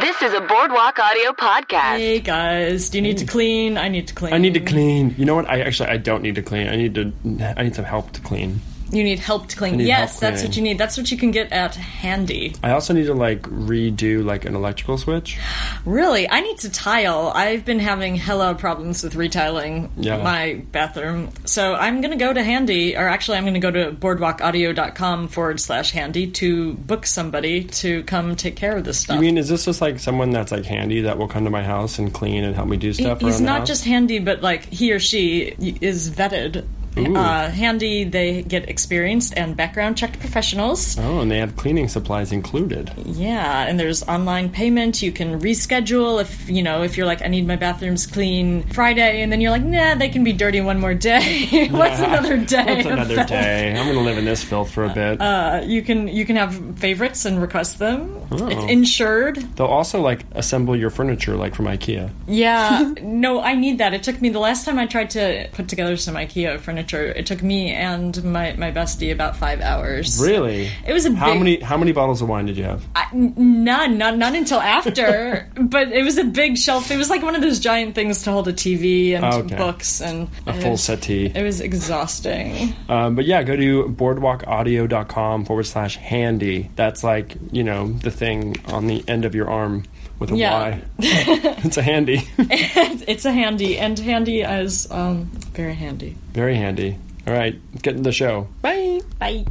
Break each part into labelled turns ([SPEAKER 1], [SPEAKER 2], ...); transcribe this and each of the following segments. [SPEAKER 1] This is a Boardwalk Audio podcast.
[SPEAKER 2] Hey guys, do you need to clean? I need to clean.
[SPEAKER 3] Mm. I need to clean. You know what? I actually I don't need to clean. I need to I need some help to clean.
[SPEAKER 2] You need help to clean.
[SPEAKER 3] need
[SPEAKER 2] Yes,
[SPEAKER 3] help
[SPEAKER 2] that's what you
[SPEAKER 3] cleaning.
[SPEAKER 2] need. That's what you can get at Handy.
[SPEAKER 3] I also need to like redo like an electrical switch.
[SPEAKER 2] Really, I need to tile. I've been having hella problems with retiling
[SPEAKER 3] Yeah.
[SPEAKER 2] my bathroom. So I'm going to go to Handy, or actually, I'm going to go to boardwalkaudio.com forward slash Handy to book somebody to come take care of this stuff.
[SPEAKER 3] I mean, is this just like someone that's like handy that will come to my house and clean and help me do stuff?
[SPEAKER 2] He's
[SPEAKER 3] around the
[SPEAKER 2] not
[SPEAKER 3] house?
[SPEAKER 2] just handy, but like he or she y- is vetted.
[SPEAKER 3] Ooh.
[SPEAKER 2] Uh, handy, they get experienced and background checked professionals.
[SPEAKER 3] Oh, and they have cleaning supplies included.
[SPEAKER 2] Yeah, and there's online payment. You can reschedule if you know if you're like, I need my bathrooms clean Friday, and then you're like, Nah, they can be dirty one more day. What's another day?
[SPEAKER 3] That's
[SPEAKER 2] of
[SPEAKER 3] another
[SPEAKER 2] that?
[SPEAKER 3] day. I'm gonna live in this filth for a bit.
[SPEAKER 2] Uh, you can you can have favorites and request them. It's
[SPEAKER 3] Oh.
[SPEAKER 2] insured.
[SPEAKER 3] They'll also like assemble your furniture like from IKEA.
[SPEAKER 2] Yeah, no, I need that. It took me the last time I tried to put together some IKEA furniture. It took me and my my bestie about five hours.
[SPEAKER 3] Really?
[SPEAKER 2] It was a
[SPEAKER 3] How
[SPEAKER 2] big-
[SPEAKER 3] many how many bottles of wine did you have?
[SPEAKER 2] None, not not until after. but it was a big shelf. It was like one of those giant things to hold a TV and
[SPEAKER 3] Oh, Okay.
[SPEAKER 2] books and
[SPEAKER 3] a
[SPEAKER 2] it
[SPEAKER 3] full
[SPEAKER 2] was-
[SPEAKER 3] settee.
[SPEAKER 2] It was exhausting.
[SPEAKER 3] Um, but yeah, go to boardwalkaudio.com forward slash handy. That's like, you know, the thing on the end of your arm with a Y.
[SPEAKER 2] Yeah.
[SPEAKER 3] it's a handy.
[SPEAKER 2] it's a handy, and handy is um, very handy.
[SPEAKER 3] Very handy. All right, let's get into the show. Bye.
[SPEAKER 2] Bye.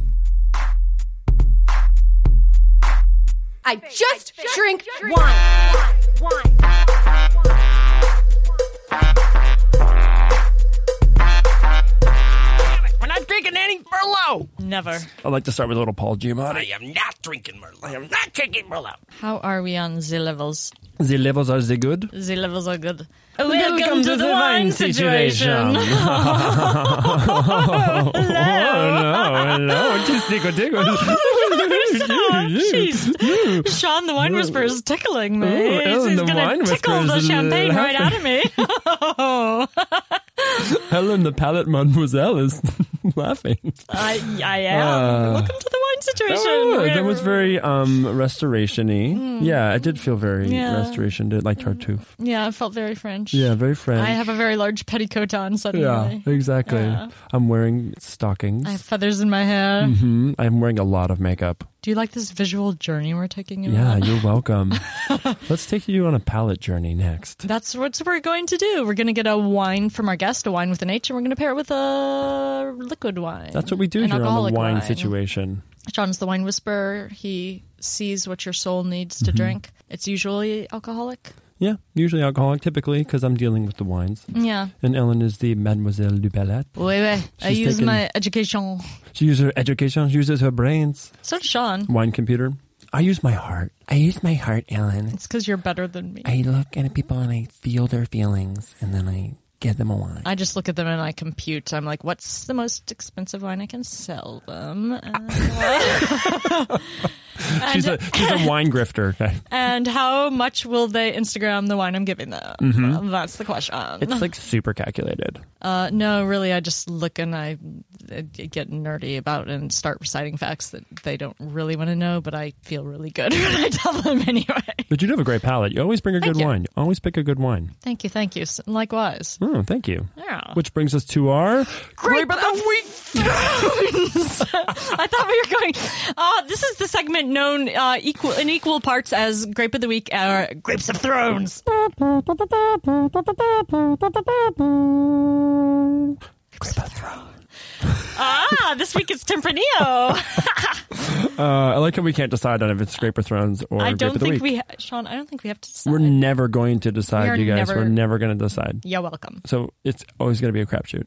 [SPEAKER 4] I just drink wine.
[SPEAKER 5] We're not drinking any Merlot.
[SPEAKER 2] Never.
[SPEAKER 3] I'd like to start with a little Paul Giamatti.
[SPEAKER 5] I am not drinking Merlot. I am not drinking Merlot.
[SPEAKER 2] How are we on Z levels?
[SPEAKER 3] The levels are the good.
[SPEAKER 2] Z levels are good.
[SPEAKER 3] Welcome to the wine situation. Hello, tickle, tickle. Oh,
[SPEAKER 2] She's, Sean, the wine whisperer, is tickling me.
[SPEAKER 3] Oh,
[SPEAKER 2] He's
[SPEAKER 3] the
[SPEAKER 2] going
[SPEAKER 3] wine
[SPEAKER 2] to tickle
[SPEAKER 3] whisperer
[SPEAKER 2] the
[SPEAKER 3] is
[SPEAKER 2] champagne right out of me.
[SPEAKER 3] Helen the palate mademoiselle is laughing.
[SPEAKER 2] I, I am. Welcome to the wine situation.
[SPEAKER 3] Ah. Oh,
[SPEAKER 2] We're-
[SPEAKER 3] that was very um restoration-y. Yeah, it did feel very
[SPEAKER 2] Hmm. Yeah.
[SPEAKER 3] restoration, did like tartuffe.
[SPEAKER 2] yeah, I felt very French.
[SPEAKER 3] Yeah, very French.
[SPEAKER 2] I have a very large petticoat on
[SPEAKER 3] yeah,
[SPEAKER 2] suddenly.
[SPEAKER 3] exactly.
[SPEAKER 2] Yeah.
[SPEAKER 3] I'm wearing
[SPEAKER 2] I have
[SPEAKER 3] stockings.
[SPEAKER 2] feathers in my hair.
[SPEAKER 3] Hmm, I'm wearing a lot of makeup.
[SPEAKER 2] Do you like this visual journey we're taking? you
[SPEAKER 3] Yeah,
[SPEAKER 2] on?
[SPEAKER 3] you're welcome. Let's take you on a palette journey next.
[SPEAKER 2] That's what we're going to do. We're going to get a wine from our guest, a wine with an H, and we're going to pair it with a liquid wine.
[SPEAKER 3] That's what we do
[SPEAKER 2] An
[SPEAKER 3] here on the
[SPEAKER 2] alcoholic
[SPEAKER 3] wine, situation.
[SPEAKER 2] Sean's the wine whisperer. He sees what your soul needs to
[SPEAKER 3] Mm-hmm.
[SPEAKER 2] drink. It's usually alcoholic.
[SPEAKER 3] Yeah, usually alcoholic, typically, because I'm dealing with the wines.
[SPEAKER 2] Yeah.
[SPEAKER 3] And Ellen is the Mademoiselle du Palette.
[SPEAKER 2] Wait, wait. I
[SPEAKER 3] She's
[SPEAKER 2] use
[SPEAKER 3] taken-
[SPEAKER 2] my education.
[SPEAKER 3] She uses her education, she uses her brains.
[SPEAKER 2] So does Sean.
[SPEAKER 3] Wine computer. I use my heart. I use my heart, Ellen.
[SPEAKER 2] It's because you're better than me.
[SPEAKER 3] I look at people and I feel their feelings, and then I get them a wine.
[SPEAKER 2] I just look at them and I compute. I'm like, what's the most expensive wine I can sell them? Uh,
[SPEAKER 3] Ah. She's
[SPEAKER 2] and,
[SPEAKER 3] a she's a wine grifter.
[SPEAKER 2] and how much will they Instagram the wine I'm giving them? That's the question.
[SPEAKER 3] Mm-hmm. It's like super calculated.
[SPEAKER 2] uh, no, really, I just look and I uh, get nerdy about and start reciting facts that they don't really want to know, but I feel really good when I tell them anyway.
[SPEAKER 3] But you do have a great palate. You always bring a
[SPEAKER 2] Thank
[SPEAKER 3] good
[SPEAKER 2] you.
[SPEAKER 3] wine. You always pick a good wine.
[SPEAKER 2] Thank you, thank you. S- Likewise.
[SPEAKER 3] Oh, thank you.
[SPEAKER 2] Yeah.
[SPEAKER 3] Which brings us to our uh,
[SPEAKER 2] Grape of the Week Thrones. I thought we were going. Uh, this is the segment known uh, equal in equal parts as Grape of the Week or Grapes of Thrones. Ah, this week it's Tempranillo.
[SPEAKER 3] Uh, I like how we can't decide on if it's Scraper Thrones or
[SPEAKER 2] I
[SPEAKER 3] Grape
[SPEAKER 2] don't
[SPEAKER 3] of the
[SPEAKER 2] think
[SPEAKER 3] Week.
[SPEAKER 2] we, ha- Sean. I don't think we have to decide.
[SPEAKER 3] We're never going to decide,
[SPEAKER 2] We are
[SPEAKER 3] you guys.
[SPEAKER 2] never-
[SPEAKER 3] We're never going to decide.
[SPEAKER 2] You're welcome.
[SPEAKER 3] So it's always going to be a crapshoot.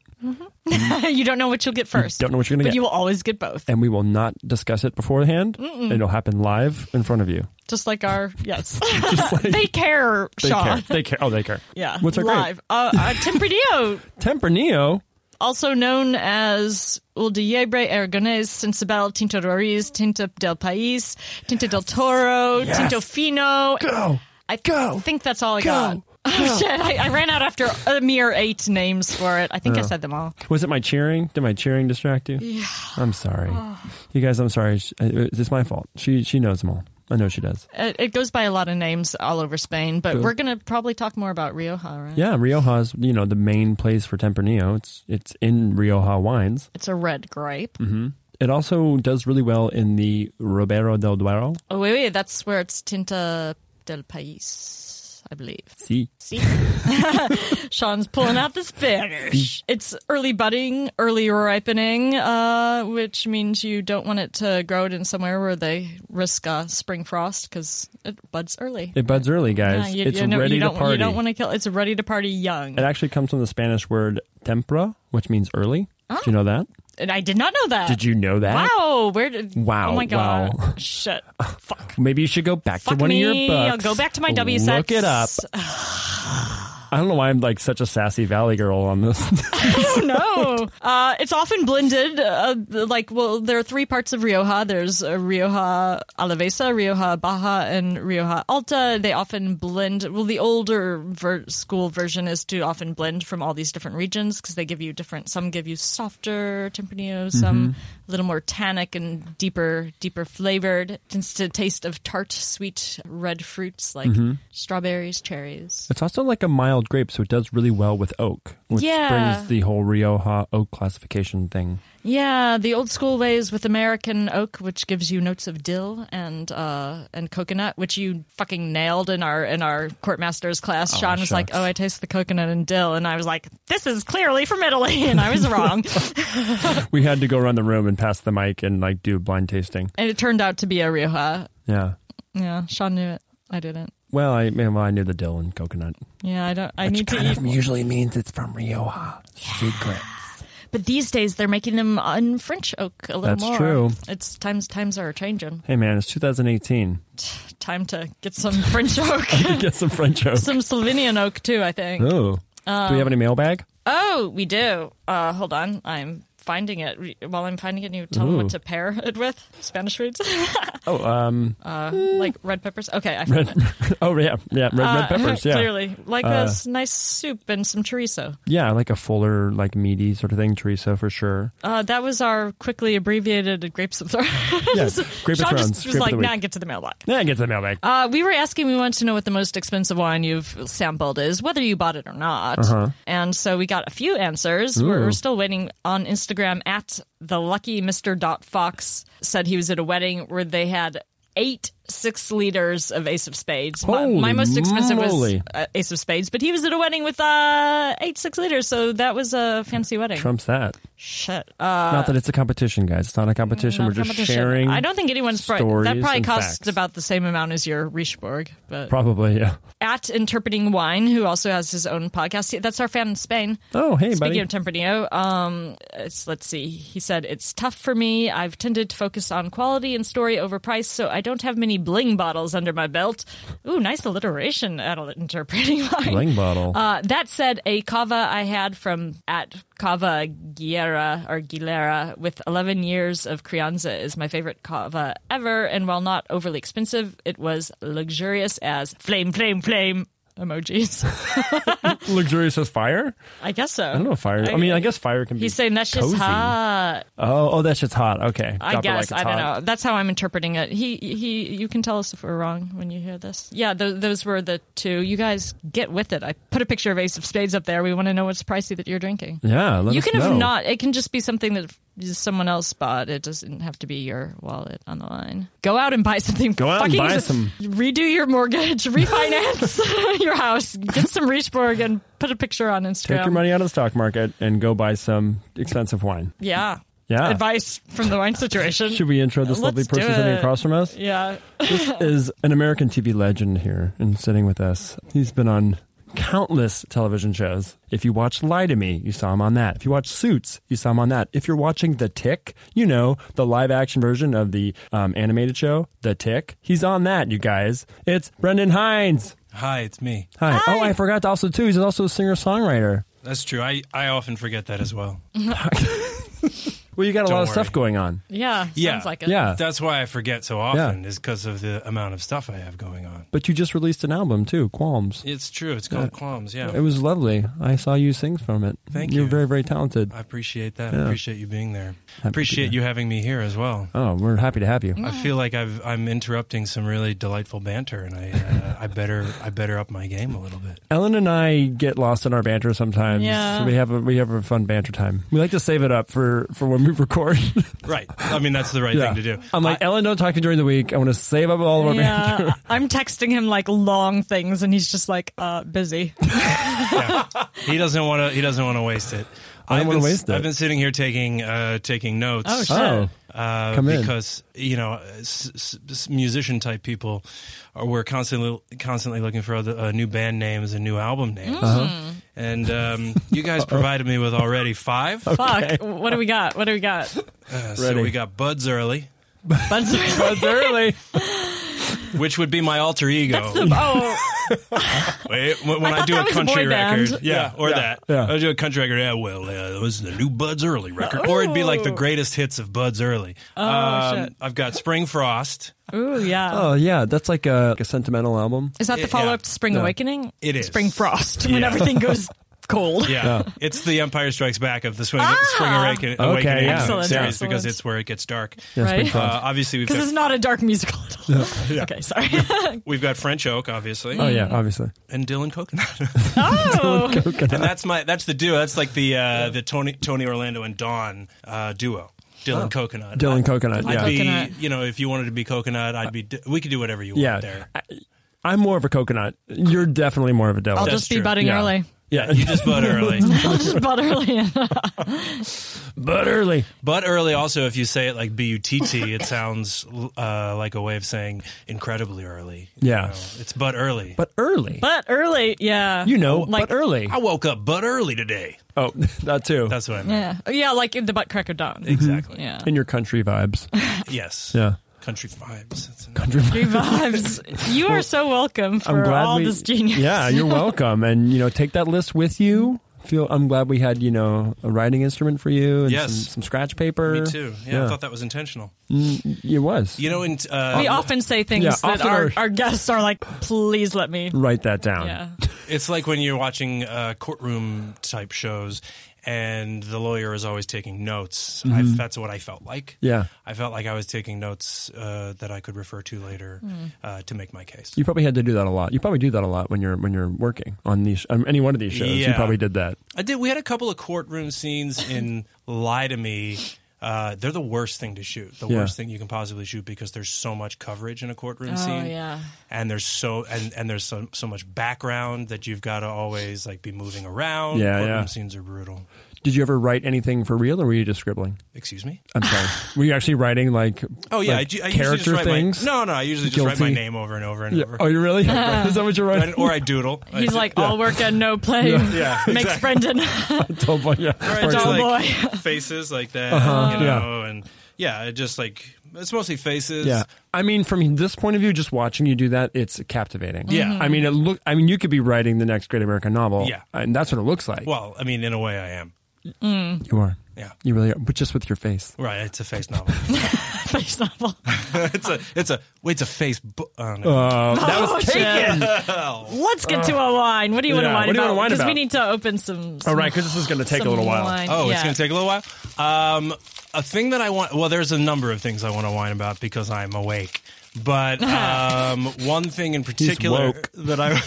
[SPEAKER 2] you don't know what you'll get first.
[SPEAKER 3] Don't know what you're going
[SPEAKER 2] but
[SPEAKER 3] to get.
[SPEAKER 2] you will always get both,
[SPEAKER 3] And we will not discuss it beforehand. It'll happen live in front of you.
[SPEAKER 2] just like our yes.
[SPEAKER 3] Just like-
[SPEAKER 2] they care,
[SPEAKER 3] they
[SPEAKER 2] Sean.
[SPEAKER 3] care. They care. Oh, they care.
[SPEAKER 2] Yeah,
[SPEAKER 3] What's our grape?
[SPEAKER 2] live? Uh, uh, Tempranillo
[SPEAKER 3] Tempranillo.
[SPEAKER 2] also known as Ul de Yebre, Aragonés, Sensibel, Tinto Roriz, Tinto del País, Tinto del Toro,
[SPEAKER 3] Yes.
[SPEAKER 2] Tinto Fino.
[SPEAKER 3] Go.
[SPEAKER 2] I th-
[SPEAKER 3] Go.
[SPEAKER 2] think that's all I
[SPEAKER 3] Go.
[SPEAKER 2] got. Oh, shit, I, I ran out after a mere eight names for it. I think I said them all.
[SPEAKER 3] Was it my cheering? Did my cheering
[SPEAKER 2] Oh.
[SPEAKER 3] distract you? Yeah. I'm sorry. You guys, I'm sorry. Sh- uh, It's my fault. She she knows them all. I know she does.
[SPEAKER 2] It, it goes by a lot of names all over Spain, but we're going to probably talk more about Rioja, right?
[SPEAKER 3] Yeah, Rioja's you know the main place for Tempranillo. It's it's in Rioja wines.
[SPEAKER 2] It's a red grape.
[SPEAKER 3] Mm-hmm. It also does really well in the Ribera del Duero.
[SPEAKER 2] Oh, wait, wait. That's where it's Tinta del País, I believe.
[SPEAKER 3] See,
[SPEAKER 2] See? Sean's pulling out the Spanish. It's early budding, early ripening, uh, which means you don't want it to grow it in somewhere where they risk uh, spring frost because it buds early.
[SPEAKER 3] it buds early,
[SPEAKER 2] Yeah,
[SPEAKER 3] guys.
[SPEAKER 2] you,
[SPEAKER 3] it's
[SPEAKER 2] you know-
[SPEAKER 3] ready
[SPEAKER 2] you don't,
[SPEAKER 3] to party.
[SPEAKER 2] You don't want to kill. It's ready to party young.
[SPEAKER 3] It actually comes from the Spanish word tempra, which means early. Did you know that?
[SPEAKER 2] And I did not know that.
[SPEAKER 3] Did you know that?
[SPEAKER 2] Oh. Wow. Where did?
[SPEAKER 3] Wow,
[SPEAKER 2] Oh my god.
[SPEAKER 3] wow.
[SPEAKER 2] Shit. Fuck.
[SPEAKER 3] Maybe you should go back to
[SPEAKER 2] Fuck
[SPEAKER 3] one
[SPEAKER 2] me.
[SPEAKER 3] of your books.
[SPEAKER 2] I'll go back to my W sets.
[SPEAKER 3] Look it up. I don't know why I'm like such a sassy valley girl on this.
[SPEAKER 2] Oh, no. Uh, it's often blended. Uh, like, well, there are three parts of Rioja. There's uh, Rioja Alavesa, Rioja Baja, and Rioja Alta. They often blend. Well, the older ver- school version is to often blend from all these different regions because they give you different. Some give you softer Tempranillo,
[SPEAKER 3] Mm-hmm.
[SPEAKER 2] some a little more tannic and deeper, deeper flavored. Tends to taste of tart, sweet red fruits like
[SPEAKER 3] Mm-hmm.
[SPEAKER 2] strawberries, cherries.
[SPEAKER 3] it's also like a mild grape, so it does really well with oak, which
[SPEAKER 2] Yeah.
[SPEAKER 3] brings the whole Rioja oak classification thing.
[SPEAKER 2] Yeah, the old school ways with American oak, which gives you notes of dill and uh, and coconut, which you fucking nailed in our in our courtmaster's class. Sean was like,
[SPEAKER 3] shucks.
[SPEAKER 2] "Oh, I taste the coconut and dill," and I was like, "This is clearly from Italy," and I was wrong.
[SPEAKER 3] We had to go around the room and pass the mic and like do blind tasting.
[SPEAKER 2] and it turned out to be a Rioja.
[SPEAKER 3] Yeah.
[SPEAKER 2] Yeah, Sean knew it. I didn't.
[SPEAKER 3] Well, I well, I knew the dill and coconut.
[SPEAKER 2] Yeah, I don't. I need to eat.
[SPEAKER 3] usually means it's from Rioja. Secret.
[SPEAKER 2] But these days they're making them on French oak a little
[SPEAKER 3] That's
[SPEAKER 2] more.
[SPEAKER 3] true.
[SPEAKER 2] It's times times are changing.
[SPEAKER 3] Hey man, it's 2018.
[SPEAKER 2] Time to get some French oak,
[SPEAKER 3] Get some French oak.
[SPEAKER 2] some Slovenian oak too. I think.
[SPEAKER 3] Oh.
[SPEAKER 2] Um,
[SPEAKER 3] do we have any mailbag?
[SPEAKER 2] Oh, we do. Uh, hold on. I'm finding it. Re- While I'm finding it, you tell them
[SPEAKER 3] Ooh.
[SPEAKER 2] what to pair it with. Spanish foods. Uh,
[SPEAKER 3] Oh, um,
[SPEAKER 2] like red peppers. Okay, I found
[SPEAKER 3] red. oh yeah, yeah, red, red peppers. Yeah,
[SPEAKER 2] uh,
[SPEAKER 3] Uh,
[SPEAKER 2] Clearly. Like a s- nice soup and some chorizo.
[SPEAKER 3] yeah, like a fuller, like meaty sort of thing, chorizo for sure.
[SPEAKER 2] Uh, that was our quickly abbreviated Grapes of Thrones.
[SPEAKER 3] Yeah, Grape of
[SPEAKER 2] Sean
[SPEAKER 3] Thrones,
[SPEAKER 2] just
[SPEAKER 3] Grape
[SPEAKER 2] was
[SPEAKER 3] of
[SPEAKER 2] like,
[SPEAKER 3] the week.
[SPEAKER 2] nah, get to the mailbag.
[SPEAKER 3] Then I get to the mailbag.
[SPEAKER 2] Uh, we were asking, we wanted to know what the most expensive wine you've sampled is, whether you bought it or not. And so we got a few answers. We're,
[SPEAKER 3] Uh-huh. Ooh.
[SPEAKER 2] we're still waiting on Instagram at the lucky Mr. Dot Fox said he was at a wedding where they had eight six liters of Ace of Spades. My- my,
[SPEAKER 3] Holy
[SPEAKER 2] most expensive
[SPEAKER 3] moly.
[SPEAKER 2] was uh, Ace of Spades, but he was at a wedding with uh, eight six liters, so that was a fancy wedding.
[SPEAKER 3] Trump's that.
[SPEAKER 2] Shit. Uh,
[SPEAKER 3] not that it's a competition, guys. It's not a competition.
[SPEAKER 2] not
[SPEAKER 3] We're just
[SPEAKER 2] competition.
[SPEAKER 3] sharing.
[SPEAKER 2] I don't think anyone's pri- that
[SPEAKER 3] stories
[SPEAKER 2] probably
[SPEAKER 3] and
[SPEAKER 2] costs
[SPEAKER 3] facts.
[SPEAKER 2] about the same amount as your Richborg, but
[SPEAKER 3] Probably, yeah.
[SPEAKER 2] at Interpreting Wine, who also has his own podcast. That's our fan in Spain.
[SPEAKER 3] Oh, hey, buddy.
[SPEAKER 2] Speaking of Tempranillo, um, it's, let's see. He said, It's tough for me. I've tended to focus on quality and story over price, so I don't have many bling bottles under my belt. Ooh, nice alliteration at Interpreting Wine.
[SPEAKER 3] Bling bottle.
[SPEAKER 2] Uh, that said, a cava I had from at Cava Guerra or Guilera with 11 years of Crianza is my favorite cava ever. And while not overly expensive, it was luxurious as flame, flame, flame emojis.
[SPEAKER 3] Luxurious as fire.
[SPEAKER 2] I guess so.
[SPEAKER 3] I don't know if fire. I, mean, I guess fire can be.
[SPEAKER 2] He's saying that shit's
[SPEAKER 3] cozy.
[SPEAKER 2] hot.
[SPEAKER 3] Oh, oh, that shit's hot. Okay,
[SPEAKER 2] I
[SPEAKER 3] Drop it
[SPEAKER 2] guess
[SPEAKER 3] like
[SPEAKER 2] I
[SPEAKER 3] it's
[SPEAKER 2] don't
[SPEAKER 3] hot.
[SPEAKER 2] know. That's how I'm interpreting it. He he. You can tell us if we're wrong when you hear this. Yeah, th- those were the two. You guys get with it. I put a picture of Ace of Spades up there. We want to know what's pricey that you're drinking.
[SPEAKER 3] Yeah, let
[SPEAKER 2] You
[SPEAKER 3] us
[SPEAKER 2] can have
[SPEAKER 3] know.
[SPEAKER 2] not. It can just be something that someone else bought. It doesn't have to be your wallet on the line. Go out and buy something.
[SPEAKER 3] Go out and
[SPEAKER 2] fucking
[SPEAKER 3] buy some-
[SPEAKER 2] Redo your mortgage. Refinance your house. Get some Richborg and put a picture on Instagram.
[SPEAKER 3] Take your money out of the stock market and go buy some expensive wine.
[SPEAKER 2] Yeah.
[SPEAKER 3] Yeah.
[SPEAKER 2] Advice from the wine situation.
[SPEAKER 3] Should we intro this
[SPEAKER 2] Let's
[SPEAKER 3] lovely
[SPEAKER 2] do
[SPEAKER 3] person sitting
[SPEAKER 2] it.
[SPEAKER 3] across from us?
[SPEAKER 2] Yeah.
[SPEAKER 3] is an American TV legend here and sitting with us. He's been on countless television shows. If you watch Lie to Me, you saw him on that. If you watch Suits, you saw him on that. If you're watching The Tick, you know, the live action version of the um, animated show, The Tick, he's on that, you guys. It's Brendan Hines.
[SPEAKER 6] Hi, it's me.
[SPEAKER 3] Hi. Oh, I forgot to also, too, he's also a singer songwriter.
[SPEAKER 6] Mm-hmm. That's true. I, I often forget that as well.
[SPEAKER 3] Well, you got a
[SPEAKER 6] Don't
[SPEAKER 3] lot of
[SPEAKER 6] worry.
[SPEAKER 3] stuff going on.
[SPEAKER 2] Yeah,
[SPEAKER 6] Yeah.
[SPEAKER 2] sounds like it.
[SPEAKER 3] Yeah.
[SPEAKER 6] That's why I forget so often is because of the amount of stuff I have going on.
[SPEAKER 3] But you just released an album too, Qualms.
[SPEAKER 6] It's true. It's called Qualms. Yeah.
[SPEAKER 3] It was lovely. I saw you sing from it.
[SPEAKER 6] Thank
[SPEAKER 3] You're
[SPEAKER 6] you.
[SPEAKER 3] very, very talented.
[SPEAKER 6] I appreciate that. I appreciate you being there. appreciate
[SPEAKER 3] be
[SPEAKER 6] you having me here as well.
[SPEAKER 3] Oh, we're happy to have you.
[SPEAKER 6] I feel like I've, I'm interrupting some really delightful banter, and I uh, I better I better up my game a little bit.
[SPEAKER 3] Ellen and I get lost in our banter sometimes.
[SPEAKER 2] Yeah.
[SPEAKER 3] We have a we have a fun banter time. We like to save it up for, for when we record.
[SPEAKER 6] Right. I mean, that's the right thing to do.
[SPEAKER 3] I'm like, Ellen, don't talk to me during the week. I want to save up all of our banter.
[SPEAKER 2] Yeah, I'm texting him like long things, and he's just like, uh, busy.
[SPEAKER 6] He doesn't want to. He doesn't want to waste it.
[SPEAKER 3] I don't
[SPEAKER 6] I've
[SPEAKER 3] wanna
[SPEAKER 6] been-
[SPEAKER 3] waste it.
[SPEAKER 6] I've been sitting here taking uh, taking notes.
[SPEAKER 2] Oh, shit.
[SPEAKER 3] Oh.
[SPEAKER 6] Uh,
[SPEAKER 3] Come in.
[SPEAKER 6] because you know, uh, s- s- s- musician type people are we're constantly constantly looking for other uh, new band names and new album names.
[SPEAKER 3] Mm. Uh-huh.
[SPEAKER 6] And um, you guys provided me with already five.
[SPEAKER 2] Fuck. What do we got? What do we got?
[SPEAKER 6] Uh, so
[SPEAKER 3] Ready.
[SPEAKER 6] we got Buds Early,
[SPEAKER 2] Buds.
[SPEAKER 3] It's early.
[SPEAKER 6] which would be my alter ego.
[SPEAKER 2] That's the, oh,
[SPEAKER 6] Wait, when when
[SPEAKER 2] I
[SPEAKER 6] I,
[SPEAKER 2] thought
[SPEAKER 6] do
[SPEAKER 2] that
[SPEAKER 6] a
[SPEAKER 2] was a
[SPEAKER 6] country
[SPEAKER 2] boy band.
[SPEAKER 6] record, yeah, or that,
[SPEAKER 3] yeah.
[SPEAKER 6] I do a country record. Yeah, well, uh, it was the new Buds Early record, or it'd be like the greatest hits of Buds Early. Oh,
[SPEAKER 2] Oh. shit.
[SPEAKER 6] I've got Spring Frost.
[SPEAKER 2] ooh, yeah.
[SPEAKER 3] Oh yeah, that's like a, like a sentimental album.
[SPEAKER 2] Is that the
[SPEAKER 6] It-
[SPEAKER 2] follow up
[SPEAKER 6] yeah.
[SPEAKER 2] to Spring Awakening?
[SPEAKER 6] It is.
[SPEAKER 2] Spring Frost when
[SPEAKER 6] Yeah.
[SPEAKER 2] everything goes cold.
[SPEAKER 6] Yeah, it's the Empire Strikes Back of the Swing, Spring Awaken-
[SPEAKER 3] Okay,
[SPEAKER 6] Awakening
[SPEAKER 3] yeah.
[SPEAKER 2] Ah! Excellent,
[SPEAKER 6] series
[SPEAKER 2] excellent.
[SPEAKER 6] because it's where it gets dark.
[SPEAKER 2] Right?
[SPEAKER 6] Uh, obviously, we've
[SPEAKER 2] Because
[SPEAKER 6] got,
[SPEAKER 2] it's not a dark musical at all. Okay, sorry.
[SPEAKER 6] we've got French Oak, obviously,
[SPEAKER 3] Oh yeah, obviously.
[SPEAKER 6] and Dylan Coconut.
[SPEAKER 2] oh,
[SPEAKER 6] and that's my that's the duo. That's like the uh, the Tony Tony Orlando and Dawn uh, duo, Dylan Coconut.
[SPEAKER 3] Dylan Coconut.
[SPEAKER 6] I'd
[SPEAKER 3] Yeah.
[SPEAKER 6] be,
[SPEAKER 2] Oh. Coconut.
[SPEAKER 6] you know, if you wanted to be coconut, I'd be. We could do whatever you
[SPEAKER 3] yeah.
[SPEAKER 6] want there.
[SPEAKER 3] I, I'm more of a coconut. You're definitely more of a devil.
[SPEAKER 2] I'll just be
[SPEAKER 6] true.
[SPEAKER 2] budding
[SPEAKER 3] Yeah.
[SPEAKER 2] early.
[SPEAKER 3] yeah.
[SPEAKER 6] You just bud early,
[SPEAKER 2] I'll just bud early.
[SPEAKER 3] but early.
[SPEAKER 6] but early. Also, if you say it like B U T T, it sounds uh, like a way of saying incredibly early. You
[SPEAKER 3] Yeah.
[SPEAKER 6] know, it's but early.
[SPEAKER 3] But early.
[SPEAKER 2] but early, yeah.
[SPEAKER 3] you know,
[SPEAKER 2] like
[SPEAKER 3] but early.
[SPEAKER 6] I woke up but early today.
[SPEAKER 3] Oh, that too.
[SPEAKER 6] That's what I meant.
[SPEAKER 2] Yeah, Oh, yeah, like in the butt crack of dawn.
[SPEAKER 6] Exactly.
[SPEAKER 2] Yeah,
[SPEAKER 3] in your country vibes.
[SPEAKER 6] Yes.
[SPEAKER 3] Yeah.
[SPEAKER 6] Country vibes. That's an-
[SPEAKER 3] Country vibes.
[SPEAKER 2] Free vibes. You are so welcome for
[SPEAKER 3] I'm glad
[SPEAKER 2] all
[SPEAKER 3] we,
[SPEAKER 2] this genius.
[SPEAKER 3] Yeah, you're welcome. And you know, take that list with you. Feel I'm glad we had you know a writing instrument for you and
[SPEAKER 6] Yes.
[SPEAKER 3] some, some scratch paper.
[SPEAKER 6] Me too. Yeah, I thought that was intentional.
[SPEAKER 3] it was.
[SPEAKER 6] You know, in uh,
[SPEAKER 2] we often say things
[SPEAKER 3] Yeah,
[SPEAKER 2] that
[SPEAKER 3] often
[SPEAKER 2] our,
[SPEAKER 3] are-
[SPEAKER 2] our guests are like, please let me.
[SPEAKER 3] Write that down.
[SPEAKER 2] Yeah.
[SPEAKER 6] It's like when you're watching uh, courtroom type shows and the lawyer is always taking notes. I, that's what I felt like.
[SPEAKER 3] Mm-hmm. Yeah.
[SPEAKER 6] I felt like I was taking notes uh, that I could refer to later uh, to make my case.
[SPEAKER 3] You probably had to do that a lot. You probably do that a lot when you're when you're working on these on any one of these shows. You
[SPEAKER 6] Yeah.
[SPEAKER 3] probably did that.
[SPEAKER 6] I did. We had a couple of courtroom scenes in Lie to Me. Uh, they're the worst thing to shoot. The
[SPEAKER 3] Yeah.
[SPEAKER 6] worst thing you can possibly shoot because there's so much coverage in a courtroom scene.
[SPEAKER 2] Oh, yeah.
[SPEAKER 6] And there's so and, and there's so, so much background that you've got to always like be moving around.
[SPEAKER 3] Yeah,
[SPEAKER 6] courtroom
[SPEAKER 3] yeah.
[SPEAKER 6] scenes are brutal.
[SPEAKER 3] Did you ever write anything for real, or were you just scribbling?
[SPEAKER 6] Excuse me.
[SPEAKER 3] I'm sorry. were you actually writing like
[SPEAKER 6] Oh yeah,
[SPEAKER 3] like
[SPEAKER 6] I, ju- I usually just
[SPEAKER 3] character
[SPEAKER 6] write
[SPEAKER 3] things?
[SPEAKER 6] My, no, no, I usually just write my
[SPEAKER 3] Guilty.
[SPEAKER 6] name over and over and
[SPEAKER 3] Yeah.
[SPEAKER 6] over.
[SPEAKER 3] Oh, you really? Is that what you're
[SPEAKER 6] And-
[SPEAKER 3] writing?
[SPEAKER 6] or I doodle. I
[SPEAKER 2] He's
[SPEAKER 6] do-
[SPEAKER 2] like, all work and no play.
[SPEAKER 6] yeah,
[SPEAKER 2] Makes Brendan.
[SPEAKER 3] Oh, boy, yeah.
[SPEAKER 6] Or I
[SPEAKER 3] Or
[SPEAKER 6] just,
[SPEAKER 3] it's like-
[SPEAKER 6] like,
[SPEAKER 2] boy.
[SPEAKER 6] faces like that,
[SPEAKER 3] Uh-huh.
[SPEAKER 6] you know, and yeah, it just like it's mostly faces.
[SPEAKER 3] Yeah, I mean, from this point of view, just watching you do that, it's captivating.
[SPEAKER 6] Yeah. Mhm.
[SPEAKER 3] I mean, it look. I mean, you could be writing the next great American novel.
[SPEAKER 6] Yeah.
[SPEAKER 3] and that's what it looks like.
[SPEAKER 6] Well, I mean, in a way, I am.
[SPEAKER 3] you are.
[SPEAKER 6] Yeah.
[SPEAKER 3] you really are, but just with your face.
[SPEAKER 6] Right, it's a face novel.
[SPEAKER 2] Face novel.
[SPEAKER 6] it's a, it's a, wait, it's a face. Bu- oh, no.
[SPEAKER 3] Uh, that
[SPEAKER 2] Oh,
[SPEAKER 3] was Uh,
[SPEAKER 2] shit. Let's get to a wine. What do you
[SPEAKER 3] Yeah,
[SPEAKER 2] want to wine
[SPEAKER 3] what do you
[SPEAKER 2] about?
[SPEAKER 3] wanna whine
[SPEAKER 2] Because we
[SPEAKER 3] about?
[SPEAKER 2] need to open some.
[SPEAKER 3] all
[SPEAKER 2] some
[SPEAKER 3] Oh, right because this is going to take a
[SPEAKER 2] some
[SPEAKER 3] little while.
[SPEAKER 2] wine.
[SPEAKER 6] Oh, it's
[SPEAKER 2] Yeah.
[SPEAKER 6] going to take a little while. Um, a thing that I want. Well, there's a number of things I want to whine about because I'm awake. But um, one thing in particular
[SPEAKER 3] woke.
[SPEAKER 6] that I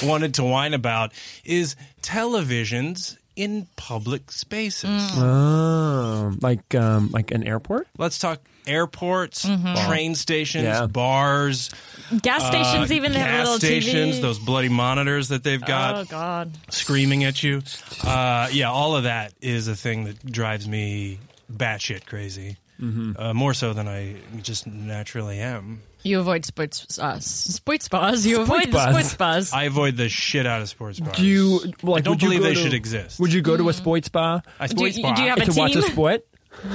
[SPEAKER 6] wanted to whine about is televisions in public spaces.
[SPEAKER 2] Mm.
[SPEAKER 3] Um, like um, like an airport.
[SPEAKER 6] Let's talk airports,
[SPEAKER 2] Mm-hmm.
[SPEAKER 6] train stations,
[SPEAKER 3] Yeah.
[SPEAKER 6] bars,
[SPEAKER 2] Gas stations even have
[SPEAKER 6] uh, gas
[SPEAKER 2] little
[SPEAKER 6] stations,
[SPEAKER 2] TV.
[SPEAKER 6] those bloody monitors that they've got.
[SPEAKER 2] oh God.
[SPEAKER 6] screaming at you. Uh, yeah, all of that is a thing that drives me batshit crazy.
[SPEAKER 3] Mm-hmm.
[SPEAKER 6] Uh, more so than I just naturally am.
[SPEAKER 2] You avoid sports uh, sports bars. You avoid
[SPEAKER 3] bars.
[SPEAKER 2] sports bars.
[SPEAKER 6] I avoid the shit out of sports bars.
[SPEAKER 3] Do you? Like,
[SPEAKER 6] I don't
[SPEAKER 3] would you
[SPEAKER 6] believe
[SPEAKER 3] go
[SPEAKER 6] they
[SPEAKER 3] to-
[SPEAKER 6] should exist. Mm.
[SPEAKER 3] Would you go to a sports bar
[SPEAKER 6] I
[SPEAKER 2] do,
[SPEAKER 6] sports
[SPEAKER 2] you,
[SPEAKER 6] bar.
[SPEAKER 2] do you have a
[SPEAKER 3] to
[SPEAKER 2] team?
[SPEAKER 3] watch a sport?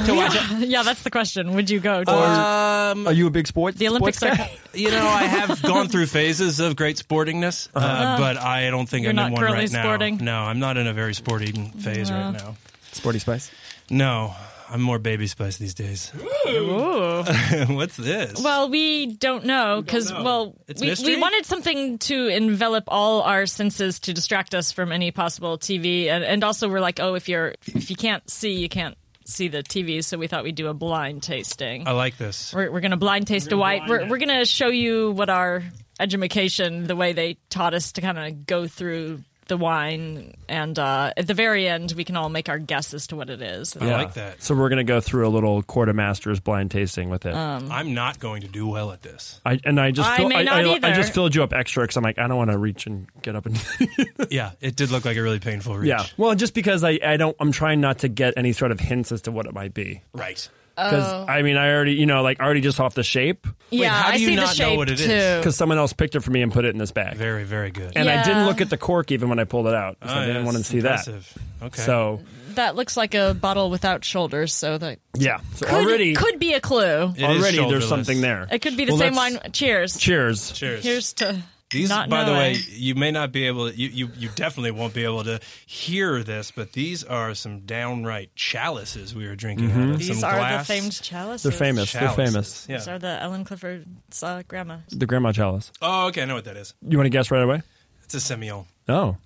[SPEAKER 6] to watch it?
[SPEAKER 2] yeah, that's the question. Would you go to
[SPEAKER 6] Um,
[SPEAKER 3] Are you a big sports?
[SPEAKER 2] the Olympics?
[SPEAKER 3] sports guy?
[SPEAKER 2] Are,
[SPEAKER 6] you know, I have gone through phases of great sportingness,
[SPEAKER 3] Uh-huh.
[SPEAKER 6] uh, but I don't think
[SPEAKER 2] Uh-huh. You're
[SPEAKER 6] I'm
[SPEAKER 2] not
[SPEAKER 6] in one
[SPEAKER 2] currently
[SPEAKER 6] right
[SPEAKER 2] sporting? Uh-huh.
[SPEAKER 6] now. No, I'm not in a very sporty phase right now.
[SPEAKER 3] Sporty Spice.
[SPEAKER 6] No, I'm more Baby Spice these days. What's this?
[SPEAKER 2] Well, we don't know because well,
[SPEAKER 6] It's
[SPEAKER 2] we,
[SPEAKER 6] mystery?
[SPEAKER 2] we wanted something to envelop all our senses to distract us from any possible TV, and, and also we're like, oh, if you're if you can't see, you can't see the TV, so we thought we'd do a blind tasting.
[SPEAKER 6] I like this.
[SPEAKER 2] we're, we're gonna blind taste a white. We're we're gonna show you what our edumacation, the way they taught us to kind of go through the wine, and uh, at the very end, we can all make our guess as to what it is.
[SPEAKER 6] I like that. Uh,
[SPEAKER 3] So we're gonna go through a little quartermaster's blind tasting with it.
[SPEAKER 2] Um.
[SPEAKER 6] I'm not going to do well at this.
[SPEAKER 3] I, and I just
[SPEAKER 2] I
[SPEAKER 3] fill-
[SPEAKER 2] may
[SPEAKER 3] I,
[SPEAKER 2] not
[SPEAKER 3] I,
[SPEAKER 2] either.
[SPEAKER 3] just filled you up extra because I'm like I don't want to reach and get up and
[SPEAKER 6] Yeah, it did look like a really painful reach.
[SPEAKER 3] yeah. Well, just because I, I don't I'm trying not to get any sort of hints as to what it might be
[SPEAKER 6] Right.
[SPEAKER 3] because
[SPEAKER 2] Oh.
[SPEAKER 3] I mean I already you know like already just off the shape
[SPEAKER 2] yeah,
[SPEAKER 6] how do
[SPEAKER 2] I
[SPEAKER 6] you
[SPEAKER 2] see the
[SPEAKER 6] not know
[SPEAKER 2] shape
[SPEAKER 6] what it
[SPEAKER 2] too.
[SPEAKER 6] is?
[SPEAKER 3] because someone else picked it for me and put it in this bag
[SPEAKER 6] Very, very good.
[SPEAKER 3] and I didn't
[SPEAKER 2] Yeah.
[SPEAKER 3] look at the cork even when I pulled it out 'cause
[SPEAKER 6] Oh,
[SPEAKER 3] I
[SPEAKER 6] yeah,
[SPEAKER 3] didn't want to
[SPEAKER 6] it's
[SPEAKER 3] see
[SPEAKER 6] impressive.
[SPEAKER 3] that
[SPEAKER 6] Okay.
[SPEAKER 3] so
[SPEAKER 2] That looks like a bottle without shoulders, so that
[SPEAKER 3] yeah so
[SPEAKER 2] could,
[SPEAKER 3] already
[SPEAKER 2] could be a clue.
[SPEAKER 6] It is
[SPEAKER 3] already there's
[SPEAKER 6] shoulderless.
[SPEAKER 3] something there
[SPEAKER 2] It could be the
[SPEAKER 3] Well,
[SPEAKER 2] same
[SPEAKER 3] let's-
[SPEAKER 2] wine. Cheers.
[SPEAKER 3] cheers
[SPEAKER 6] Cheers.
[SPEAKER 2] Here's to
[SPEAKER 6] These,
[SPEAKER 2] not
[SPEAKER 6] by the way,
[SPEAKER 2] knowing.
[SPEAKER 6] you may not be able. You, you you definitely won't be able to hear this, but these are some downright chalices we are drinking. Out of.
[SPEAKER 2] These
[SPEAKER 6] some
[SPEAKER 2] are
[SPEAKER 6] glass
[SPEAKER 2] the famed chalices.
[SPEAKER 3] they're Mm-hmm. famous they're
[SPEAKER 6] chalices.
[SPEAKER 3] famous
[SPEAKER 2] These
[SPEAKER 6] Yeah.
[SPEAKER 2] are the Ellen Clifford's uh, grandma.
[SPEAKER 3] the grandma chalice
[SPEAKER 6] Oh, okay. I know what that is.
[SPEAKER 3] you want to guess right away
[SPEAKER 6] It's a Semillon.
[SPEAKER 3] oh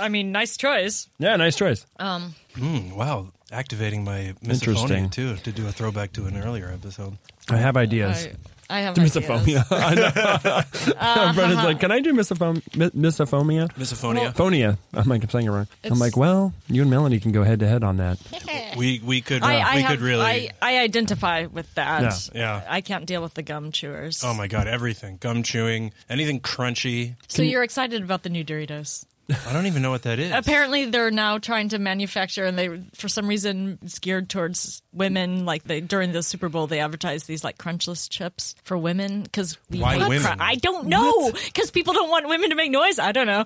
[SPEAKER 2] I mean, nice choice.
[SPEAKER 3] yeah nice choice
[SPEAKER 2] Oh,
[SPEAKER 6] Mm, wow, activating my
[SPEAKER 3] Interesting.
[SPEAKER 6] misophony too to do a throwback to an earlier episode.
[SPEAKER 3] I have ideas.
[SPEAKER 2] I, I have
[SPEAKER 3] Misophobia.
[SPEAKER 2] ideas.
[SPEAKER 3] I know. Brendan's like, can I do misophom- mi- misophobia?
[SPEAKER 6] Misophonia.
[SPEAKER 3] Phonia. I'm like, I'm saying it wrong. I'm
[SPEAKER 2] It's-
[SPEAKER 3] like, well, you and Melanie can go head to head on that.
[SPEAKER 6] we we could uh,
[SPEAKER 2] I, I
[SPEAKER 6] we
[SPEAKER 2] have,
[SPEAKER 6] could really.
[SPEAKER 2] I, I identify with that.
[SPEAKER 6] Yeah. Yeah.
[SPEAKER 2] I can't deal with the gum chewers.
[SPEAKER 6] oh my god, everything gum chewing, anything crunchy.
[SPEAKER 2] so you're excited about the new Doritos?
[SPEAKER 6] I don't even know what that is.
[SPEAKER 2] Apparently, they're now trying to manufacture, and they, for some reason, it's geared towards women. Like they during the Super Bowl, they advertise these like crunchless chips for women because
[SPEAKER 6] Why women?
[SPEAKER 2] I don't know because people don't want women to make noise. I don't know.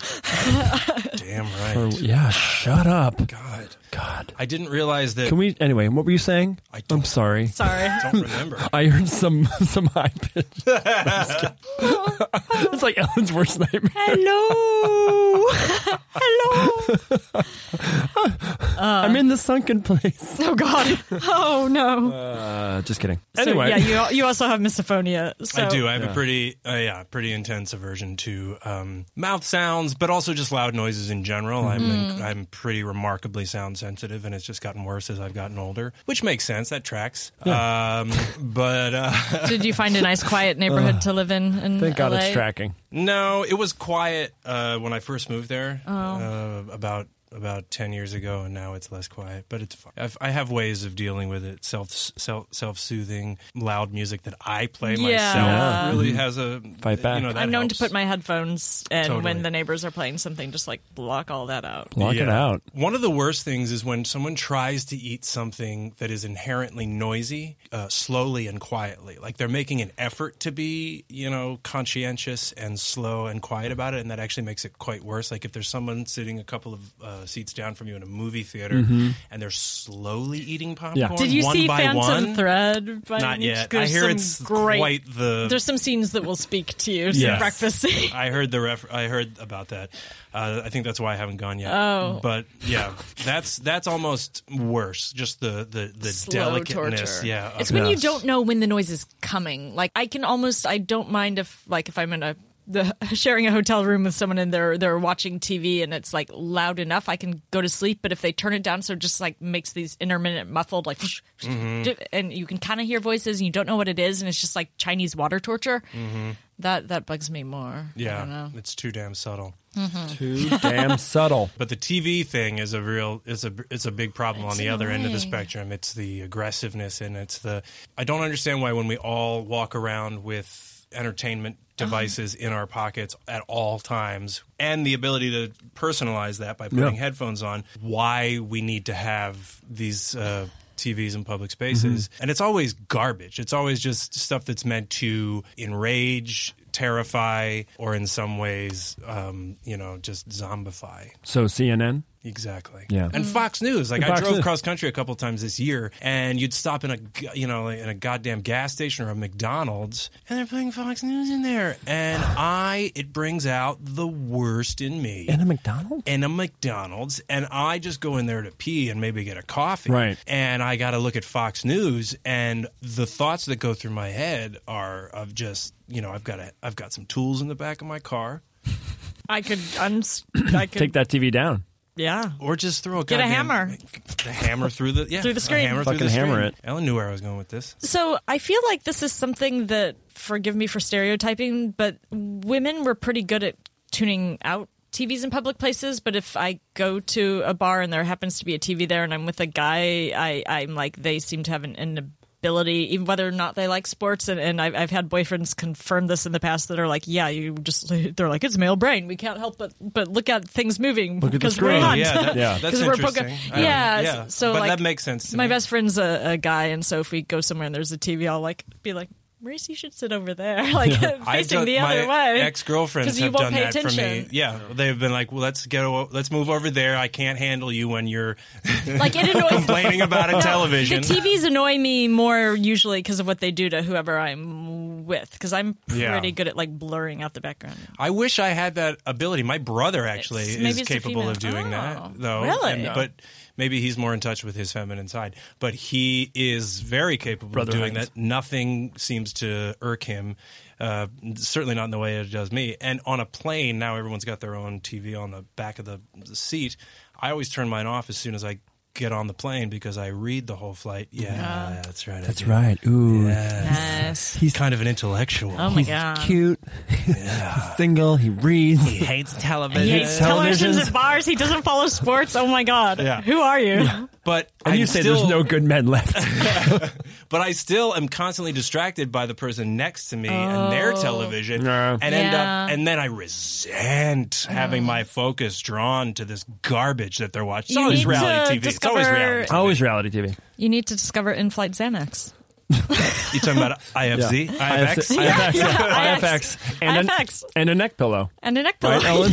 [SPEAKER 6] Damn right.
[SPEAKER 3] Yeah, shut up.
[SPEAKER 6] God,
[SPEAKER 3] God.
[SPEAKER 6] I didn't realize that.
[SPEAKER 3] Can we, anyway, what were you saying?
[SPEAKER 6] I don't-
[SPEAKER 3] I'm sorry.
[SPEAKER 2] Sorry.
[SPEAKER 6] I don't remember.
[SPEAKER 3] I heard some some high pitch. I'm just kidding. it's like Ellen's worst nightmare.
[SPEAKER 2] Hello. Hello.
[SPEAKER 3] I'm in the sunken place.
[SPEAKER 2] Oh God. Oh no.
[SPEAKER 3] Uh, just kidding.
[SPEAKER 2] So,
[SPEAKER 3] Anyway,
[SPEAKER 2] yeah, you you also have misophonia. So.
[SPEAKER 6] I do. I have a pretty, uh, yeah, pretty intense aversion to um, mouth sounds, but also just loud noises in general. I'm
[SPEAKER 2] Mm-hmm.
[SPEAKER 6] I'm pretty remarkably sound sensitive, and it's just gotten worse as I've gotten older, which makes sense. That tracks. Um, but uh,
[SPEAKER 2] Did you find a nice, quiet neighborhood to live in? in
[SPEAKER 3] thank God it's
[SPEAKER 2] LA?
[SPEAKER 3] tracking.
[SPEAKER 6] no, it was quiet uh, when I first moved there
[SPEAKER 2] Oh.
[SPEAKER 6] uh, about about ten years ago, and now it's less quiet. But it's fine. I've, I have ways of dealing with it. Self self self soothing, loud music that I play
[SPEAKER 2] Yeah. Yeah.
[SPEAKER 6] myself really has a
[SPEAKER 3] Mm-hmm. Fight back.
[SPEAKER 6] You know, that
[SPEAKER 2] I'm known
[SPEAKER 6] helps.
[SPEAKER 2] to put my headphones in
[SPEAKER 6] Totally.
[SPEAKER 2] when the neighbors are playing something, just like block all that out.
[SPEAKER 3] Block it
[SPEAKER 6] Yeah.
[SPEAKER 3] out.
[SPEAKER 6] One of the worst things is when someone tries to eat something that is inherently noisy, uh, slowly and quietly. Like they're making an effort to be, you know, conscientious and slow and quiet about it, and that actually makes it quite worse. Like if there's someone sitting a couple of uh, seats down from you in a movie theater and they're slowly eating popcorn,
[SPEAKER 3] Mm-hmm. Yeah.
[SPEAKER 2] Did you
[SPEAKER 6] one
[SPEAKER 2] see
[SPEAKER 6] by
[SPEAKER 2] Phantom
[SPEAKER 6] one.
[SPEAKER 2] Thread? By
[SPEAKER 6] Not
[SPEAKER 2] any-
[SPEAKER 6] yet. I
[SPEAKER 2] There's
[SPEAKER 6] hear
[SPEAKER 2] some
[SPEAKER 6] it's
[SPEAKER 2] great.
[SPEAKER 6] quite the.
[SPEAKER 2] There's some scenes that will speak to you. Some
[SPEAKER 6] Yes.
[SPEAKER 2] breakfast scene.
[SPEAKER 6] I heard the ref. I heard about that. Uh, I think that's why I haven't gone yet. Oh, but yeah, that's that's almost worse. Just the the the
[SPEAKER 2] Slow
[SPEAKER 6] delicateness.
[SPEAKER 2] torture.
[SPEAKER 6] Yeah, of
[SPEAKER 2] it's when you
[SPEAKER 6] this.
[SPEAKER 2] don't know when the noise is coming. Like I can almost, I don't mind if, like, if I'm in a the, sharing a hotel room with someone and they're they're watching TV and it's like loud enough, I can go to sleep. But if they turn it down, so it just like makes these intermittent muffled like,
[SPEAKER 6] Mm-hmm.
[SPEAKER 2] and you can kind of hear voices and you don't know what it is, and it's just like Chinese water torture. That that bugs me more. I don't
[SPEAKER 6] Mm-hmm. Yeah,
[SPEAKER 2] know.
[SPEAKER 6] it's too damn subtle.
[SPEAKER 3] Too damn subtle.
[SPEAKER 6] But the TV thing is a real it's a it's a big problem on the other end of the spectrum. It's the aggressiveness and it's the I don't understand why when we all walk around with entertainment devices in our pockets at all times and the ability to personalize that by putting
[SPEAKER 3] Yeah.
[SPEAKER 6] headphones on why we need to have these uh TVs in public spaces. And it's always garbage. It's always just stuff that's meant to enrage, terrify or in some ways, um, you know, just zombify.
[SPEAKER 3] So CNN.
[SPEAKER 6] Exactly.
[SPEAKER 3] Yeah.
[SPEAKER 6] And Fox News. Like
[SPEAKER 3] And Fox
[SPEAKER 6] I drove
[SPEAKER 3] News.
[SPEAKER 6] cross country a couple times this year, and you'd stop in a g- you know like, in a goddamn gas station or a McDonald's, and they're playing Fox News in there, and I it brings out the worst in me.
[SPEAKER 3] In a McDonald's.
[SPEAKER 6] in a McDonald's, and I just go in there to pee and maybe get a coffee.
[SPEAKER 3] Right.
[SPEAKER 6] And I got to look at Fox News, and the thoughts that go through my head are of just you know I've got a, I've got some tools in the back of my car,
[SPEAKER 2] I could. uns- I could.
[SPEAKER 3] Take that TV down.
[SPEAKER 2] Yeah.
[SPEAKER 6] or just throw a
[SPEAKER 2] Get a
[SPEAKER 6] goddamn-
[SPEAKER 2] hammer.
[SPEAKER 6] the hammer through the yeah
[SPEAKER 2] Through the
[SPEAKER 6] a
[SPEAKER 2] screen.
[SPEAKER 6] hammer through
[SPEAKER 3] Fucking
[SPEAKER 6] the
[SPEAKER 3] hammer
[SPEAKER 6] screen.
[SPEAKER 3] it.
[SPEAKER 6] Ellen knew where I was going with this.
[SPEAKER 2] So I feel like this is something that, forgive me for stereotyping, but women were pretty good at tuning out TVs in public places. But if I go to a bar and there happens to be a TV there and I'm with a guy, I, I'm like, they seem to have an inability, even whether or not they like sports. And, and I've, I've had boyfriends confirm this in the past that are like, yeah, you just, they're like, it's male brain. We can't help but, but look at things moving
[SPEAKER 3] Look at the
[SPEAKER 2] because we're
[SPEAKER 3] screen.
[SPEAKER 2] not.
[SPEAKER 6] yeah, that,
[SPEAKER 3] Yeah.
[SPEAKER 6] that's
[SPEAKER 2] 'Cause we're
[SPEAKER 6] interesting.
[SPEAKER 2] poker-
[SPEAKER 6] I don't-
[SPEAKER 2] Yeah, s- so,
[SPEAKER 6] but
[SPEAKER 2] like,
[SPEAKER 6] that makes sense. To
[SPEAKER 2] my
[SPEAKER 6] me.
[SPEAKER 2] best friend's a, a guy, and so if we go somewhere and there's a TV, I'll like be like, Maurice, you should sit over there, like
[SPEAKER 6] I've
[SPEAKER 2] facing
[SPEAKER 6] done-
[SPEAKER 2] the other
[SPEAKER 6] my
[SPEAKER 2] way.
[SPEAKER 6] Ex girlfriends
[SPEAKER 2] 'Cause you
[SPEAKER 6] have
[SPEAKER 2] won't
[SPEAKER 6] done
[SPEAKER 2] pay
[SPEAKER 6] that for me.
[SPEAKER 2] attention.
[SPEAKER 6] Yeah, they've been like, "Well, let's get, o- let's move over there. I can't handle you when you're
[SPEAKER 2] Like it annoys
[SPEAKER 6] complaining about a
[SPEAKER 2] The
[SPEAKER 6] television."
[SPEAKER 2] TVs annoy me more usually because of what they do to whoever I'm with. Because I'm pretty
[SPEAKER 6] Yeah.
[SPEAKER 2] good at like blurring out the background.
[SPEAKER 6] I wish I had that ability. My brother actually
[SPEAKER 2] It's- maybe
[SPEAKER 6] is
[SPEAKER 2] it's a
[SPEAKER 6] capable of
[SPEAKER 2] female.
[SPEAKER 6] doing
[SPEAKER 2] Oh,
[SPEAKER 6] that, though.
[SPEAKER 2] really?
[SPEAKER 6] And- but maybe he's more in touch with his feminine side. But he is very capable
[SPEAKER 3] Brother
[SPEAKER 6] of doing
[SPEAKER 3] Hines.
[SPEAKER 6] that. Nothing seems to irk him. Uh, certainly not in the way it does me. And on a plane, now everyone's got their own TV on the back of the, the seat. I always turn mine off as soon as I get on the plane because I read the whole flight. Yeah, that's right. I
[SPEAKER 3] That's
[SPEAKER 6] do.
[SPEAKER 3] right. Ooh.
[SPEAKER 2] Yes.
[SPEAKER 6] He's kind of an intellectual.
[SPEAKER 2] Oh my god.
[SPEAKER 3] Cute. He's single. He reads.
[SPEAKER 6] He hates television.
[SPEAKER 2] He hates televisions at bars. He doesn't follow sports. Oh my god.
[SPEAKER 6] Yeah.
[SPEAKER 2] Who are you?
[SPEAKER 6] But
[SPEAKER 3] And
[SPEAKER 6] I'm
[SPEAKER 3] you say
[SPEAKER 6] still,
[SPEAKER 3] there's no good men left.
[SPEAKER 6] but I still am constantly distracted by the person next to me and their television,
[SPEAKER 3] Yeah.
[SPEAKER 6] and end
[SPEAKER 2] Oh. Yeah.
[SPEAKER 6] up, and then I resent having my focus drawn to this garbage that they're watching. It's
[SPEAKER 2] You
[SPEAKER 6] always
[SPEAKER 2] need
[SPEAKER 6] reality
[SPEAKER 2] to
[SPEAKER 6] TV. It's always
[SPEAKER 2] discover-
[SPEAKER 6] reality. TV.
[SPEAKER 3] Always reality TV.
[SPEAKER 2] You need to discover in-flight Xanax.
[SPEAKER 6] You talking about IFZ, IFX?
[SPEAKER 3] IFX. yeah,
[SPEAKER 2] IFX.
[SPEAKER 3] IFX. And a-
[SPEAKER 2] IFX.
[SPEAKER 3] And a neck pillow.
[SPEAKER 2] And a neck pillow.
[SPEAKER 3] Right, Ellen?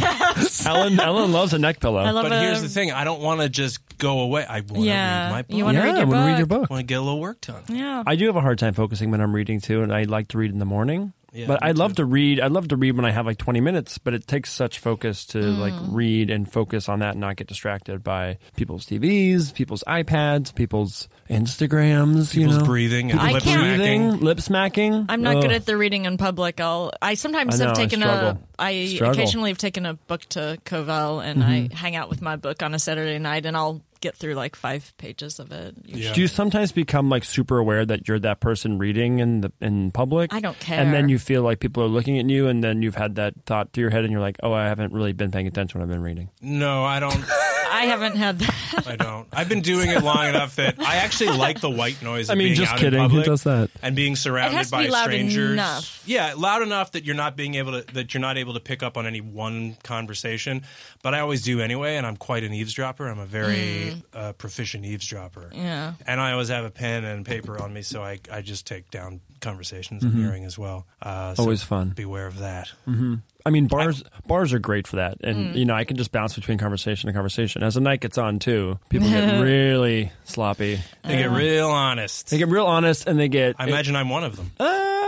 [SPEAKER 3] Ellen, Ellen loves a neck pillow.
[SPEAKER 2] I love
[SPEAKER 6] But
[SPEAKER 2] a-
[SPEAKER 6] here's the thing: I don't want to just go away. I want to read
[SPEAKER 2] Yeah.
[SPEAKER 6] my
[SPEAKER 2] You
[SPEAKER 6] book.
[SPEAKER 2] want to
[SPEAKER 3] yeah,
[SPEAKER 2] read your
[SPEAKER 3] when
[SPEAKER 2] book?
[SPEAKER 3] we read your book.
[SPEAKER 6] I want to get a little work done.
[SPEAKER 2] Yeah.
[SPEAKER 3] I do have a hard time focusing when I'm reading too, and I like to read in the morning.
[SPEAKER 6] Yeah,
[SPEAKER 3] but
[SPEAKER 6] me
[SPEAKER 3] I love to read. I love to read when I have like 20 minutes, but it takes such focus to like read and focus on that and not get distracted by people's TVs, people's iPads, people's Instagrams,
[SPEAKER 6] People's
[SPEAKER 3] you know,
[SPEAKER 6] breathing and
[SPEAKER 2] I
[SPEAKER 6] lip
[SPEAKER 2] can't-
[SPEAKER 6] smacking.
[SPEAKER 3] breathing, lip smacking.
[SPEAKER 2] I'm not good
[SPEAKER 3] Ugh.
[SPEAKER 2] at the reading in public. I'll. I sometimes
[SPEAKER 3] I know,
[SPEAKER 2] have
[SPEAKER 3] I
[SPEAKER 2] taken a.
[SPEAKER 3] struggle.
[SPEAKER 2] I
[SPEAKER 3] Struggle. Mm-hmm.
[SPEAKER 2] occasionally have taken a book to Covell, and I hang out with my book on a Saturday night, and I'll get through like five pages of it.
[SPEAKER 6] Yeah.
[SPEAKER 3] Do you sometimes become like super aware that you're that person reading in the in public?
[SPEAKER 2] I don't
[SPEAKER 3] And
[SPEAKER 2] care.
[SPEAKER 3] then you feel like people are looking at you, and then you've had that thought through your head, and you're like, "Oh, I haven't really been paying attention when I've been reading."
[SPEAKER 6] No, I don't.
[SPEAKER 2] I haven't had that.
[SPEAKER 6] I don't. I've been doing it long enough that I actually like the white noise. Of
[SPEAKER 3] I mean,
[SPEAKER 6] being
[SPEAKER 3] just
[SPEAKER 6] out
[SPEAKER 3] kidding.
[SPEAKER 6] In
[SPEAKER 3] Who
[SPEAKER 6] public
[SPEAKER 3] does that?
[SPEAKER 6] And being surrounded
[SPEAKER 2] It has to
[SPEAKER 6] by
[SPEAKER 2] be loud
[SPEAKER 6] strangers.
[SPEAKER 2] enough.
[SPEAKER 6] Yeah, loud enough that you're not being able to that you're not able to pick up on any one conversation. But I always do anyway, and I'm quite an eavesdropper. I'm a very uh, proficient eavesdropper.
[SPEAKER 2] Mm. Yeah.
[SPEAKER 6] And I always have a pen and paper on me, so I I just take down conversations I'm hearing as well. Uh, so
[SPEAKER 3] Mm-hmm. Always fun.
[SPEAKER 6] Beware of that.
[SPEAKER 2] Mm.
[SPEAKER 3] I mean, bars bars are great for that, and you know, I can just bounce between conversation to conversation. As the night gets on, too, people get really sloppy.
[SPEAKER 6] They get real honest.
[SPEAKER 3] They get real honest, and they get.
[SPEAKER 6] I imagine I'm one of them.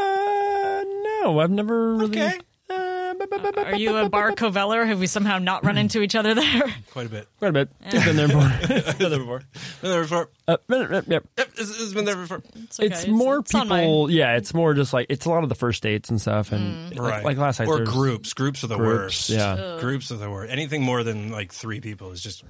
[SPEAKER 3] Uh, no, I've never really.
[SPEAKER 6] Okay.
[SPEAKER 3] Uh, bu- bu- bu- bu-
[SPEAKER 2] Are you a bar Coveller? Have we somehow not run into each other there?
[SPEAKER 6] Quite a bit.
[SPEAKER 3] Wait a minute.
[SPEAKER 2] Uh,
[SPEAKER 3] It's been there before.
[SPEAKER 6] Been there before. Been there before.
[SPEAKER 3] Uh, minute, minute, minute.
[SPEAKER 6] Yep, it's- it's been there before.
[SPEAKER 2] okay.
[SPEAKER 3] It's
[SPEAKER 2] It's-
[SPEAKER 3] more
[SPEAKER 2] it's on my-
[SPEAKER 3] people. Yeah, it's more just like it's a lot of the first dates and stuff,
[SPEAKER 2] Mm.
[SPEAKER 3] and like,
[SPEAKER 6] right.
[SPEAKER 3] like last night
[SPEAKER 6] or
[SPEAKER 3] there's-
[SPEAKER 6] groups. Groups are the
[SPEAKER 3] Groups,
[SPEAKER 6] worst.
[SPEAKER 3] yeah.
[SPEAKER 6] groups are the worst. Anything more than like three people is just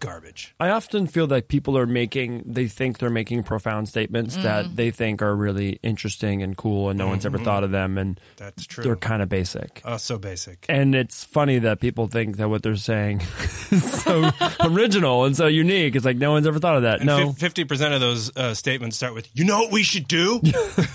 [SPEAKER 6] garbage.
[SPEAKER 3] I often feel that people are making, they think they're making profound statements
[SPEAKER 2] Mm.
[SPEAKER 3] that they think are really interesting and cool, and no one's ever thought of them, and
[SPEAKER 6] That's true.
[SPEAKER 3] They're Eh, kind of basic.
[SPEAKER 6] Oh, so basic.
[SPEAKER 3] And it's funny that people think that what they're saying is so original and so unique. It's like no one's ever thought of that. no,
[SPEAKER 6] fifty percent of those uh, statements start with "You know what we should do."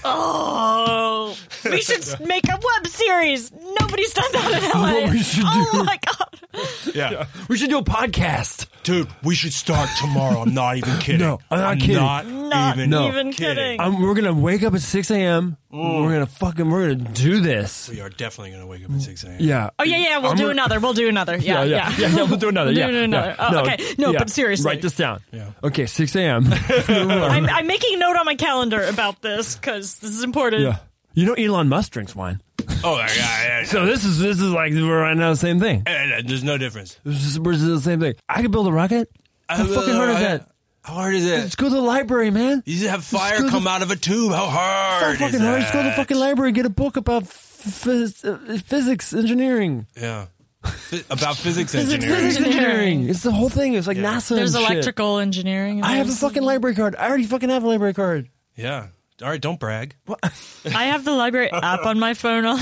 [SPEAKER 2] Oh, we should s- make a web series. Nobody's done that in LA.
[SPEAKER 3] What we should
[SPEAKER 2] oh
[SPEAKER 3] do.
[SPEAKER 2] my god.
[SPEAKER 6] yeah.
[SPEAKER 3] we should do a podcast.
[SPEAKER 6] Dude, we should start tomorrow. I'm not even kidding.
[SPEAKER 3] No, I'm not kidding.
[SPEAKER 6] not
[SPEAKER 2] Not
[SPEAKER 6] even,
[SPEAKER 3] No.
[SPEAKER 2] even kidding.
[SPEAKER 6] kidding.
[SPEAKER 3] Um, we're gonna wake up at six a.m. We're gonna fucking we're gonna do this.
[SPEAKER 6] We are definitely going to wake up at 6 a.m.
[SPEAKER 3] Yeah.
[SPEAKER 2] Oh yeah, yeah. We'll
[SPEAKER 3] I'm
[SPEAKER 2] do
[SPEAKER 3] gonna-
[SPEAKER 2] another. We'll do another. Yeah, yeah,
[SPEAKER 3] yeah, yeah. We'll do another.
[SPEAKER 2] We'll
[SPEAKER 3] yeah,
[SPEAKER 2] do another.
[SPEAKER 3] yeah,
[SPEAKER 2] Oh, okay. No, but seriously.
[SPEAKER 3] write this down.
[SPEAKER 6] Yeah.
[SPEAKER 3] Okay, six a.m.
[SPEAKER 2] I'm, I'm making a note on my calendar about this because this is important.
[SPEAKER 3] yeah. You know Elon Musk drinks wine,
[SPEAKER 6] Oh, yeah, yeah. yeah.
[SPEAKER 3] so this is this is like we're right now the same thing.
[SPEAKER 6] And, uh, There's no difference.
[SPEAKER 3] This is, we're the same thing. I could build a rocket. How fucking hard is that?
[SPEAKER 6] How hard is
[SPEAKER 3] Let's
[SPEAKER 6] it?
[SPEAKER 3] go to the library, man.
[SPEAKER 6] You just have
[SPEAKER 3] go
[SPEAKER 6] fire
[SPEAKER 3] to-
[SPEAKER 6] come out of a tube. How
[SPEAKER 3] so
[SPEAKER 6] hard
[SPEAKER 3] fucking
[SPEAKER 6] is
[SPEAKER 3] hard. Just go to the
[SPEAKER 6] that?
[SPEAKER 3] fucking library and get a book about f- phys- uh, physics engineering.
[SPEAKER 6] Yeah. Phy- About physics engineering.
[SPEAKER 3] Physics engineering. It's the whole thing. It's like
[SPEAKER 6] Yeah.
[SPEAKER 3] NASA.
[SPEAKER 2] There's
[SPEAKER 3] and shit.
[SPEAKER 2] electrical engineering. and
[SPEAKER 3] I have a
[SPEAKER 2] there's-
[SPEAKER 3] fucking library card. I already fucking have a library card.
[SPEAKER 6] Yeah. All right, don't brag.
[SPEAKER 2] I have the library app on my phone. oh,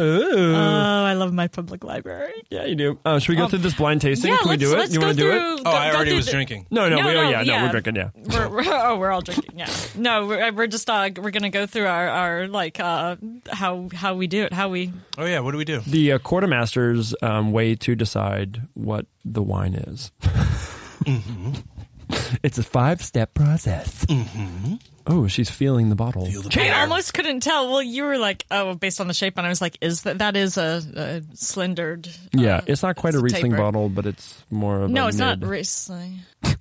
[SPEAKER 2] Oh, I love my public library.
[SPEAKER 3] Yeah, you do. Uh, should we go through this blind tasting?
[SPEAKER 2] Um, yeah,
[SPEAKER 3] Can we
[SPEAKER 2] let's,
[SPEAKER 3] do it?
[SPEAKER 2] let's
[SPEAKER 3] You
[SPEAKER 2] go
[SPEAKER 3] want to do
[SPEAKER 2] through.
[SPEAKER 3] it?
[SPEAKER 6] Oh,
[SPEAKER 2] go-
[SPEAKER 6] I
[SPEAKER 2] go
[SPEAKER 6] already
[SPEAKER 2] through
[SPEAKER 6] was
[SPEAKER 2] the-
[SPEAKER 6] drinking.
[SPEAKER 3] No, no,
[SPEAKER 2] No,
[SPEAKER 3] we, oh,
[SPEAKER 2] no,
[SPEAKER 3] yeah, no,
[SPEAKER 2] yeah.
[SPEAKER 3] we're drinking, yeah.
[SPEAKER 2] We're, we're, oh, we're all drinking. Yeah. No, we're, we're just uh, we're gonna go through our, our like uh, how how we do it, how we
[SPEAKER 6] Oh, yeah, what do we do?
[SPEAKER 3] The uh, quartermaster's um, way to decide what the wine is. It's a five step process. Oh, she's feeling the bottle.
[SPEAKER 2] I almost couldn't tell. Well, you were like, oh, based on the shape, and I was like, is that that is a, a slendered?
[SPEAKER 3] yeah,
[SPEAKER 2] uh,
[SPEAKER 3] it's not quite a
[SPEAKER 2] it's a
[SPEAKER 3] Riesling
[SPEAKER 2] taper.
[SPEAKER 3] bottle, but it's more of a.
[SPEAKER 2] no, it's not
[SPEAKER 3] mid-
[SPEAKER 2] Riesling.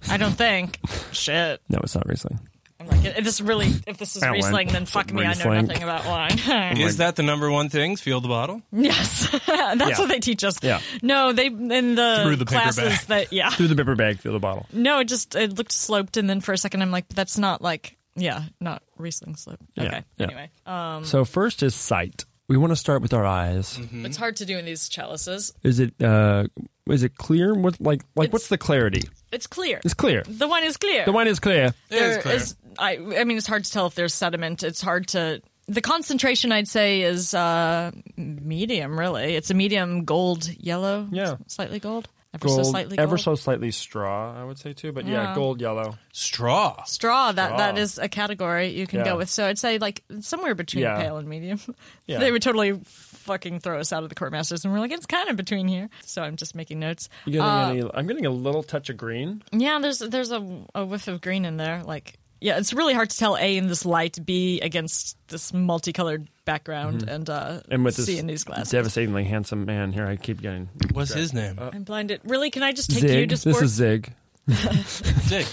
[SPEAKER 2] I don't think. Shit.
[SPEAKER 3] No, it's not Riesling.
[SPEAKER 2] I'm like, if this really, if this is
[SPEAKER 3] That one.
[SPEAKER 2] Riesling, then fuck me. I know
[SPEAKER 3] Riesling.
[SPEAKER 2] nothing about wine.
[SPEAKER 6] Is that the number one thing? Feel the bottle?
[SPEAKER 2] yes, that's what they teach us.
[SPEAKER 3] Yeah.
[SPEAKER 2] No, they in the,
[SPEAKER 6] Through the paper
[SPEAKER 2] classes
[SPEAKER 6] bag.
[SPEAKER 2] that yeah.
[SPEAKER 3] Through the paper bag, feel the bottle.
[SPEAKER 2] No, it just it looked sloped, and then for a second I'm like, but that's not like yeah, not Riesling slope. Okay.
[SPEAKER 3] yeah.
[SPEAKER 2] Anyway, um,
[SPEAKER 3] So, first is sight. We want to start with our eyes.
[SPEAKER 2] it's hard to do in these chalices.
[SPEAKER 3] Is it uh is it clear? What like like what's the clarity?
[SPEAKER 2] It's clear.
[SPEAKER 3] It's clear.
[SPEAKER 2] the one is clear.
[SPEAKER 3] The wine is clear.
[SPEAKER 6] Yeah, it's
[SPEAKER 2] There
[SPEAKER 6] clear.
[SPEAKER 2] is- I, I mean, it's hard to tell if there's sediment. It's hard to. The concentration, I'd say, is uh, medium. Really, it's a medium gold yellow.
[SPEAKER 3] Yeah.
[SPEAKER 2] s- slightly gold, ever
[SPEAKER 3] Gold,
[SPEAKER 2] so slightly.
[SPEAKER 3] ever
[SPEAKER 2] gold.
[SPEAKER 3] so slightly straw, I would say too. But yeah,
[SPEAKER 2] Yeah.
[SPEAKER 3] gold yellow.
[SPEAKER 6] Straw.
[SPEAKER 2] straw. That that is a category you can
[SPEAKER 3] Yeah.
[SPEAKER 2] go with. So I'd say like somewhere between
[SPEAKER 3] Yeah.
[SPEAKER 2] pale and medium.
[SPEAKER 3] Yeah.
[SPEAKER 2] they would totally fucking throw us out of the courtmasters, and we're like, it's kind of between here. So I'm just making notes.
[SPEAKER 3] You getting
[SPEAKER 2] Uh,
[SPEAKER 3] any, I'm getting a little touch of green.
[SPEAKER 2] Yeah, there's there's a, a whiff of green in there. Like, yeah, it's really hard to tell A in this light, B against this multicolored background, and uh,
[SPEAKER 3] Mm-hmm. And with
[SPEAKER 2] C
[SPEAKER 3] this
[SPEAKER 2] in these glasses.
[SPEAKER 3] devastatingly handsome man here, I keep getting
[SPEAKER 6] What's his name?
[SPEAKER 3] Uh,
[SPEAKER 2] I'm blinded. Really, can I just take you
[SPEAKER 3] Zig.
[SPEAKER 2] to
[SPEAKER 3] This
[SPEAKER 2] sports?
[SPEAKER 3] is Zig.
[SPEAKER 6] Zig.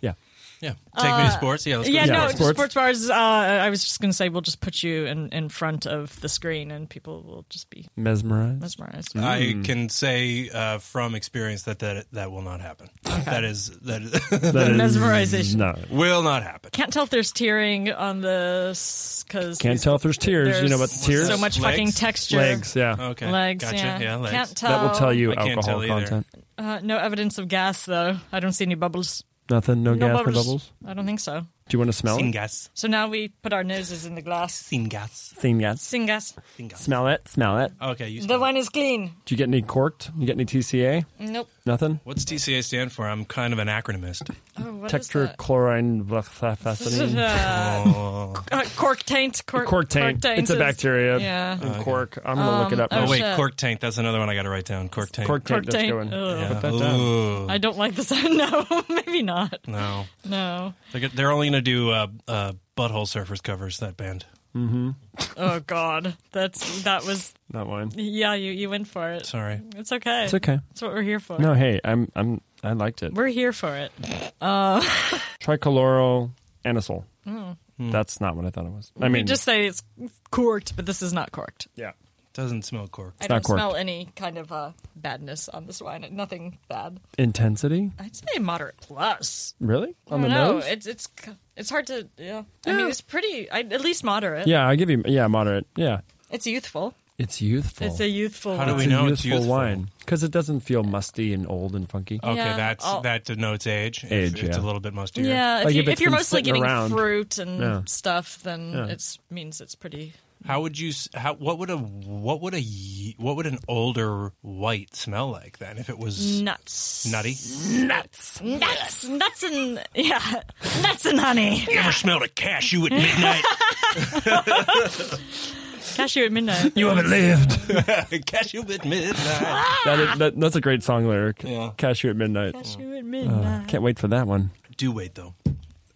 [SPEAKER 3] Yeah.
[SPEAKER 6] Yeah. Take
[SPEAKER 3] Uh,
[SPEAKER 6] me to sports. Yeah, let's go.
[SPEAKER 2] yeah,
[SPEAKER 3] to
[SPEAKER 2] no,
[SPEAKER 3] sports.
[SPEAKER 2] sports, bars. Uh, I was just going to say we'll just put you in, in front of the screen, and people will just be
[SPEAKER 3] Mesmerized.
[SPEAKER 2] mesmerized.
[SPEAKER 3] Mm.
[SPEAKER 6] I can say uh, from experience that, that that will not happen. That is that
[SPEAKER 3] That is-
[SPEAKER 2] Mesmerization.
[SPEAKER 3] No.
[SPEAKER 6] will not happen.
[SPEAKER 2] Can't tell if there's tearing on this because
[SPEAKER 3] Can't tell if there's tears. you know about the tears?
[SPEAKER 2] So much
[SPEAKER 6] Legs?
[SPEAKER 2] fucking texture.
[SPEAKER 3] Legs, yeah.
[SPEAKER 6] Okay.
[SPEAKER 2] Legs,
[SPEAKER 6] gotcha.
[SPEAKER 2] yeah.
[SPEAKER 6] legs.
[SPEAKER 2] Can't tell.
[SPEAKER 3] That will tell you
[SPEAKER 6] Oh, I can't
[SPEAKER 3] alcohol
[SPEAKER 6] tell either.
[SPEAKER 3] content.
[SPEAKER 2] Uh, no evidence of gas, though. I don't see any bubbles.
[SPEAKER 3] Nothing, no, gas, no bubbles.
[SPEAKER 2] I don't think so.
[SPEAKER 3] Do you want to smell it?
[SPEAKER 6] Singas.
[SPEAKER 2] So now we put our noses in the glass.
[SPEAKER 6] Singas.
[SPEAKER 3] Same gas.
[SPEAKER 2] Sing gas.
[SPEAKER 6] Singas.
[SPEAKER 3] Smell it, smell it.
[SPEAKER 6] Okay, you
[SPEAKER 2] The wine is clean.
[SPEAKER 3] Do you get any corked? You get any TCA?
[SPEAKER 2] Nope.
[SPEAKER 3] Nothing?
[SPEAKER 6] What's TCA stand for? I'm kind of an acronymist.
[SPEAKER 2] Oh, what is
[SPEAKER 3] Texture chlorine
[SPEAKER 2] that?
[SPEAKER 3] vafafacinine.
[SPEAKER 2] Uh,
[SPEAKER 6] Oh.
[SPEAKER 2] uh, cork taint. Cork,
[SPEAKER 3] Cork taint. It's a
[SPEAKER 2] is-
[SPEAKER 3] bacteria.
[SPEAKER 2] Yeah.
[SPEAKER 3] And cork. I'm going to look it up.
[SPEAKER 2] oh,
[SPEAKER 6] Oh,
[SPEAKER 3] now.
[SPEAKER 6] wait,
[SPEAKER 2] shit.
[SPEAKER 6] cork tank. That's another one I got to write down. Cork tank.
[SPEAKER 3] Cork taint.
[SPEAKER 2] Cork
[SPEAKER 3] That's
[SPEAKER 2] taint.
[SPEAKER 3] going.
[SPEAKER 2] Ugh.
[SPEAKER 6] Yeah.
[SPEAKER 3] Put that down.
[SPEAKER 6] Ooh.
[SPEAKER 2] I don't like this. no, maybe not.
[SPEAKER 6] No,
[SPEAKER 2] No.
[SPEAKER 6] they're, go- they're only going to do uh, uh, butthole surfers covers. That band.
[SPEAKER 2] Oh God, that's that was.
[SPEAKER 3] That wine.
[SPEAKER 2] Yeah, you you went for it.
[SPEAKER 6] Sorry.
[SPEAKER 2] It's okay.
[SPEAKER 3] It's okay.
[SPEAKER 2] That's what we're here for.
[SPEAKER 3] No, hey, I'm, I'm, I liked it.
[SPEAKER 2] We're here for it.
[SPEAKER 3] Tricoloro anisole. That's not what I thought it was. I
[SPEAKER 2] You
[SPEAKER 3] mean,
[SPEAKER 2] Hmm. just say it's corked, but this is not corked.
[SPEAKER 3] yeah.
[SPEAKER 6] Doesn't smell cork.
[SPEAKER 2] I
[SPEAKER 3] not
[SPEAKER 2] don't
[SPEAKER 3] corked.
[SPEAKER 2] smell any kind of uh, badness on this wine. Nothing bad.
[SPEAKER 3] Intensity?
[SPEAKER 2] I'd say moderate plus.
[SPEAKER 3] Really? On
[SPEAKER 2] I
[SPEAKER 3] the
[SPEAKER 2] don't know.
[SPEAKER 3] nose?
[SPEAKER 2] It's it's it's hard to. Yeah. I mean, it's pretty. I, at least moderate.
[SPEAKER 3] yeah, I give you, yeah, moderate. Yeah.
[SPEAKER 2] It's youthful.
[SPEAKER 3] It's youthful.
[SPEAKER 2] It's a youthful.
[SPEAKER 6] Oh. How do
[SPEAKER 2] wine.
[SPEAKER 6] we know it's youthful?
[SPEAKER 3] wine because it doesn't feel musty and old and funky.
[SPEAKER 6] Okay,
[SPEAKER 2] Yeah,
[SPEAKER 6] that's
[SPEAKER 2] I'll-
[SPEAKER 6] that denotes age. If
[SPEAKER 3] Age,
[SPEAKER 6] It's a
[SPEAKER 3] yeah.
[SPEAKER 6] little bit mustier.
[SPEAKER 2] Yeah. If,
[SPEAKER 3] Like,
[SPEAKER 2] you,
[SPEAKER 3] if it's
[SPEAKER 2] if you're
[SPEAKER 3] been
[SPEAKER 2] mostly
[SPEAKER 3] sitting
[SPEAKER 2] getting
[SPEAKER 3] around.
[SPEAKER 2] fruit and
[SPEAKER 3] Yeah.
[SPEAKER 2] stuff, then
[SPEAKER 3] Yeah.
[SPEAKER 2] it means it's pretty.
[SPEAKER 6] How would you? s- How what would a what would a ye- what would an older white smell like then if it was
[SPEAKER 2] Nuts.
[SPEAKER 6] nutty?
[SPEAKER 2] Nuts. Nuts. Nuts and yeah. Nuts and honey.
[SPEAKER 6] You ever smelled a cashew at midnight?
[SPEAKER 2] Cashew at midnight.
[SPEAKER 3] You haven't lived.
[SPEAKER 6] Cashew at midnight.
[SPEAKER 3] That is, that, that's a great song lyric.
[SPEAKER 6] Yeah.
[SPEAKER 3] Cashew at midnight.
[SPEAKER 2] Cashew at midnight.
[SPEAKER 3] Can't wait for that one.
[SPEAKER 6] Do wait though.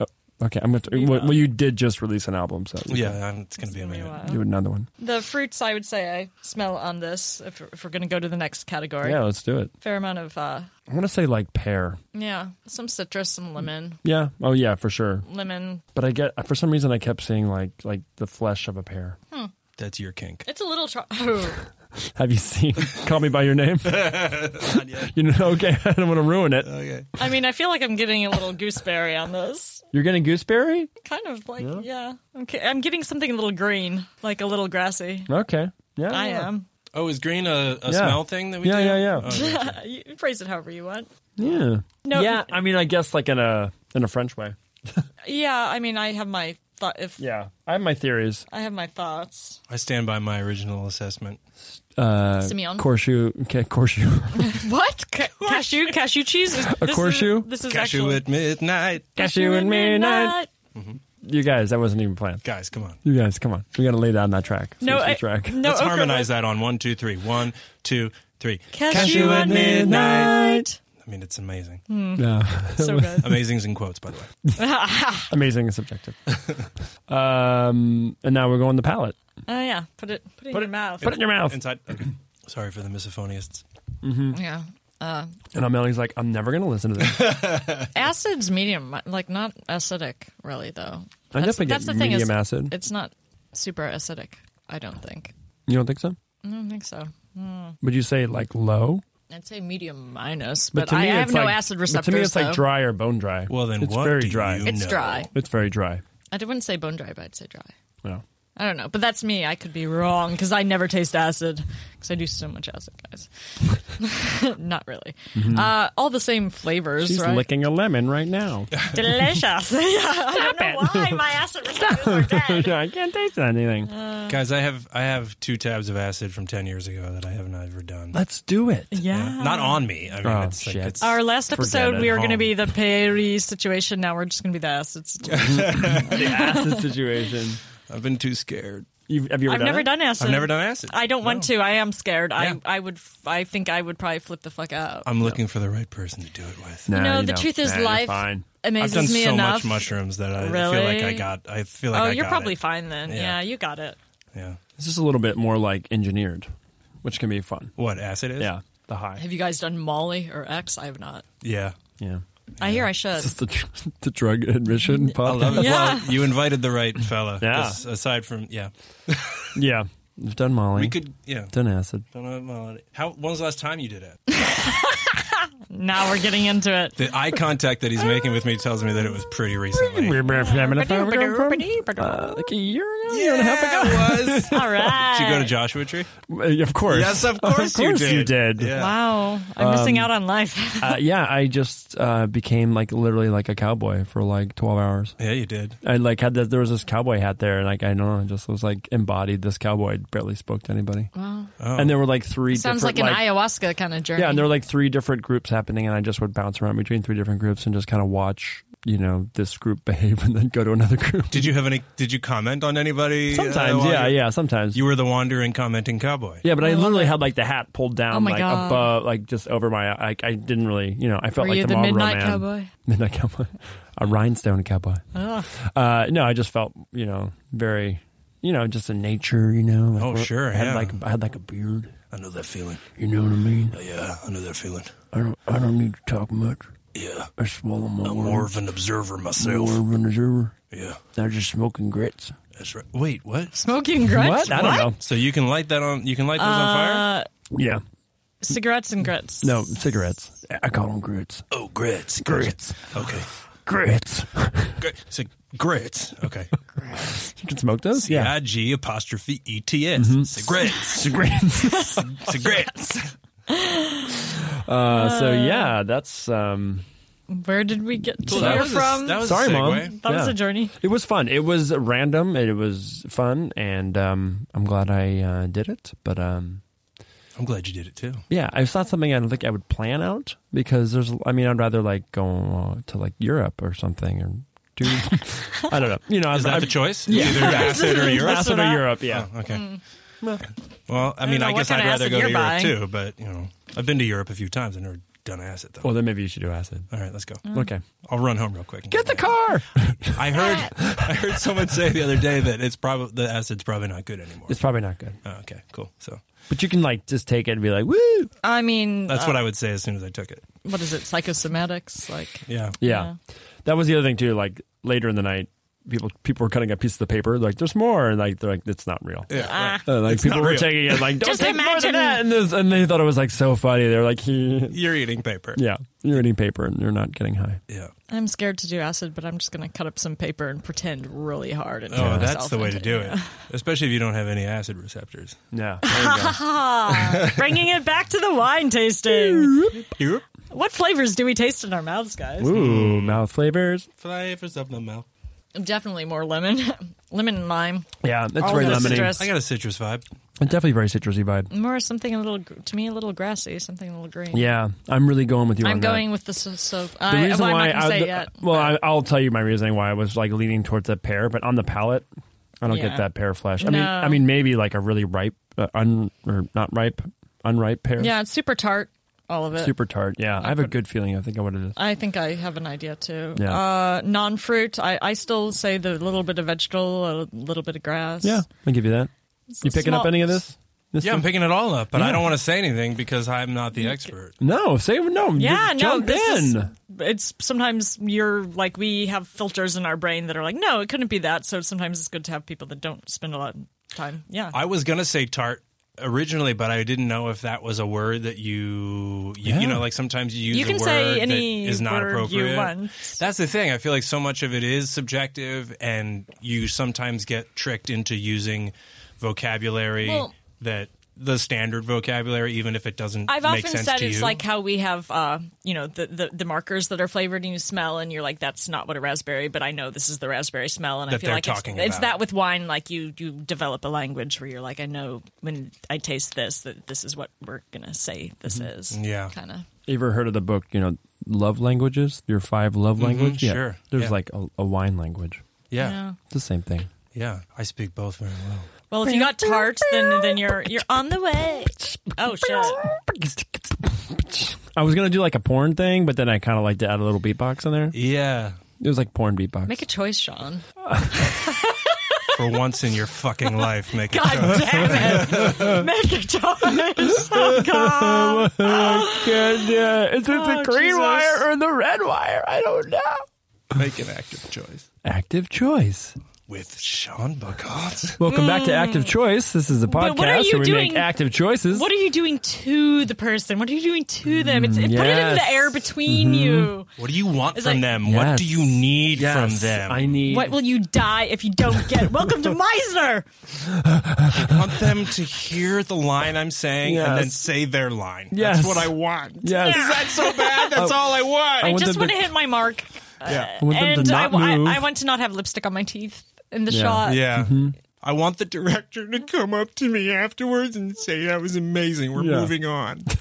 [SPEAKER 3] Oh, okay, I'm going to. Well, well, you did just release an album, so
[SPEAKER 6] Yeah, um, it's gonna be a
[SPEAKER 2] Anyway.
[SPEAKER 6] minute.
[SPEAKER 3] do another one.
[SPEAKER 2] The fruits I would say I smell on this. If, if we're going to go to the next category,
[SPEAKER 3] Yeah, let's do it.
[SPEAKER 2] fair amount of uh,
[SPEAKER 3] I want to say like pear.
[SPEAKER 2] yeah, some citrus and lemon,
[SPEAKER 3] Yeah. Oh yeah, for sure.
[SPEAKER 2] lemon.
[SPEAKER 3] But I get for some reason I kept seeing like like the flesh of a pear.
[SPEAKER 2] Hmm.
[SPEAKER 6] That's your kink.
[SPEAKER 2] It's a little. Tro- oh,
[SPEAKER 3] Have you seen Call Me by Your Name? You know, okay, I don't want to ruin it.
[SPEAKER 6] Okay.
[SPEAKER 2] I mean, I feel like I'm getting a little gooseberry on this.
[SPEAKER 3] You're getting gooseberry?
[SPEAKER 2] Kind of like yeah. Okay, I'm getting something a little green, like a little grassy.
[SPEAKER 3] Okay. Yeah.
[SPEAKER 2] I am.
[SPEAKER 6] Oh, is green a,
[SPEAKER 3] Yeah.
[SPEAKER 6] a smell thing that we
[SPEAKER 3] Yeah,
[SPEAKER 6] do? Oh,
[SPEAKER 3] yeah, yeah.
[SPEAKER 6] Okay.
[SPEAKER 2] you can phrase it however you want.
[SPEAKER 3] Yeah.
[SPEAKER 2] No.
[SPEAKER 3] Yeah, I mean I guess like in a in a French way.
[SPEAKER 2] Yeah, I mean, I have my thought. If
[SPEAKER 3] Yeah. I have my theories.
[SPEAKER 2] I have my thoughts,
[SPEAKER 6] I stand by my original assessment.
[SPEAKER 3] Uh
[SPEAKER 2] Simeon.
[SPEAKER 3] Corshoe okay, Corshoe.
[SPEAKER 2] what Ca- cashew cashew cheese? Is, a
[SPEAKER 3] cashew?
[SPEAKER 2] Is, this is
[SPEAKER 6] Cashew
[SPEAKER 2] actual-
[SPEAKER 6] at midnight.
[SPEAKER 3] Cashew and midnight. You guys, that wasn't even planned.
[SPEAKER 6] Guys, come on.
[SPEAKER 3] You guys, come on. We gotta lay down that track.
[SPEAKER 2] No,
[SPEAKER 3] Seriously,
[SPEAKER 2] I,
[SPEAKER 3] track.
[SPEAKER 2] no.
[SPEAKER 6] Let's
[SPEAKER 2] okra
[SPEAKER 6] harmonize that on one, two, three. One, two, three.
[SPEAKER 2] Cashew,
[SPEAKER 6] Cashew
[SPEAKER 2] at
[SPEAKER 6] at midnight.
[SPEAKER 2] midnight. Hmm.
[SPEAKER 6] I mean, it's amazing.
[SPEAKER 3] Yeah.
[SPEAKER 2] So good.
[SPEAKER 6] Amazing's in quotes, by the way.
[SPEAKER 3] Amazing and subjective. um, and now we're going the palette.
[SPEAKER 2] Oh yeah, put it put it in your mouth.
[SPEAKER 3] Put it in your mouth.
[SPEAKER 6] Inside. Sorry for the misophonists.
[SPEAKER 2] yeah.
[SPEAKER 3] And Amelia's like, I'm never going to listen to this.
[SPEAKER 2] Acid's medium, like not acidic, really though.
[SPEAKER 3] I
[SPEAKER 2] That's-
[SPEAKER 3] definitely
[SPEAKER 2] that's
[SPEAKER 3] get
[SPEAKER 2] the thing
[SPEAKER 3] medium
[SPEAKER 2] is,
[SPEAKER 3] acid.
[SPEAKER 2] It's not super acidic. I don't think.
[SPEAKER 3] You don't think so?
[SPEAKER 2] I don't think so.
[SPEAKER 3] Would you say like low?
[SPEAKER 2] I'd say medium minus, but,
[SPEAKER 3] to
[SPEAKER 2] I,
[SPEAKER 3] me,
[SPEAKER 2] I have
[SPEAKER 3] it's
[SPEAKER 2] no
[SPEAKER 3] like-
[SPEAKER 2] acid
[SPEAKER 3] but
[SPEAKER 2] receptors.
[SPEAKER 3] to me, it's
[SPEAKER 2] though.
[SPEAKER 3] like dry or bone dry.
[SPEAKER 6] Well, then
[SPEAKER 3] it's
[SPEAKER 6] what
[SPEAKER 3] very
[SPEAKER 6] do
[SPEAKER 3] dry.
[SPEAKER 6] you
[SPEAKER 2] It's
[SPEAKER 6] know?
[SPEAKER 2] dry.
[SPEAKER 3] It's very dry.
[SPEAKER 2] I wouldn't say bone dry, but I'd say dry.
[SPEAKER 3] Yeah.
[SPEAKER 2] I don't know, but that's me. I could be wrong because I never taste acid because I do so much acid, guys. Not really. Uh, all the same flavors,
[SPEAKER 3] Mm-hmm. She's
[SPEAKER 2] right?
[SPEAKER 3] licking a lemon right now.
[SPEAKER 2] Delicious. Yeah, I don't know why my acid receptors are dead.
[SPEAKER 3] I can't taste anything.
[SPEAKER 2] Uh,
[SPEAKER 6] Guys, I have I have two tabs of acid from ten years ago that I have not ever done.
[SPEAKER 3] Let's do it.
[SPEAKER 2] Yeah.
[SPEAKER 6] Not on me. I mean,
[SPEAKER 3] Oh,
[SPEAKER 6] it's like
[SPEAKER 3] shit.
[SPEAKER 6] it's
[SPEAKER 2] Our last
[SPEAKER 3] Forget
[SPEAKER 2] episode,
[SPEAKER 3] it.
[SPEAKER 2] we were going to
[SPEAKER 6] Home.
[SPEAKER 2] be the Perry situation. Now we're just going to be the acid situation.
[SPEAKER 3] The acid situation.
[SPEAKER 6] I've been too scared.
[SPEAKER 3] You've, have you ever
[SPEAKER 2] I've
[SPEAKER 3] done
[SPEAKER 2] never
[SPEAKER 3] it?
[SPEAKER 2] done acid.
[SPEAKER 6] I've never done acid.
[SPEAKER 2] I don't want to. I am scared.
[SPEAKER 6] Yeah.
[SPEAKER 2] I, I would. f- I think I would probably flip the fuck out.
[SPEAKER 6] I'm looking for the right person to do it with.
[SPEAKER 3] No,
[SPEAKER 2] Um, you know,
[SPEAKER 3] you
[SPEAKER 2] the
[SPEAKER 3] don't.
[SPEAKER 2] truth is
[SPEAKER 3] Nah, you're
[SPEAKER 2] life
[SPEAKER 3] fine.
[SPEAKER 6] I've
[SPEAKER 2] amazes
[SPEAKER 6] done
[SPEAKER 2] me
[SPEAKER 6] so
[SPEAKER 2] enough.
[SPEAKER 6] much mushrooms that I feel
[SPEAKER 2] Really?
[SPEAKER 6] like I got. I feel like
[SPEAKER 2] oh,
[SPEAKER 6] I
[SPEAKER 2] you're
[SPEAKER 6] got
[SPEAKER 2] probably
[SPEAKER 6] it.
[SPEAKER 2] fine then. Yeah.
[SPEAKER 6] Yeah.
[SPEAKER 2] you got it.
[SPEAKER 6] Yeah.
[SPEAKER 3] It's just a little bit more like engineered, which can be fun.
[SPEAKER 6] What acid is?
[SPEAKER 3] Yeah. The high.
[SPEAKER 2] Have you guys done Molly or X? I have not.
[SPEAKER 6] Yeah.
[SPEAKER 3] Yeah.
[SPEAKER 2] I hear I should.
[SPEAKER 3] It's the, the drug admission podcast.
[SPEAKER 6] I love it.
[SPEAKER 2] Yeah.
[SPEAKER 6] Well, you invited the right fella.
[SPEAKER 3] Yeah.
[SPEAKER 6] 'cause Aside from yeah,
[SPEAKER 3] Yeah. We've done Molly.
[SPEAKER 6] we could yeah.
[SPEAKER 3] done acid.
[SPEAKER 6] Don't know. well, How? When was the last time you did it?
[SPEAKER 2] Now we're getting into it.
[SPEAKER 6] The eye contact that he's making with me tells me that it was pretty recently.
[SPEAKER 3] Uh, like a year ago, year and a half ago.
[SPEAKER 6] it was.
[SPEAKER 2] All right.
[SPEAKER 6] Did you go to Joshua Tree?
[SPEAKER 3] Uh, Of course,
[SPEAKER 6] Yes, of course you did.
[SPEAKER 3] You did.
[SPEAKER 6] Yeah.
[SPEAKER 2] Wow, I'm missing out on life.
[SPEAKER 3] Uh, yeah, I just uh, became like literally like a cowboy for like twelve hours.
[SPEAKER 6] Yeah, you did.
[SPEAKER 3] I like had that. There was this cowboy hat there, and like I don't know, I just was like embodied this cowboy. I barely spoke to anybody. Wow. And there were like three.
[SPEAKER 2] Sounds like
[SPEAKER 3] different,
[SPEAKER 2] an ayahuasca kind of journey.
[SPEAKER 3] Yeah, and there were like three different groups happening, and I just would bounce around between three different groups and just kind of watch, you know, this group behave and then go to another group.
[SPEAKER 6] Did you have any? Did you comment on anybody? uh,
[SPEAKER 3] Sometimes,
[SPEAKER 6] while
[SPEAKER 3] yeah,
[SPEAKER 6] you-
[SPEAKER 3] yeah, sometimes.
[SPEAKER 6] You were the wandering commenting cowboy.
[SPEAKER 3] yeah, but I, literally had like the hat pulled down,
[SPEAKER 2] Oh my
[SPEAKER 3] like
[SPEAKER 2] God.
[SPEAKER 3] above, like just over my. I, I didn't really, you know, I felt
[SPEAKER 2] Were
[SPEAKER 3] like
[SPEAKER 2] you
[SPEAKER 3] the,
[SPEAKER 2] the
[SPEAKER 3] Marlboro
[SPEAKER 2] midnight
[SPEAKER 3] man.
[SPEAKER 2] cowboy?
[SPEAKER 3] midnight cowboy, a rhinestone cowboy.
[SPEAKER 2] Ugh.
[SPEAKER 3] Uh, no, I just felt, you know, very, you know, just in nature, you know. like
[SPEAKER 6] Oh,
[SPEAKER 3] we're-
[SPEAKER 6] sure,
[SPEAKER 3] I had
[SPEAKER 6] yeah.
[SPEAKER 3] like I had like a beard.
[SPEAKER 6] I know that feeling.
[SPEAKER 3] You know what I mean?
[SPEAKER 6] Yeah, I know that feeling.
[SPEAKER 3] I don't, I don't need to talk much.
[SPEAKER 6] Yeah,
[SPEAKER 3] I swallow my
[SPEAKER 6] I'm
[SPEAKER 3] words.
[SPEAKER 6] more of an observer myself.
[SPEAKER 3] More of an observer.
[SPEAKER 6] Yeah,
[SPEAKER 3] They're just smoking grits.
[SPEAKER 6] that's right. Wait, what?
[SPEAKER 2] Smoking grits.
[SPEAKER 3] I don't know.
[SPEAKER 6] So you can light that on? You can light those on fire?
[SPEAKER 2] Uh,
[SPEAKER 3] Yeah.
[SPEAKER 2] cigarettes and grits.
[SPEAKER 3] No, cigarettes. I call them grits.
[SPEAKER 6] Oh, grits, Okay,
[SPEAKER 3] Grits.
[SPEAKER 6] Gr- so grits. Okay,
[SPEAKER 3] You can smoke those?
[SPEAKER 6] C I G apostrophe E T S. Cigarettes,
[SPEAKER 3] Grits.
[SPEAKER 6] cigarettes.
[SPEAKER 3] uh, so, yeah, that's. um
[SPEAKER 2] Where did we get to
[SPEAKER 6] Cool,
[SPEAKER 2] hear
[SPEAKER 6] that was a-
[SPEAKER 2] from?
[SPEAKER 6] that was a
[SPEAKER 3] Sorry,
[SPEAKER 6] segue.
[SPEAKER 3] Mom.
[SPEAKER 2] That was
[SPEAKER 3] Yeah.
[SPEAKER 2] a journey.
[SPEAKER 3] It was fun. It was random. It was fun, and um, I'm glad I uh, did it. But um,
[SPEAKER 6] I'm glad you did it too.
[SPEAKER 3] yeah, it's not something I don't think I uh, would plan out because there's. I mean, I'd rather like go to like Europe or something or do dude. I don't know. You know,
[SPEAKER 6] Is
[SPEAKER 3] I,
[SPEAKER 6] that the choice? Yeah. Either acid or Europe.
[SPEAKER 3] Acid or Europe, yeah. Mm.
[SPEAKER 6] Oh, okay. Well, I mean,
[SPEAKER 2] know
[SPEAKER 6] I,
[SPEAKER 2] what
[SPEAKER 6] guess
[SPEAKER 2] kind
[SPEAKER 6] I'd
[SPEAKER 2] of
[SPEAKER 6] rather
[SPEAKER 2] acid
[SPEAKER 6] go to
[SPEAKER 2] you're
[SPEAKER 6] Europe
[SPEAKER 2] buying.
[SPEAKER 6] too, but you know, I've been to Europe a few times. I've never done acid though.
[SPEAKER 3] Well, then maybe you should do acid.
[SPEAKER 6] All right, let's go.
[SPEAKER 3] Okay.
[SPEAKER 6] I'll run home real quick. and
[SPEAKER 3] Get the
[SPEAKER 6] back.
[SPEAKER 3] car.
[SPEAKER 6] I heard, I heard someone say the other day that it's probably the acid's probably not good anymore.
[SPEAKER 3] It's probably not good,
[SPEAKER 6] Oh, okay, cool. So
[SPEAKER 3] but you can like just take it and be like, woo.
[SPEAKER 2] I mean,
[SPEAKER 6] that's
[SPEAKER 2] uh,
[SPEAKER 3] Oh.
[SPEAKER 6] what I would say as soon as I took it.
[SPEAKER 2] what is it? Psychosomatics, like
[SPEAKER 6] Yeah.
[SPEAKER 3] Yeah.
[SPEAKER 2] Yeah.
[SPEAKER 3] That was the other thing too. Like later in the night, people people were cutting up pieces of paper. Like there's more, and like they're like it's not real.
[SPEAKER 6] Yeah. right.
[SPEAKER 3] Uh, like people
[SPEAKER 6] not
[SPEAKER 3] were
[SPEAKER 6] real.
[SPEAKER 3] taking it like don't
[SPEAKER 2] Just
[SPEAKER 3] take more than
[SPEAKER 2] imagine-
[SPEAKER 3] that, and, this, and they thought it was like so funny. They're like,
[SPEAKER 6] You're eating paper.
[SPEAKER 3] yeah, you're eating paper and you're not getting high.
[SPEAKER 6] Yeah.
[SPEAKER 2] I'm scared to do acid, but I'm just going to cut up some paper and pretend really hard. And
[SPEAKER 6] Oh,
[SPEAKER 2] turn
[SPEAKER 6] that's
[SPEAKER 2] myself
[SPEAKER 6] the way to
[SPEAKER 2] into-
[SPEAKER 6] do it. Especially if you don't have any acid receptors.
[SPEAKER 3] Yeah, there you go.
[SPEAKER 2] Bringing it back to the wine tasting.
[SPEAKER 6] Europe.
[SPEAKER 2] what flavors do we taste in our mouths, guys?
[SPEAKER 3] Ooh, mouth flavors.
[SPEAKER 6] Flavors of the mouth.
[SPEAKER 2] Definitely more lemon, lemon and lime,
[SPEAKER 3] Yeah, it's
[SPEAKER 2] All
[SPEAKER 3] very
[SPEAKER 2] those
[SPEAKER 3] lemony.
[SPEAKER 2] citrus-
[SPEAKER 6] I got a citrus vibe.
[SPEAKER 3] It's definitely very citrusy vibe.
[SPEAKER 2] more something a little gr- to me a little grassy, something a little green.
[SPEAKER 3] Yeah, I'm really going with you.
[SPEAKER 2] I'm
[SPEAKER 3] on
[SPEAKER 2] going
[SPEAKER 3] That.
[SPEAKER 2] with the so. so
[SPEAKER 3] The
[SPEAKER 2] I,
[SPEAKER 3] reason
[SPEAKER 2] well, I'm
[SPEAKER 3] why
[SPEAKER 2] not going to
[SPEAKER 3] I-
[SPEAKER 2] say
[SPEAKER 3] the-
[SPEAKER 2] it yet.
[SPEAKER 3] well, I, I'll tell you my reasoning why I was like leaning towards a pear, but on the palate, I don't
[SPEAKER 2] Yeah.
[SPEAKER 3] get that pear flesh. I mean,
[SPEAKER 2] No.
[SPEAKER 3] I mean maybe like a really ripe, uh, un or not ripe, unripe pear.
[SPEAKER 2] yeah, it's super tart, all of it.
[SPEAKER 3] super tart. Yeah, I have a good feeling. I think I what it is.
[SPEAKER 2] I think I have an idea too.
[SPEAKER 3] Yeah.
[SPEAKER 2] Uh, non fruit, I, I still say the little bit of vegetable, a little bit of grass.
[SPEAKER 3] Yeah, I'll give you that. You picking up
[SPEAKER 2] small-
[SPEAKER 3] any of this? This
[SPEAKER 6] Yeah, I'm
[SPEAKER 3] one?
[SPEAKER 6] picking it all up, but
[SPEAKER 3] Yeah.
[SPEAKER 6] I don't want to say anything because I'm not the expert.
[SPEAKER 3] no, say no.
[SPEAKER 2] Yeah,
[SPEAKER 3] you-
[SPEAKER 2] no,
[SPEAKER 3] jump
[SPEAKER 2] this
[SPEAKER 3] in.
[SPEAKER 2] is- it's sometimes you're like we have filters in our brain that are like, no, it couldn't be that. So sometimes it's good to have people that don't spend a lot of time. Yeah,
[SPEAKER 6] I was gonna say tart originally, but I didn't know if that was a word that you you,
[SPEAKER 3] Yeah.
[SPEAKER 6] you know like sometimes you use
[SPEAKER 2] You can
[SPEAKER 6] a word
[SPEAKER 2] say
[SPEAKER 6] that
[SPEAKER 2] any
[SPEAKER 6] is not
[SPEAKER 2] word you
[SPEAKER 6] appropriate.
[SPEAKER 2] want.
[SPEAKER 6] That's the thing. I feel like so much of it is subjective, and you sometimes get tricked into using vocabulary
[SPEAKER 2] Well-
[SPEAKER 6] that the standard vocabulary, even if it doesn't.
[SPEAKER 2] I've
[SPEAKER 6] make
[SPEAKER 2] often
[SPEAKER 6] sense
[SPEAKER 2] said
[SPEAKER 6] to
[SPEAKER 2] it's
[SPEAKER 6] you.
[SPEAKER 2] like how we have, uh, you know, the, the the markers that are flavored and you smell, and you're like, that's not what a raspberry, but I know this is the raspberry smell, and I
[SPEAKER 6] That
[SPEAKER 2] feel
[SPEAKER 6] they're
[SPEAKER 2] like it's,
[SPEAKER 6] talking
[SPEAKER 2] it's
[SPEAKER 6] about.
[SPEAKER 2] that with wine. Like you you develop a language where you're like, I know when I taste this that this is what we're gonna say this is.
[SPEAKER 6] Mm-hmm. Yeah.
[SPEAKER 2] kind of.
[SPEAKER 3] You ever heard of the book? You know, love languages. Your five love
[SPEAKER 2] Mm-hmm,
[SPEAKER 3] languages. Yeah,
[SPEAKER 6] sure.
[SPEAKER 3] There's
[SPEAKER 6] Yeah.
[SPEAKER 3] like a, a wine language.
[SPEAKER 6] yeah,
[SPEAKER 2] Yeah.
[SPEAKER 3] It's the same thing.
[SPEAKER 6] yeah. I speak both very well.
[SPEAKER 2] Well, if you got tart, then then you're you're on the way. Oh shit.
[SPEAKER 3] I was gonna do like a porn thing, but then I kind of like to add a little beatbox in there.
[SPEAKER 6] Yeah.
[SPEAKER 3] It was like porn beatbox.
[SPEAKER 2] Make a choice, Sean.
[SPEAKER 6] For once in your fucking life, make it.
[SPEAKER 2] God damn it. Make a choice. Oh, God.
[SPEAKER 3] Good, yeah. Is it
[SPEAKER 2] Oh, Jesus.
[SPEAKER 3] or the red wire? I don't know.
[SPEAKER 6] Make an active choice.
[SPEAKER 3] Active choice.
[SPEAKER 6] With Sean Bacot.
[SPEAKER 3] Welcome back to Active Choice. This is a
[SPEAKER 2] Mm. But what are
[SPEAKER 3] podcast
[SPEAKER 2] you
[SPEAKER 3] where we make
[SPEAKER 2] doing-
[SPEAKER 3] active choices.
[SPEAKER 2] What are you doing to the person? What are you doing to them? It's, it, Put it in
[SPEAKER 3] yes. Mm-hmm.
[SPEAKER 2] the air between you.
[SPEAKER 6] What do you want
[SPEAKER 2] It's
[SPEAKER 6] from
[SPEAKER 2] like-
[SPEAKER 6] them?
[SPEAKER 3] Yes.
[SPEAKER 6] What do you need
[SPEAKER 3] Yes,
[SPEAKER 6] from them?
[SPEAKER 3] I need.
[SPEAKER 2] What will you die if you don't get? Welcome to Meisner.
[SPEAKER 6] want them to hear the line I'm saying and then
[SPEAKER 3] Yes.
[SPEAKER 6] say their line.
[SPEAKER 3] Yes.
[SPEAKER 6] That's what I want.
[SPEAKER 3] Yes.
[SPEAKER 6] Is that so bad? That's all I want.
[SPEAKER 3] I
[SPEAKER 2] I
[SPEAKER 3] want
[SPEAKER 2] just
[SPEAKER 3] them
[SPEAKER 2] want
[SPEAKER 3] to-
[SPEAKER 2] to hit my mark,
[SPEAKER 6] yeah.
[SPEAKER 3] I want them
[SPEAKER 2] and
[SPEAKER 3] to
[SPEAKER 2] I,
[SPEAKER 3] not
[SPEAKER 2] I,
[SPEAKER 3] move.
[SPEAKER 2] I want to not have lipstick on my teeth in the
[SPEAKER 3] Yeah. Mm-hmm.
[SPEAKER 2] shot.
[SPEAKER 6] Yeah. I want the director to come up to me afterwards and say that was amazing. We're
[SPEAKER 3] Yeah.
[SPEAKER 6] moving on. we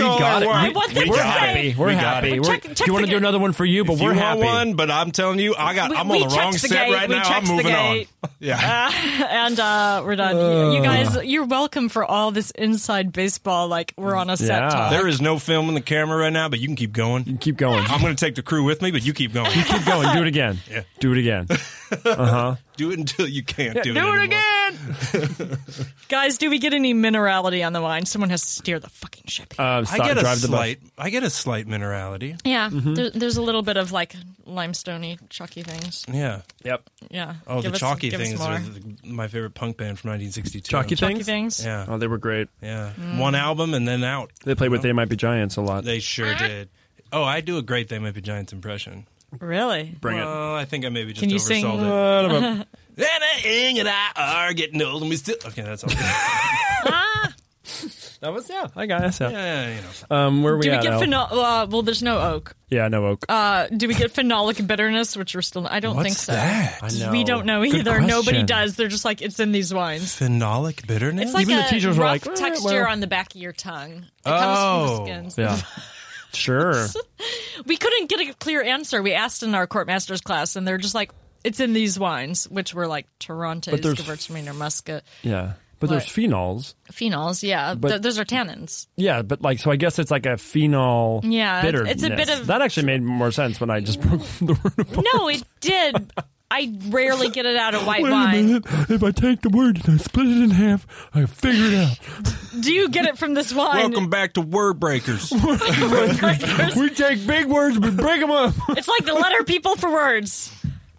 [SPEAKER 3] got it.
[SPEAKER 2] I want them
[SPEAKER 3] we're
[SPEAKER 2] to
[SPEAKER 3] happy.
[SPEAKER 2] say-
[SPEAKER 3] We're
[SPEAKER 6] We got
[SPEAKER 3] happy.
[SPEAKER 6] it.
[SPEAKER 3] We're-
[SPEAKER 2] Check- check
[SPEAKER 3] do you want
[SPEAKER 2] the
[SPEAKER 3] to do
[SPEAKER 2] gate.
[SPEAKER 3] another one for you? But
[SPEAKER 6] If
[SPEAKER 3] we're
[SPEAKER 6] you
[SPEAKER 3] happy.
[SPEAKER 6] want one, but I'm telling you, I got.
[SPEAKER 2] We-
[SPEAKER 6] I'm
[SPEAKER 2] we
[SPEAKER 6] on the wrong
[SPEAKER 2] checked the
[SPEAKER 6] set
[SPEAKER 2] gate.
[SPEAKER 6] right
[SPEAKER 2] We
[SPEAKER 6] now.
[SPEAKER 2] checked
[SPEAKER 6] I'm
[SPEAKER 2] the
[SPEAKER 6] moving on.
[SPEAKER 2] gate.
[SPEAKER 6] Yeah,
[SPEAKER 2] and uh, we're done. You- you guys, you're welcome for all this inside baseball. Like we're on a set.
[SPEAKER 3] Yeah.
[SPEAKER 2] Talk.
[SPEAKER 6] there is no film in the camera right now, but you can keep going.
[SPEAKER 3] Keep going.
[SPEAKER 6] I'm going to take the crew with me, but you keep going.
[SPEAKER 3] Keep going. Do it again. Do it again.
[SPEAKER 6] do it until you can't do, it. anymore.
[SPEAKER 3] again.
[SPEAKER 2] Guys, do we get any minerality on the wine? Someone has to steer the fucking ship.
[SPEAKER 3] Uh,
[SPEAKER 6] I
[SPEAKER 3] stop-
[SPEAKER 6] get a
[SPEAKER 3] drive the bus.
[SPEAKER 6] slight. I get a slight minerality.
[SPEAKER 2] yeah,
[SPEAKER 3] mm-hmm.
[SPEAKER 2] there, there's a little bit of like limestoney, chalky things.
[SPEAKER 6] Yeah.
[SPEAKER 3] Yep.
[SPEAKER 2] Yeah.
[SPEAKER 6] Oh,
[SPEAKER 2] Give
[SPEAKER 6] the
[SPEAKER 2] us-
[SPEAKER 6] chalky
[SPEAKER 2] give us
[SPEAKER 6] things
[SPEAKER 2] more.
[SPEAKER 6] are the, my favorite punk band from 1962.
[SPEAKER 3] Chalky
[SPEAKER 2] Chalky
[SPEAKER 3] things.
[SPEAKER 2] things.
[SPEAKER 6] Yeah.
[SPEAKER 3] Oh, they were great.
[SPEAKER 6] Yeah.
[SPEAKER 2] Mm.
[SPEAKER 6] One album and then out.
[SPEAKER 3] They played with They Might Be Giants a lot.
[SPEAKER 6] They sure did. Oh, I do a great They Might Be Giants impression.
[SPEAKER 2] Really?
[SPEAKER 3] Bring it.
[SPEAKER 6] Well, I think I maybe just
[SPEAKER 2] Can you sing-
[SPEAKER 6] oversold it.
[SPEAKER 3] Uh,
[SPEAKER 6] And I, Ing and I are getting old and we still. Okay, that's all. yeah,
[SPEAKER 3] that was yeah. I got us. Yeah.
[SPEAKER 6] yeah, you know.
[SPEAKER 3] Um, where are we
[SPEAKER 2] Do we
[SPEAKER 3] at
[SPEAKER 2] get
[SPEAKER 3] Al?
[SPEAKER 2] phenol? Uh, well, there's no oak.
[SPEAKER 3] Yeah, no oak.
[SPEAKER 2] Uh, do we get phenolic bitterness, which we're still? I don't think so.
[SPEAKER 6] that?
[SPEAKER 3] I
[SPEAKER 2] We don't know
[SPEAKER 3] Good
[SPEAKER 2] either. Nobody
[SPEAKER 3] question.
[SPEAKER 2] does. They're just like it's in these wines.
[SPEAKER 6] Phenolic bitterness?
[SPEAKER 2] It's like
[SPEAKER 3] Even the
[SPEAKER 2] a
[SPEAKER 3] teachers
[SPEAKER 2] rough
[SPEAKER 3] were like, "Eh,
[SPEAKER 2] texture
[SPEAKER 3] well."
[SPEAKER 2] on the back of your tongue. It
[SPEAKER 6] Oh.
[SPEAKER 2] comes from the skins.
[SPEAKER 3] Yeah. sure.
[SPEAKER 2] we couldn't get a clear answer. We asked in our courtmasters class, and they're just like, "It's in these wines," which were like Toronto's,
[SPEAKER 3] But there's-
[SPEAKER 2] Gewurztraminer, Muscat,
[SPEAKER 3] Yeah. But there's
[SPEAKER 2] What?
[SPEAKER 3] phenols.
[SPEAKER 2] phenols. Yeah,
[SPEAKER 3] But-
[SPEAKER 2] Th- those are tannins.
[SPEAKER 3] Yeah, but like, so I guess it's like a phenol
[SPEAKER 2] Yeah, it's-
[SPEAKER 3] bitterness.
[SPEAKER 2] it's a bit of-
[SPEAKER 3] That actually made more sense when I just broke the word apart.
[SPEAKER 2] No, it did. I rarely get it out of white
[SPEAKER 3] Wait a
[SPEAKER 2] wine.
[SPEAKER 3] minute. If I take the word and I split it in half, I figure it out.
[SPEAKER 2] Do you get it from this wine?
[SPEAKER 5] Welcome back to Word Breakers.
[SPEAKER 3] we take big words, we break them up.
[SPEAKER 2] It's like the letter people for words.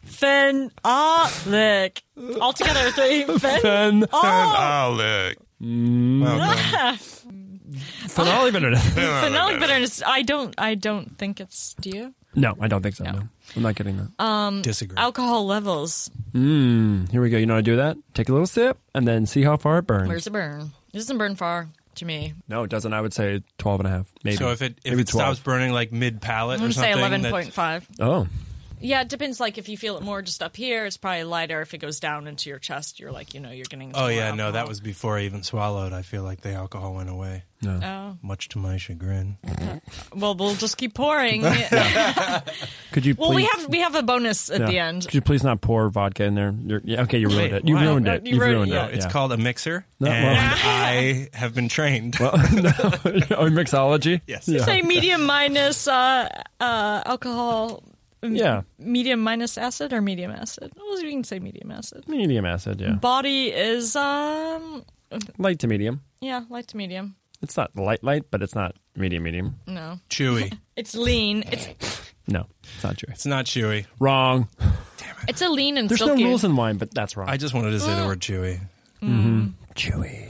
[SPEAKER 2] Phenolic. Altogether, three. Phen-
[SPEAKER 3] And
[SPEAKER 5] oh, look. Welcome.
[SPEAKER 3] phenol even.
[SPEAKER 2] phenolic bitterness. I don't. I don't think it's. Do you?
[SPEAKER 3] No, I don't think so. No. I'm not getting that.
[SPEAKER 2] Um, Mm.
[SPEAKER 6] Disagree.
[SPEAKER 2] Alcohol levels.
[SPEAKER 3] Here we go. You know how to do that? Take a little sip and then see how far it burns.
[SPEAKER 2] Where's it burn? It doesn't burn far to me.
[SPEAKER 3] no, it doesn't. I would say 12 and a half. Maybe.
[SPEAKER 6] so if it if
[SPEAKER 3] Maybe
[SPEAKER 6] it stops burning like mid palate
[SPEAKER 2] I'm
[SPEAKER 6] or
[SPEAKER 2] gonna say
[SPEAKER 6] something,
[SPEAKER 2] eleven
[SPEAKER 6] that-
[SPEAKER 2] point five.
[SPEAKER 3] Oh.
[SPEAKER 2] Yeah, it depends. Like if you feel it more just up here, it's probably lighter. If it goes down into your chest, you're like, you know, you're getting.
[SPEAKER 6] Oh
[SPEAKER 2] more
[SPEAKER 6] yeah, no, that
[SPEAKER 2] alcohol.
[SPEAKER 6] was before I even swallowed. I feel like the alcohol went away,
[SPEAKER 2] Oh.
[SPEAKER 6] much to my chagrin.
[SPEAKER 2] Well, we'll just keep pouring.
[SPEAKER 3] Could you
[SPEAKER 2] well,
[SPEAKER 3] please.
[SPEAKER 2] we have we have a bonus at
[SPEAKER 3] yeah.
[SPEAKER 2] the end.
[SPEAKER 3] Could you please not pour vodka in there? You're, yeah, okay, you ruined
[SPEAKER 6] Wait,
[SPEAKER 3] it. You
[SPEAKER 6] why?
[SPEAKER 3] ruined
[SPEAKER 2] No,
[SPEAKER 3] it.
[SPEAKER 2] you
[SPEAKER 3] You
[SPEAKER 2] ruined-
[SPEAKER 3] ruined
[SPEAKER 2] no,
[SPEAKER 3] it.
[SPEAKER 6] It's
[SPEAKER 3] yeah.
[SPEAKER 6] called a mixer,
[SPEAKER 3] well-
[SPEAKER 6] and I have been trained.
[SPEAKER 3] oh, mixology?
[SPEAKER 6] Yes.
[SPEAKER 3] Yeah.
[SPEAKER 2] Say medium minus uh, uh, alcohol. m-
[SPEAKER 3] Yeah.
[SPEAKER 2] Medium minus acid or medium acid? Well, you can say medium acid.
[SPEAKER 3] Medium acid, yeah.
[SPEAKER 2] Body is um
[SPEAKER 3] Light to medium.
[SPEAKER 2] yeah light to medium.
[SPEAKER 3] It's not light, light, but it's not medium, medium.
[SPEAKER 2] No,
[SPEAKER 6] chewy.
[SPEAKER 2] it's lean. It's
[SPEAKER 3] No, it's not true.
[SPEAKER 6] It's not chewy.
[SPEAKER 3] Wrong.
[SPEAKER 2] it's a lean and
[SPEAKER 3] There's no
[SPEAKER 2] silky.
[SPEAKER 3] rules in wine, but that's wrong.
[SPEAKER 6] I just wanted to say the word chewy.
[SPEAKER 3] chewy.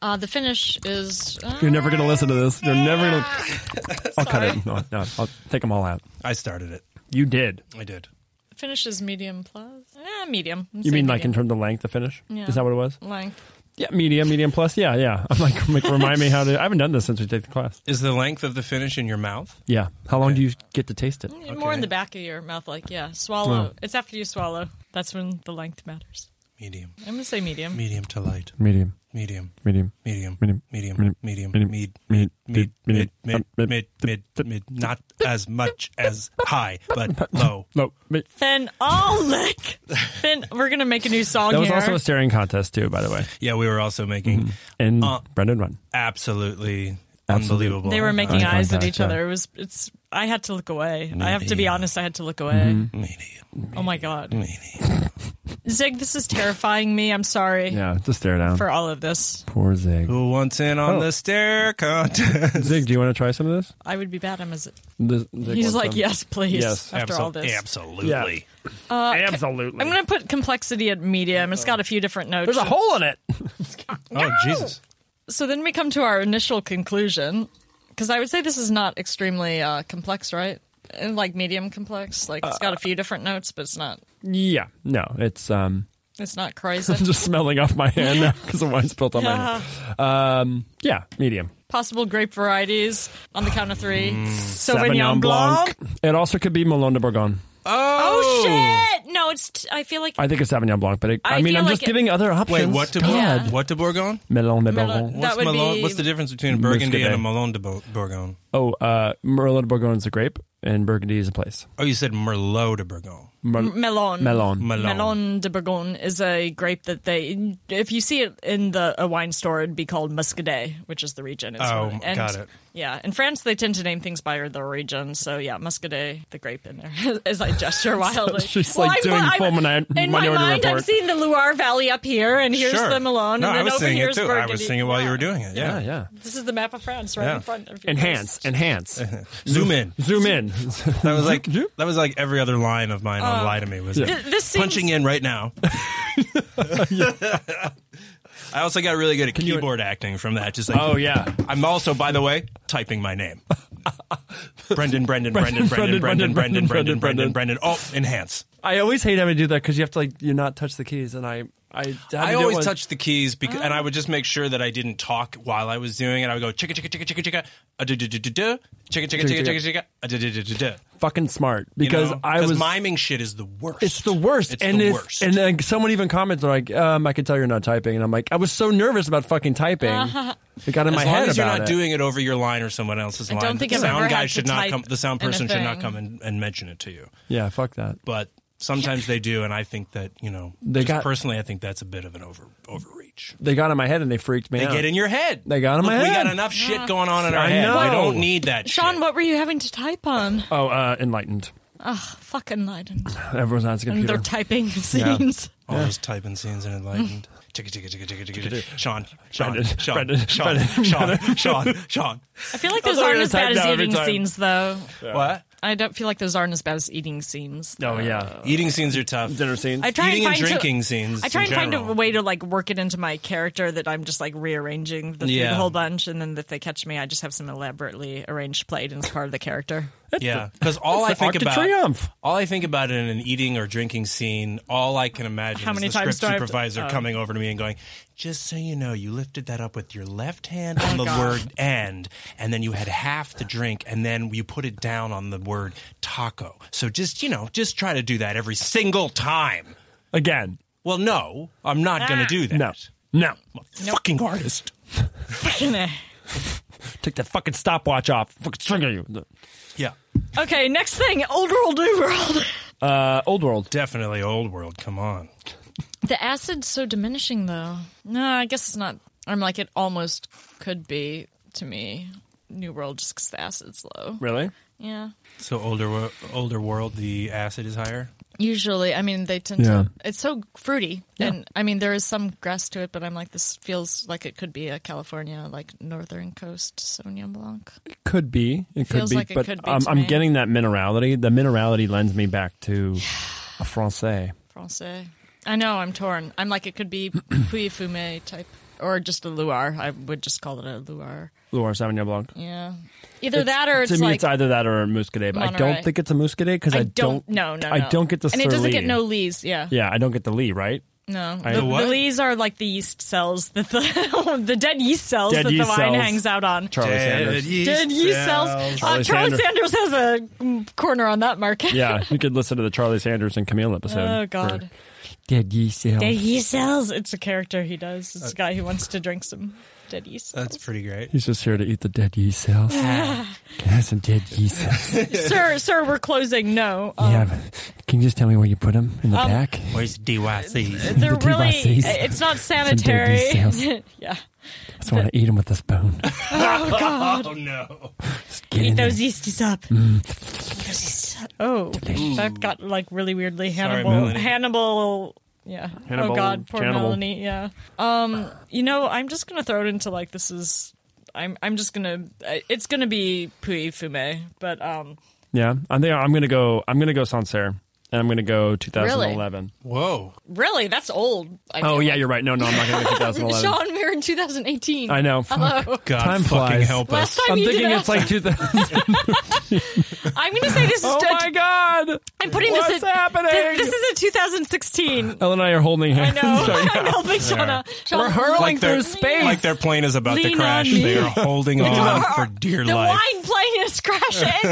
[SPEAKER 2] Uh, the finish is uh,
[SPEAKER 3] You're never going to listen to this. You're never going to. I'll cut it. No, no, I'll take them all out.
[SPEAKER 6] I started it.
[SPEAKER 3] You did.
[SPEAKER 6] I did.
[SPEAKER 2] finish is medium plus. Eh, medium. Let's
[SPEAKER 3] You
[SPEAKER 2] say
[SPEAKER 3] mean like in
[SPEAKER 2] medium.
[SPEAKER 3] terms of length to finish?
[SPEAKER 2] Yeah.
[SPEAKER 3] Is that what it was?
[SPEAKER 2] length?
[SPEAKER 3] Yeah, medium, medium plus. Yeah, yeah. I'm like, like, remind me how to. I haven't done this since we took the class.
[SPEAKER 6] Is the length of the finish in your mouth?
[SPEAKER 3] Yeah. How long do you get to taste it?
[SPEAKER 2] More in
[SPEAKER 6] Okay.
[SPEAKER 2] the back of your mouth, like yeah, swallow.
[SPEAKER 3] Wow.
[SPEAKER 2] It's after you swallow. That's when the length matters.
[SPEAKER 6] Medium.
[SPEAKER 2] I'm gonna say medium.
[SPEAKER 6] Medium to light.
[SPEAKER 3] Medium,
[SPEAKER 6] Medium.
[SPEAKER 3] medium.
[SPEAKER 6] Medium.
[SPEAKER 3] Medium.
[SPEAKER 6] Medium. Medium.
[SPEAKER 3] Medium.
[SPEAKER 6] Mid.
[SPEAKER 3] Medium.
[SPEAKER 6] Mid. Mid. Mid.
[SPEAKER 3] Medium.
[SPEAKER 6] Mid. Mid. Mid. Mid. Not as much as high, but low.
[SPEAKER 3] No, me-
[SPEAKER 2] Phenolic. Phen- oh, We're gonna make a new song
[SPEAKER 3] that was
[SPEAKER 2] here.
[SPEAKER 3] also a staring contest too, by the way.
[SPEAKER 6] Yeah, we were also making
[SPEAKER 3] And
[SPEAKER 6] Uh,
[SPEAKER 3] Brendan won.
[SPEAKER 6] absolutely
[SPEAKER 3] Absolute.
[SPEAKER 6] unbelievable. Uh,
[SPEAKER 2] they were making
[SPEAKER 3] Eye
[SPEAKER 2] eyes at
[SPEAKER 3] contact,
[SPEAKER 2] each
[SPEAKER 3] yeah.
[SPEAKER 2] other. It was. It's. I had to look away. I have to be
[SPEAKER 6] Medium.
[SPEAKER 2] honest. I had to look away.
[SPEAKER 3] Mm-hmm.
[SPEAKER 6] Medium.
[SPEAKER 2] Oh my god,
[SPEAKER 6] Medium.
[SPEAKER 2] Zig, this is terrifying me. I'm sorry
[SPEAKER 3] Yeah, it's a stare down.
[SPEAKER 2] for all of this.
[SPEAKER 3] Poor Zig.
[SPEAKER 6] Who wants in on
[SPEAKER 3] Oh.
[SPEAKER 6] the stair contest?
[SPEAKER 3] Zig, do you want to try some of this?
[SPEAKER 2] I would be bad. I'm as
[SPEAKER 3] This- Zig
[SPEAKER 2] He's
[SPEAKER 3] wants
[SPEAKER 2] like,
[SPEAKER 3] some.
[SPEAKER 2] yes, please.
[SPEAKER 3] Yes.
[SPEAKER 2] After all
[SPEAKER 6] Absol-
[SPEAKER 2] this,
[SPEAKER 6] Absolutely.
[SPEAKER 3] Absolutely.
[SPEAKER 2] I'm going to put complexity at medium. It's got a few different notes.
[SPEAKER 3] There's a hole in it.
[SPEAKER 6] Oh, Jesus.
[SPEAKER 2] So then we come to our initial conclusion, because I would say this is not extremely uh, complex, right? And like medium complex, like
[SPEAKER 3] Uh,
[SPEAKER 2] it's got a few different notes, but it's not.
[SPEAKER 3] Yeah. No, it's um.
[SPEAKER 2] It's not crazy. Uh-huh.
[SPEAKER 3] I'm just smelling off my hand now because the wine spilled on my hand. Um, yeah, medium.
[SPEAKER 2] Possible grape varieties on the count of three.
[SPEAKER 6] Mm,
[SPEAKER 3] Sauvignon Blanc. It also could be Melon de Bourgogne.
[SPEAKER 2] Oh shit! No, it's. T- I feel like
[SPEAKER 3] I think it's Sauvignon Blanc, but it, I,
[SPEAKER 2] I
[SPEAKER 3] mean,
[SPEAKER 2] feel
[SPEAKER 3] I'm
[SPEAKER 2] like
[SPEAKER 3] just
[SPEAKER 2] it-
[SPEAKER 3] giving other options.
[SPEAKER 6] Wait, what to
[SPEAKER 3] God.
[SPEAKER 6] what to Bourgogne?
[SPEAKER 3] Melon de
[SPEAKER 2] Melon-
[SPEAKER 3] Bourgogne.
[SPEAKER 2] That
[SPEAKER 6] What's,
[SPEAKER 2] would
[SPEAKER 6] Malone,
[SPEAKER 2] be-
[SPEAKER 6] what's the difference between a Burgundy and a
[SPEAKER 3] Muscadet.
[SPEAKER 6] Malone de Bo- Bourgogne?
[SPEAKER 3] Oh, uh, Merlot de Bourgogne is a grape, and Burgundy is a place.
[SPEAKER 6] Oh, you said Merlot de Bourgogne.
[SPEAKER 3] Mer-
[SPEAKER 2] melon.
[SPEAKER 3] Melon.
[SPEAKER 6] Melon.
[SPEAKER 2] Melon de Bourgogne is a grape that they, if you see it in the a wine store, it'd be called Muscadet, which is the region. It's
[SPEAKER 6] Oh,
[SPEAKER 2] from. And,
[SPEAKER 6] got it.
[SPEAKER 2] Yeah, in France they tend to name things by the region. So yeah, Muscadet, the grape in there, as I gesture wildly.
[SPEAKER 3] She's, like,
[SPEAKER 2] I'm-
[SPEAKER 3] doing
[SPEAKER 2] I'm-
[SPEAKER 3] full minor-
[SPEAKER 2] In my
[SPEAKER 3] minority
[SPEAKER 2] mind, I'm
[SPEAKER 3] report.
[SPEAKER 2] seeing the Loire Valley up here, and here's
[SPEAKER 6] sure.
[SPEAKER 2] the Melon,
[SPEAKER 6] No,
[SPEAKER 2] and
[SPEAKER 6] I
[SPEAKER 2] then
[SPEAKER 6] was
[SPEAKER 2] over
[SPEAKER 6] seeing
[SPEAKER 2] here's
[SPEAKER 6] it too.
[SPEAKER 2] Burgundy.
[SPEAKER 6] I was seeing it while you were doing it.
[SPEAKER 3] yeah,
[SPEAKER 6] Ah, Yeah.
[SPEAKER 3] yeah.
[SPEAKER 2] This is the map of France right
[SPEAKER 6] Yeah.
[SPEAKER 2] in front of you.
[SPEAKER 3] Enhance, enhance.
[SPEAKER 6] Zoom in.
[SPEAKER 3] Zoom in.
[SPEAKER 6] That was like that was like every other line of mine
[SPEAKER 2] Oh.
[SPEAKER 6] on Lie to Me was
[SPEAKER 2] Th- This seems,
[SPEAKER 6] punching in right now. I also got really good at keyboard acting from that. Just like
[SPEAKER 3] oh yeah.
[SPEAKER 6] I'm also, by the way, typing my name. Brendan, Brendan, Brendan, Brendan,
[SPEAKER 3] Brendan,
[SPEAKER 6] Brendan, Brendan, Brendan,
[SPEAKER 3] Brendan,
[SPEAKER 6] Brendan, Brendan. Oh, enhance.
[SPEAKER 3] I always hate having to do that because you have to like you not touch the keys, and I I,
[SPEAKER 6] I always touched the keys, because, and I would just make sure that I didn't talk while I was doing it. I would go chicka chicka chicka chicka chicka, a du du du du du, chicka chicka chicka chicka chicka, a du du du du du.
[SPEAKER 3] fucking smart
[SPEAKER 6] You know?
[SPEAKER 3] because I was
[SPEAKER 6] miming shit is the worst.
[SPEAKER 3] It's the worst.
[SPEAKER 6] It's
[SPEAKER 3] and
[SPEAKER 6] the
[SPEAKER 3] if-
[SPEAKER 6] worst.
[SPEAKER 3] And then someone even commented like, um, "I can tell you're not typing," and I'm like, "I was so nervous about fucking typing. It got in my
[SPEAKER 6] as
[SPEAKER 3] head
[SPEAKER 6] long as you're
[SPEAKER 3] about
[SPEAKER 6] not
[SPEAKER 3] it.
[SPEAKER 6] doing it over your line or someone else's line,
[SPEAKER 2] don't think
[SPEAKER 6] the
[SPEAKER 2] I've ever
[SPEAKER 6] sound guy
[SPEAKER 2] had to
[SPEAKER 6] should not
[SPEAKER 2] type
[SPEAKER 6] come. The sound
[SPEAKER 2] in a
[SPEAKER 6] person should not
[SPEAKER 2] thing.
[SPEAKER 6] come and, and mention it to you.
[SPEAKER 3] yeah, fuck that.
[SPEAKER 6] But sometimes they do, and I think that you know,
[SPEAKER 3] They
[SPEAKER 6] just
[SPEAKER 3] got-
[SPEAKER 6] personally, I think that's a bit of an over overreach.
[SPEAKER 3] They got in my head and they freaked me
[SPEAKER 6] They
[SPEAKER 3] out.
[SPEAKER 6] get in your head.
[SPEAKER 3] They got in
[SPEAKER 6] Look,
[SPEAKER 3] my
[SPEAKER 6] We
[SPEAKER 3] head.
[SPEAKER 6] got enough shit going on in our
[SPEAKER 3] I
[SPEAKER 6] head. We
[SPEAKER 3] know.
[SPEAKER 6] don't need that
[SPEAKER 2] Sean,
[SPEAKER 6] shit.
[SPEAKER 2] what were you having to type on?
[SPEAKER 3] oh, uh, enlightened.
[SPEAKER 2] Fucking Leiden.
[SPEAKER 3] Everyone's on his
[SPEAKER 2] And
[SPEAKER 3] computer.
[SPEAKER 2] they're typing scenes.
[SPEAKER 6] All those typing scenes in Enlightened. Ticka, ticka, ticka, ticka, ticka, ticka. Sean, Sean,
[SPEAKER 3] Brendan,
[SPEAKER 6] Sean,
[SPEAKER 3] Brendan,
[SPEAKER 6] Sean,
[SPEAKER 3] Brendan.
[SPEAKER 6] Sean, Sean, Sean.
[SPEAKER 2] I feel like those
[SPEAKER 3] thought we
[SPEAKER 2] aren't
[SPEAKER 3] were
[SPEAKER 2] as bad
[SPEAKER 3] typed
[SPEAKER 2] as
[SPEAKER 3] out every
[SPEAKER 2] eating
[SPEAKER 3] time.
[SPEAKER 2] scenes, though.
[SPEAKER 6] What?
[SPEAKER 2] I don't feel like those aren't as bad as eating scenes.
[SPEAKER 3] oh yeah,
[SPEAKER 6] Eating scenes are tough.
[SPEAKER 3] dinner scenes.
[SPEAKER 2] I try
[SPEAKER 6] Eating
[SPEAKER 2] and
[SPEAKER 6] and
[SPEAKER 2] find
[SPEAKER 6] drinking
[SPEAKER 2] to,
[SPEAKER 6] scenes
[SPEAKER 2] I try
[SPEAKER 6] in
[SPEAKER 2] and find a
[SPEAKER 6] general.
[SPEAKER 2] way to like work it into my character that I'm just like rearranging the food
[SPEAKER 6] Yeah.
[SPEAKER 2] a whole bunch, and then if they catch me, I just have some elaborately arranged plate and it's part of the character.
[SPEAKER 6] Yeah, because all I
[SPEAKER 3] That's the
[SPEAKER 6] think
[SPEAKER 3] Arc de
[SPEAKER 6] about
[SPEAKER 3] Triomphe.
[SPEAKER 6] all I think about in an eating or drinking scene, all I can imagine
[SPEAKER 2] How
[SPEAKER 6] is
[SPEAKER 2] many
[SPEAKER 6] the
[SPEAKER 2] times do I
[SPEAKER 6] script
[SPEAKER 2] have to- Oh.
[SPEAKER 6] supervisor coming over to me and going, "Just so you know, you lifted that up with your left
[SPEAKER 2] Oh,
[SPEAKER 6] hand on the word and, and then you had half the drink, and then you put it down on the word taco. So just you know, just try to do that every single time."
[SPEAKER 3] Again,
[SPEAKER 6] Well, no, I'm not going to do
[SPEAKER 2] Ah.
[SPEAKER 6] that.
[SPEAKER 3] no, no.
[SPEAKER 6] I'm a fucking artist.
[SPEAKER 2] okay,
[SPEAKER 3] Take that fucking stopwatch off. Fucking trigger you.
[SPEAKER 6] Yeah,
[SPEAKER 2] next thing, old world, new world.
[SPEAKER 3] Uh, old world.
[SPEAKER 6] definitely old world. Come on.
[SPEAKER 2] The acid's so diminishing, though. No, I guess it's not. I'm like it almost could be to me. New world just 'cause the acid's low.
[SPEAKER 3] Really?
[SPEAKER 2] Yeah.
[SPEAKER 6] So older, wo- older world, the acid is higher.
[SPEAKER 2] Usually, I mean, they tend
[SPEAKER 3] Yeah.
[SPEAKER 2] to. It's so fruity, and I mean, there is some grass to it, but I'm like, this feels like it could be a California, like northern coast Sauvignon Blanc.
[SPEAKER 3] Could be. It could
[SPEAKER 2] Feels
[SPEAKER 3] be.
[SPEAKER 2] like it
[SPEAKER 3] but
[SPEAKER 2] could be
[SPEAKER 3] um,
[SPEAKER 2] to
[SPEAKER 3] I'm
[SPEAKER 2] me.
[SPEAKER 3] getting that minerality. The minerality lends me back to a français.
[SPEAKER 2] Francais. I know, I'm torn. I'm like, it could be Puy Fumé type, or just a Loire. I would just call it a Loire.
[SPEAKER 3] Loire Sauvignon Blanc.
[SPEAKER 2] Yeah. Either that or it's
[SPEAKER 3] to me,
[SPEAKER 2] like.
[SPEAKER 3] it's either that or a Muscadet. But I don't
[SPEAKER 2] Monterey.
[SPEAKER 3] think it's a Muscadet because I,
[SPEAKER 2] I don't, no, no, no.
[SPEAKER 3] I don't get the
[SPEAKER 2] and it doesn't
[SPEAKER 3] Surly.
[SPEAKER 2] get no lees. Yeah,
[SPEAKER 3] Yeah, I don't get the Lee right.
[SPEAKER 2] no.
[SPEAKER 3] I-
[SPEAKER 2] the,
[SPEAKER 3] The
[SPEAKER 6] what?
[SPEAKER 2] the lees are like the yeast cells that the the dead yeast cells
[SPEAKER 3] Dead
[SPEAKER 2] that
[SPEAKER 3] yeast
[SPEAKER 2] the wine
[SPEAKER 3] cells.
[SPEAKER 2] hangs out on.
[SPEAKER 3] Charlie Sanders.
[SPEAKER 2] Dead yeast cells.
[SPEAKER 3] Charlie
[SPEAKER 2] Uh, Charlie
[SPEAKER 3] Sanders.
[SPEAKER 2] Sanders. has a mm, corner on that market.
[SPEAKER 3] Yeah, you could listen to the Charlie Sanders and Camille episode.
[SPEAKER 2] Oh God.
[SPEAKER 3] Dead yeast cells.
[SPEAKER 2] Dead yeast cells. It's a character he does. It's a guy who wants to drink some dead yeast.
[SPEAKER 6] That's pretty great.
[SPEAKER 3] He's just here to eat the dead yeast cells. Can I have some dead yeast cells?
[SPEAKER 2] sir, sir, we're closing. No. Um,
[SPEAKER 3] yeah. Can you just tell me where you put them in the
[SPEAKER 2] Um,
[SPEAKER 3] back?
[SPEAKER 6] Where's DYC?
[SPEAKER 2] They're
[SPEAKER 3] The
[SPEAKER 2] really.
[SPEAKER 3] devices.
[SPEAKER 2] It's not
[SPEAKER 3] dead
[SPEAKER 2] sanitary.
[SPEAKER 3] yeast cells.
[SPEAKER 2] yeah.
[SPEAKER 3] I just want to eat them with a spoon.
[SPEAKER 6] Oh no!
[SPEAKER 3] Just get
[SPEAKER 2] Eat
[SPEAKER 3] in there.
[SPEAKER 2] those yeasties up.
[SPEAKER 3] Mm.
[SPEAKER 2] Eat those yeasties up. Oh, that got like really weirdly Hannibal.
[SPEAKER 6] Melanie.
[SPEAKER 2] Hannibal. Yeah.
[SPEAKER 3] Hannibal,
[SPEAKER 2] oh God, poor
[SPEAKER 3] Cannibal.
[SPEAKER 2] Melanie. Yeah. Um. You know, I'm just gonna throw it into like this is. I'm. I'm just gonna. uh, It's gonna be Puy Fume, but um.
[SPEAKER 3] Yeah, I think I'm gonna go. I'm gonna go Sancerre, and I'm gonna go 2011.
[SPEAKER 6] Whoa!
[SPEAKER 2] Really, that's old. I
[SPEAKER 3] Oh
[SPEAKER 2] feel
[SPEAKER 3] yeah,
[SPEAKER 2] like.
[SPEAKER 3] you're right. No, no, I'm not gonna go 2011.
[SPEAKER 2] Sean, we're in 2018.
[SPEAKER 3] I know. Fuck.
[SPEAKER 2] Hello.
[SPEAKER 6] God,
[SPEAKER 3] Time
[SPEAKER 6] fucking
[SPEAKER 3] flies.
[SPEAKER 6] help
[SPEAKER 2] Last
[SPEAKER 6] us.
[SPEAKER 2] time
[SPEAKER 3] I'm
[SPEAKER 2] you
[SPEAKER 3] thinking
[SPEAKER 2] did
[SPEAKER 3] it's like 2000.
[SPEAKER 2] I'm going to say this is.
[SPEAKER 3] Oh
[SPEAKER 2] a-
[SPEAKER 3] my god!
[SPEAKER 2] I'm putting
[SPEAKER 3] What's
[SPEAKER 2] this. in-
[SPEAKER 3] happening?
[SPEAKER 2] thi- This is a 2016.
[SPEAKER 3] Ellen and I are holding
[SPEAKER 2] I
[SPEAKER 3] hands.
[SPEAKER 2] know.
[SPEAKER 3] Sorry.
[SPEAKER 2] I'm helping Shauna. Shauna,
[SPEAKER 3] We're hurling
[SPEAKER 2] like
[SPEAKER 3] through
[SPEAKER 6] their-
[SPEAKER 3] space.
[SPEAKER 6] Like their plane is about
[SPEAKER 2] Lean
[SPEAKER 6] to
[SPEAKER 2] on
[SPEAKER 6] crash.
[SPEAKER 2] me.
[SPEAKER 6] They are holding on for dear
[SPEAKER 2] the
[SPEAKER 6] life.
[SPEAKER 2] wine plane is crashing.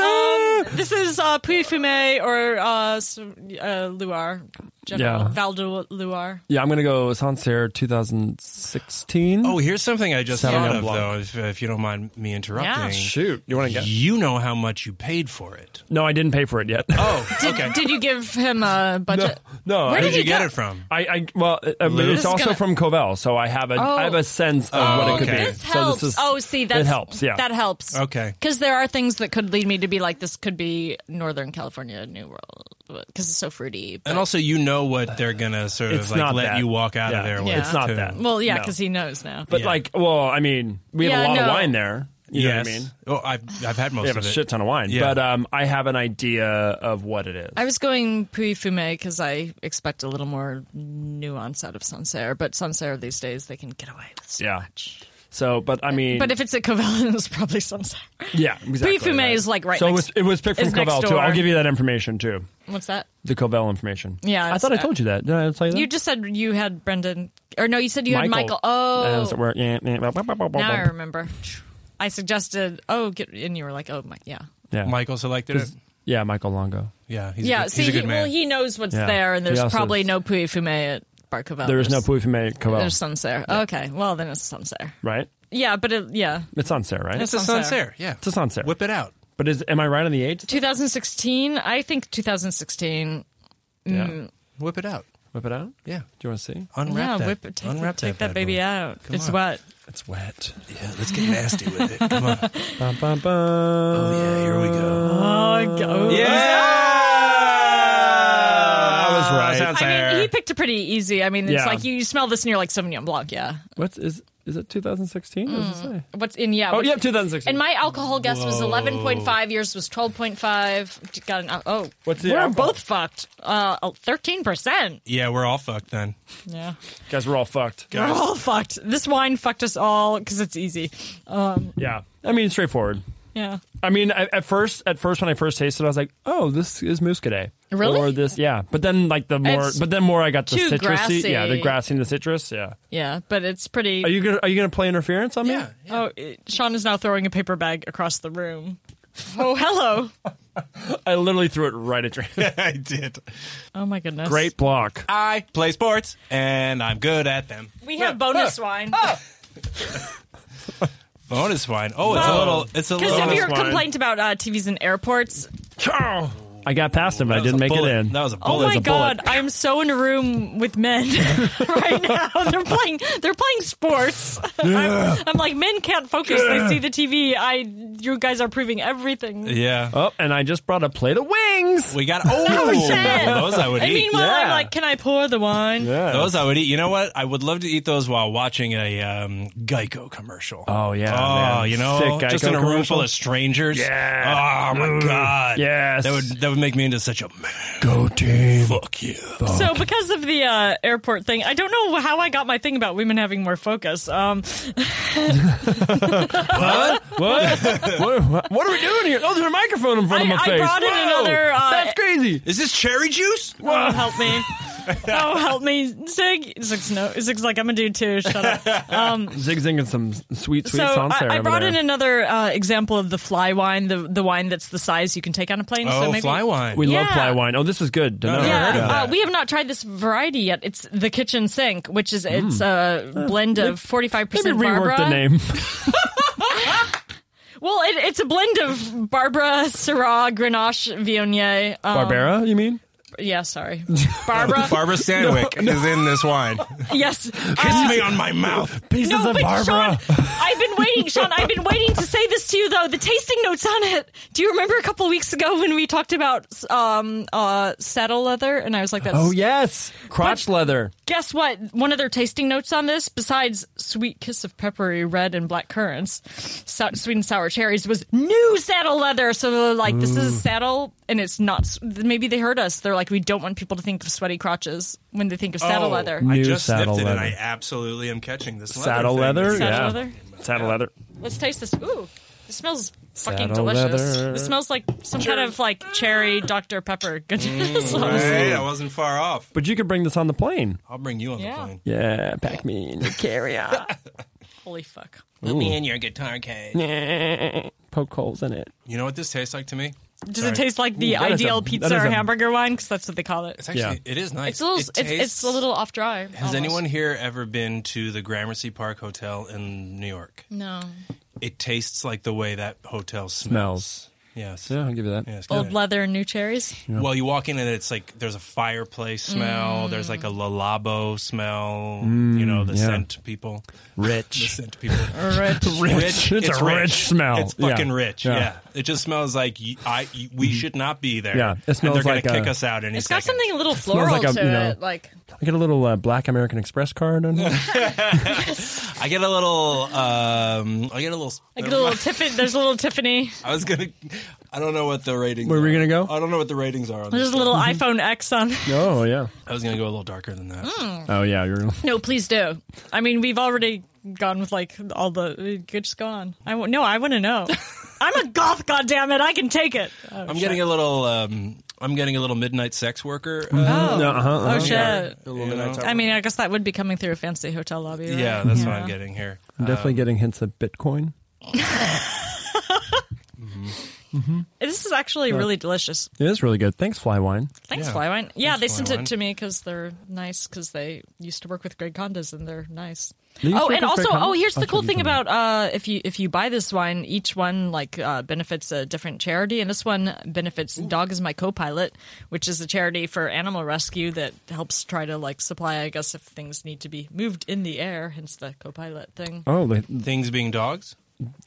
[SPEAKER 2] um, this is uh, Puy Fume or uh, s- uh, Luar, General
[SPEAKER 3] Yeah.
[SPEAKER 2] Val de Luar.
[SPEAKER 3] yeah, I'm gonna go Sancerre 2016.
[SPEAKER 6] Oh, here's something I just
[SPEAKER 3] Sauvignon
[SPEAKER 6] thought of,
[SPEAKER 3] Blanc.
[SPEAKER 6] though, if, if you don't mind me interrupting.
[SPEAKER 2] Yeah.
[SPEAKER 3] shoot! You want to get?
[SPEAKER 6] You know how much you paid for it.
[SPEAKER 3] No, I didn't pay for it yet.
[SPEAKER 6] Oh, okay.
[SPEAKER 2] Did you give him a budget?
[SPEAKER 3] no,
[SPEAKER 2] Where
[SPEAKER 3] I,
[SPEAKER 6] Where did
[SPEAKER 2] did
[SPEAKER 6] you
[SPEAKER 2] he
[SPEAKER 6] get
[SPEAKER 2] go-
[SPEAKER 6] it from?
[SPEAKER 3] I, I well, uh, but
[SPEAKER 6] Lou? This
[SPEAKER 3] it's
[SPEAKER 2] is
[SPEAKER 3] also
[SPEAKER 2] gonna-
[SPEAKER 3] from Covell, so I have a,
[SPEAKER 2] Oh.
[SPEAKER 3] I have a sense of
[SPEAKER 6] Oh,
[SPEAKER 3] Uh, what it could
[SPEAKER 6] okay.
[SPEAKER 3] be.
[SPEAKER 2] This
[SPEAKER 3] So
[SPEAKER 2] helps.
[SPEAKER 3] this is,
[SPEAKER 2] oh, see, that's,
[SPEAKER 3] it helps. Yeah,
[SPEAKER 2] that helps.
[SPEAKER 6] Okay.
[SPEAKER 2] because there are things that could lead me to be like this could be Northern California New World because it's so fruity. but-
[SPEAKER 6] And also, you know what they're gonna sort of
[SPEAKER 3] It's
[SPEAKER 6] like
[SPEAKER 3] not
[SPEAKER 6] let
[SPEAKER 3] that.
[SPEAKER 6] you walk out
[SPEAKER 3] Yeah.
[SPEAKER 6] of there with.
[SPEAKER 2] Yeah. It's not
[SPEAKER 6] too.
[SPEAKER 3] that.
[SPEAKER 2] well, yeah,
[SPEAKER 3] No.
[SPEAKER 2] because he knows now.
[SPEAKER 3] But
[SPEAKER 6] Yeah.
[SPEAKER 3] like, well, I mean, we have a
[SPEAKER 2] Yeah,
[SPEAKER 3] lot of
[SPEAKER 2] no.
[SPEAKER 3] wine there. You know
[SPEAKER 6] yes.
[SPEAKER 3] what I mean?
[SPEAKER 6] Oh, I've I've had most
[SPEAKER 3] We have a
[SPEAKER 6] of it.
[SPEAKER 3] shit ton of wine,
[SPEAKER 6] Yeah.
[SPEAKER 3] but um, I have an idea of what it is.
[SPEAKER 2] I was going Puy Fume because I expect a little more nuance out of Sancerre, but Sancerre these days they can get away with so
[SPEAKER 3] Yeah.
[SPEAKER 2] much.
[SPEAKER 3] So, but I mean,
[SPEAKER 2] But if it's at Covellin, it's probably Sancerre.
[SPEAKER 3] yeah, exactly.
[SPEAKER 2] Puy Fume is, like, right
[SPEAKER 3] So
[SPEAKER 2] next-
[SPEAKER 3] it was it was picked from
[SPEAKER 2] is next
[SPEAKER 3] Covell too.
[SPEAKER 2] door.
[SPEAKER 3] I'll give you that information too.
[SPEAKER 2] What's that?
[SPEAKER 3] The Covell information.
[SPEAKER 2] Yeah,
[SPEAKER 3] I
[SPEAKER 2] it's- uh,
[SPEAKER 3] thought I told you that. Did I tell you that?
[SPEAKER 2] You just said you had Brendan, or no, you said you had
[SPEAKER 3] Michael.
[SPEAKER 2] Michael. Oh,
[SPEAKER 3] Uh, so we're- yeah, yeah, blah, blah, blah, blah, blah.
[SPEAKER 2] now I remember. I suggested, oh, get, and you were like, oh my, yeah,
[SPEAKER 3] yeah.
[SPEAKER 6] Michael selected it.
[SPEAKER 3] yeah, Michael Longo.
[SPEAKER 6] Yeah, he's
[SPEAKER 2] yeah.
[SPEAKER 6] A good,
[SPEAKER 2] see,
[SPEAKER 6] he's a good
[SPEAKER 2] he,
[SPEAKER 6] man.
[SPEAKER 2] well, he knows what's
[SPEAKER 3] Yeah.
[SPEAKER 2] there, and
[SPEAKER 3] He
[SPEAKER 2] there's
[SPEAKER 3] also-
[SPEAKER 2] probably no Puy Fume at Barcavel.
[SPEAKER 3] There is no Puy Fume Covell,
[SPEAKER 2] There's Sancerre. Okay, well then it's Sancerre.
[SPEAKER 3] right?
[SPEAKER 2] Yeah, but it, yeah,
[SPEAKER 3] It's on Sarah, right?
[SPEAKER 6] it's a
[SPEAKER 2] Sancerre.
[SPEAKER 6] Sancerre. Yeah,
[SPEAKER 3] It's a Sancerre.
[SPEAKER 6] Whip it out.
[SPEAKER 3] but is am I right on the eight?
[SPEAKER 2] 2016. I think 2016. Mm.
[SPEAKER 3] Yeah.
[SPEAKER 6] Whip it out.
[SPEAKER 3] Whip it out. Do
[SPEAKER 6] Yeah,
[SPEAKER 3] you want to see?
[SPEAKER 6] unwrap
[SPEAKER 2] yeah,
[SPEAKER 6] that.
[SPEAKER 2] whip it, take,
[SPEAKER 6] unwrap
[SPEAKER 2] take that,
[SPEAKER 6] bad
[SPEAKER 2] baby
[SPEAKER 6] boy.
[SPEAKER 2] out.
[SPEAKER 6] Come
[SPEAKER 2] it's
[SPEAKER 6] on.
[SPEAKER 2] wet.
[SPEAKER 3] It's wet.
[SPEAKER 6] Yeah, let's get nasty with it. Come on.
[SPEAKER 3] Bum, bum, bum.
[SPEAKER 6] Oh yeah, here we go.
[SPEAKER 2] Oh, go.
[SPEAKER 6] Yeah,
[SPEAKER 3] I was right.
[SPEAKER 2] I mean, he picked it pretty easy. I mean, it's
[SPEAKER 3] Yeah.
[SPEAKER 2] like you smell this and you're like Sauvignon Blanc, yeah.
[SPEAKER 3] What's is is it 2016? What does it say?
[SPEAKER 2] What's in yeah?
[SPEAKER 3] Oh
[SPEAKER 2] what's-
[SPEAKER 3] yeah,
[SPEAKER 2] Mm.
[SPEAKER 3] 2016.
[SPEAKER 2] And my alcohol guess was 11.5. Yours was 12.5. Got an al- oh.
[SPEAKER 3] What's the
[SPEAKER 2] We're
[SPEAKER 3] alcohol?
[SPEAKER 2] both fucked. Uh, 13 percent.
[SPEAKER 6] yeah, we're all fucked then.
[SPEAKER 2] Yeah,
[SPEAKER 3] Guys, we're all fucked.
[SPEAKER 2] we're all fucked. This wine fucked us all because it's easy.
[SPEAKER 3] Yeah, I mean straightforward.
[SPEAKER 2] Yeah.
[SPEAKER 3] I mean, I, at first, at first when I first tasted, it, I was like, "Oh, this is Muscadet."
[SPEAKER 2] Really?
[SPEAKER 3] Or this, yeah. But then, like the more,
[SPEAKER 2] It's
[SPEAKER 3] but then more, I got the
[SPEAKER 2] too
[SPEAKER 3] citrusy,
[SPEAKER 2] grassy.
[SPEAKER 3] yeah, the grassy and the citrus, yeah.
[SPEAKER 2] Yeah, but it's pretty.
[SPEAKER 3] Are you gonna are you gonna play interference on me?
[SPEAKER 6] Yeah,
[SPEAKER 2] oh, it- Sean is now throwing a paper bag across the room. Oh, hello.
[SPEAKER 3] I literally threw it right at you.
[SPEAKER 6] I did.
[SPEAKER 2] Oh my goodness.
[SPEAKER 3] Great block.
[SPEAKER 6] I play sports and I'm good at them.
[SPEAKER 2] We have bonus wine.
[SPEAKER 6] Bonus wine. Oh, it's a little. It's a
[SPEAKER 2] Because
[SPEAKER 6] little.
[SPEAKER 2] of
[SPEAKER 3] Bonus
[SPEAKER 2] your
[SPEAKER 3] wine.
[SPEAKER 2] complaint about uh, TVs in airports,
[SPEAKER 3] I got past him, but I
[SPEAKER 6] That was a
[SPEAKER 3] didn't make
[SPEAKER 6] bullet.
[SPEAKER 3] it in.
[SPEAKER 6] That was a
[SPEAKER 2] Oh
[SPEAKER 6] bullet.
[SPEAKER 2] my
[SPEAKER 3] there's a bullet.
[SPEAKER 2] god, I'm so in a room with men right now. They're playing they're playing sports. I'm, I'm like men can't focus. They see the TV. I you guys are proving everything.
[SPEAKER 6] yeah.
[SPEAKER 3] Oh, and I just brought a plate of wings.
[SPEAKER 6] We got oh,
[SPEAKER 2] shit.
[SPEAKER 6] those I would
[SPEAKER 2] And
[SPEAKER 6] eat.
[SPEAKER 2] meanwhile I'm
[SPEAKER 3] yeah.
[SPEAKER 2] like, can I pour the wine?
[SPEAKER 3] Yeah.
[SPEAKER 6] Those I would eat. You know what? I would love to eat those while watching a um, Geico commercial.
[SPEAKER 3] Oh, yeah,
[SPEAKER 6] Oh,
[SPEAKER 3] man.
[SPEAKER 6] you know,
[SPEAKER 3] Sick
[SPEAKER 6] just
[SPEAKER 3] Geico
[SPEAKER 6] in a room
[SPEAKER 3] commercial.
[SPEAKER 6] full of strangers.
[SPEAKER 3] Yeah.
[SPEAKER 6] Oh my
[SPEAKER 3] Mm.
[SPEAKER 6] god.
[SPEAKER 3] Yes.
[SPEAKER 6] That would that would make me into such a man.
[SPEAKER 3] Go team.
[SPEAKER 6] Fuck you.
[SPEAKER 2] So because of the uh, airport thing, I don't know how I got my thing about women having more focus. Um,
[SPEAKER 3] What? what? What are we doing here? Oh, there's a microphone in front
[SPEAKER 2] I-
[SPEAKER 3] of my
[SPEAKER 2] I
[SPEAKER 3] face.
[SPEAKER 2] brought in
[SPEAKER 3] Whoa,
[SPEAKER 2] another, uh,
[SPEAKER 3] that's crazy.
[SPEAKER 6] Is this cherry juice?
[SPEAKER 2] oh help me. Oh help me, Zig. Zig's no. Zig's like I'm a dude too. Shut up.
[SPEAKER 3] Zig zinging some sweet, sweet
[SPEAKER 2] so
[SPEAKER 3] songs there.
[SPEAKER 2] I, I
[SPEAKER 3] over
[SPEAKER 2] brought
[SPEAKER 3] there.
[SPEAKER 2] in another uh, example of the fly wine, the the wine that's the size you can take on a plane. so
[SPEAKER 6] Oh,
[SPEAKER 2] maybe,
[SPEAKER 6] fly wine.
[SPEAKER 3] We love
[SPEAKER 2] Yeah.
[SPEAKER 3] fly wine. Oh, this is good. to know.
[SPEAKER 6] I've
[SPEAKER 2] Yeah,
[SPEAKER 6] heard of
[SPEAKER 2] uh,
[SPEAKER 6] that.
[SPEAKER 2] we have not tried this variety yet. It's the kitchen sink, which is
[SPEAKER 6] Hmm.
[SPEAKER 2] it's a
[SPEAKER 6] Uh,
[SPEAKER 2] blend of forty five
[SPEAKER 3] Maybe
[SPEAKER 2] percent
[SPEAKER 3] rework
[SPEAKER 2] Barbara.
[SPEAKER 3] the name.
[SPEAKER 2] Well, it, it's a blend of Barbara, Syrah, Grenache, Viognier. Um,
[SPEAKER 3] Barbara, you mean?
[SPEAKER 2] Yeah, sorry, Barbara.
[SPEAKER 6] Barbara Sandwick is in this wine.
[SPEAKER 2] yes.
[SPEAKER 6] Kiss
[SPEAKER 2] Uh,
[SPEAKER 6] me on my mouth.
[SPEAKER 3] Pieces
[SPEAKER 2] no,
[SPEAKER 3] of
[SPEAKER 2] but
[SPEAKER 3] Barbara.
[SPEAKER 2] Sean, I've been waiting, Sean. I've been waiting to say this to you, though. The tasting notes on it. Do you remember a couple weeks ago when we talked about um, uh, saddle leather? And I was like, "That's
[SPEAKER 3] Oh yes, crotch leather.
[SPEAKER 2] guess what? One of their tasting notes on this, besides sweet kiss of peppery red and black currants, so- sweet and sour cherries, was new saddle leather. So they're like, this is a saddle, and it's not. s- Maybe they heard us. They're like, we don't want people to think of sweaty crotches when they think of saddle
[SPEAKER 6] Oh,
[SPEAKER 2] leather.
[SPEAKER 3] New
[SPEAKER 6] I just sniffed
[SPEAKER 3] saddle
[SPEAKER 6] it and
[SPEAKER 3] leather.
[SPEAKER 6] I absolutely am catching this leather
[SPEAKER 3] Saddle
[SPEAKER 6] thing.
[SPEAKER 3] leather.
[SPEAKER 2] Saddle
[SPEAKER 3] yeah.
[SPEAKER 2] leather?
[SPEAKER 3] Saddle leather.
[SPEAKER 2] Let's taste this. Ooh, this smells fucking
[SPEAKER 3] Saddle
[SPEAKER 2] delicious.
[SPEAKER 3] leather.
[SPEAKER 2] It smells like some kind of like cherry Dr Pepper.
[SPEAKER 6] Mm,
[SPEAKER 2] sauce.
[SPEAKER 6] Hey, I wasn't far off.
[SPEAKER 3] But you could bring this on the plane.
[SPEAKER 6] I'll bring you on
[SPEAKER 2] Yeah.
[SPEAKER 6] the plane.
[SPEAKER 3] Yeah, pack me in your carrier.
[SPEAKER 2] Holy fuck!
[SPEAKER 6] Put me in your guitar cage.
[SPEAKER 3] Poke holes in it.
[SPEAKER 6] You know what this tastes like to me?
[SPEAKER 2] Does
[SPEAKER 6] Sorry.
[SPEAKER 2] it taste like
[SPEAKER 3] Ooh,
[SPEAKER 2] the
[SPEAKER 3] that is a-
[SPEAKER 2] ideal
[SPEAKER 3] that
[SPEAKER 2] pizza
[SPEAKER 3] is
[SPEAKER 2] or
[SPEAKER 3] a-
[SPEAKER 2] hamburger wine? Because that's what they call it.
[SPEAKER 6] It's actually,
[SPEAKER 3] Yeah.
[SPEAKER 6] it is nice.
[SPEAKER 2] It's a little.
[SPEAKER 6] It
[SPEAKER 2] It's, it's
[SPEAKER 6] tastes-
[SPEAKER 2] a little off dry.
[SPEAKER 6] Has anyone here ever been to the Gramercy Park Hotel in New York?
[SPEAKER 2] No.
[SPEAKER 6] It tastes like the way that hotel
[SPEAKER 3] Smells.
[SPEAKER 6] smells. Yes.
[SPEAKER 3] Yeah, I'll give you that.
[SPEAKER 6] Yes,
[SPEAKER 2] Old
[SPEAKER 6] good.
[SPEAKER 2] leather, new cherries.
[SPEAKER 6] Well, you walk in and it's like there's a fireplace
[SPEAKER 2] Mm.
[SPEAKER 6] smell. There's like a lalabo smell. you know the
[SPEAKER 3] Mm, yeah.
[SPEAKER 6] scent people. The
[SPEAKER 3] Rich.
[SPEAKER 6] scent people.
[SPEAKER 2] Rich.
[SPEAKER 3] It's a rich smell.
[SPEAKER 6] It's fucking
[SPEAKER 3] Yeah.
[SPEAKER 6] rich.
[SPEAKER 3] Yeah.
[SPEAKER 6] Yeah. It just smells like y I y we should not be there.
[SPEAKER 3] Yeah. It
[SPEAKER 6] And
[SPEAKER 3] smells
[SPEAKER 6] they're
[SPEAKER 3] like uh,
[SPEAKER 6] gonna
[SPEAKER 3] a-
[SPEAKER 6] kick us out any
[SPEAKER 2] It's got
[SPEAKER 6] second.
[SPEAKER 2] something a little floral
[SPEAKER 3] like a,
[SPEAKER 2] to
[SPEAKER 3] you know-
[SPEAKER 2] it. Like
[SPEAKER 3] I get a little uh, black American Express card on here.
[SPEAKER 6] I get a little. Um, I get a little.
[SPEAKER 2] like a little Tiffany. There's a little Tiffany.
[SPEAKER 6] I was gonna. I don't know what the ratings.
[SPEAKER 3] Where were you
[SPEAKER 6] are.
[SPEAKER 3] gonna go?
[SPEAKER 6] I don't know what the ratings are. On this.
[SPEAKER 2] There's a little iPhone X on.
[SPEAKER 3] oh yeah.
[SPEAKER 6] I was gonna go a little darker than that.
[SPEAKER 2] Hmm.
[SPEAKER 3] Oh yeah. You're.
[SPEAKER 2] No, please do. I mean, we've already gone with like all the. Just go on. I w- no, I want to know. I'm a goth, goddammit. I can take it. Oh,
[SPEAKER 6] I'm getting a little. Um, I'm getting a little midnight sex worker. Uh,
[SPEAKER 2] Oh,
[SPEAKER 3] No, uh-huh, uh-huh.
[SPEAKER 2] oh shit.
[SPEAKER 6] a little midnight sex
[SPEAKER 2] I mean, I guess that would be coming through a fancy hotel lobby. Right?
[SPEAKER 6] yeah, that's what I'm getting here.
[SPEAKER 3] I'm definitely getting hints of Bitcoin.
[SPEAKER 2] This is actually really delicious.
[SPEAKER 3] It is really good. Thanks, Flywine.
[SPEAKER 2] Thanks,
[SPEAKER 6] Yeah.
[SPEAKER 2] Flywine. Yeah, they
[SPEAKER 6] Thanks,
[SPEAKER 2] sent
[SPEAKER 6] Flywine.
[SPEAKER 2] it to me because they're nice because they used to work with Greg Condas and they're nice.
[SPEAKER 3] They used to
[SPEAKER 2] Oh,
[SPEAKER 3] work
[SPEAKER 2] and
[SPEAKER 3] with
[SPEAKER 2] also,
[SPEAKER 3] Greg Condas?
[SPEAKER 2] oh, here's
[SPEAKER 3] Oh,
[SPEAKER 2] the cool
[SPEAKER 3] Greg
[SPEAKER 2] thing
[SPEAKER 3] Condas.
[SPEAKER 2] about uh, if you if you buy this wine, each one like uh, benefits a different charity, and this one benefits Dog is My Co-Pilot, which is a charity for animal rescue that helps try to like supply, I guess, if things need to be moved in the air, hence the co-pilot thing.
[SPEAKER 3] Oh, they,
[SPEAKER 6] Things being dogs.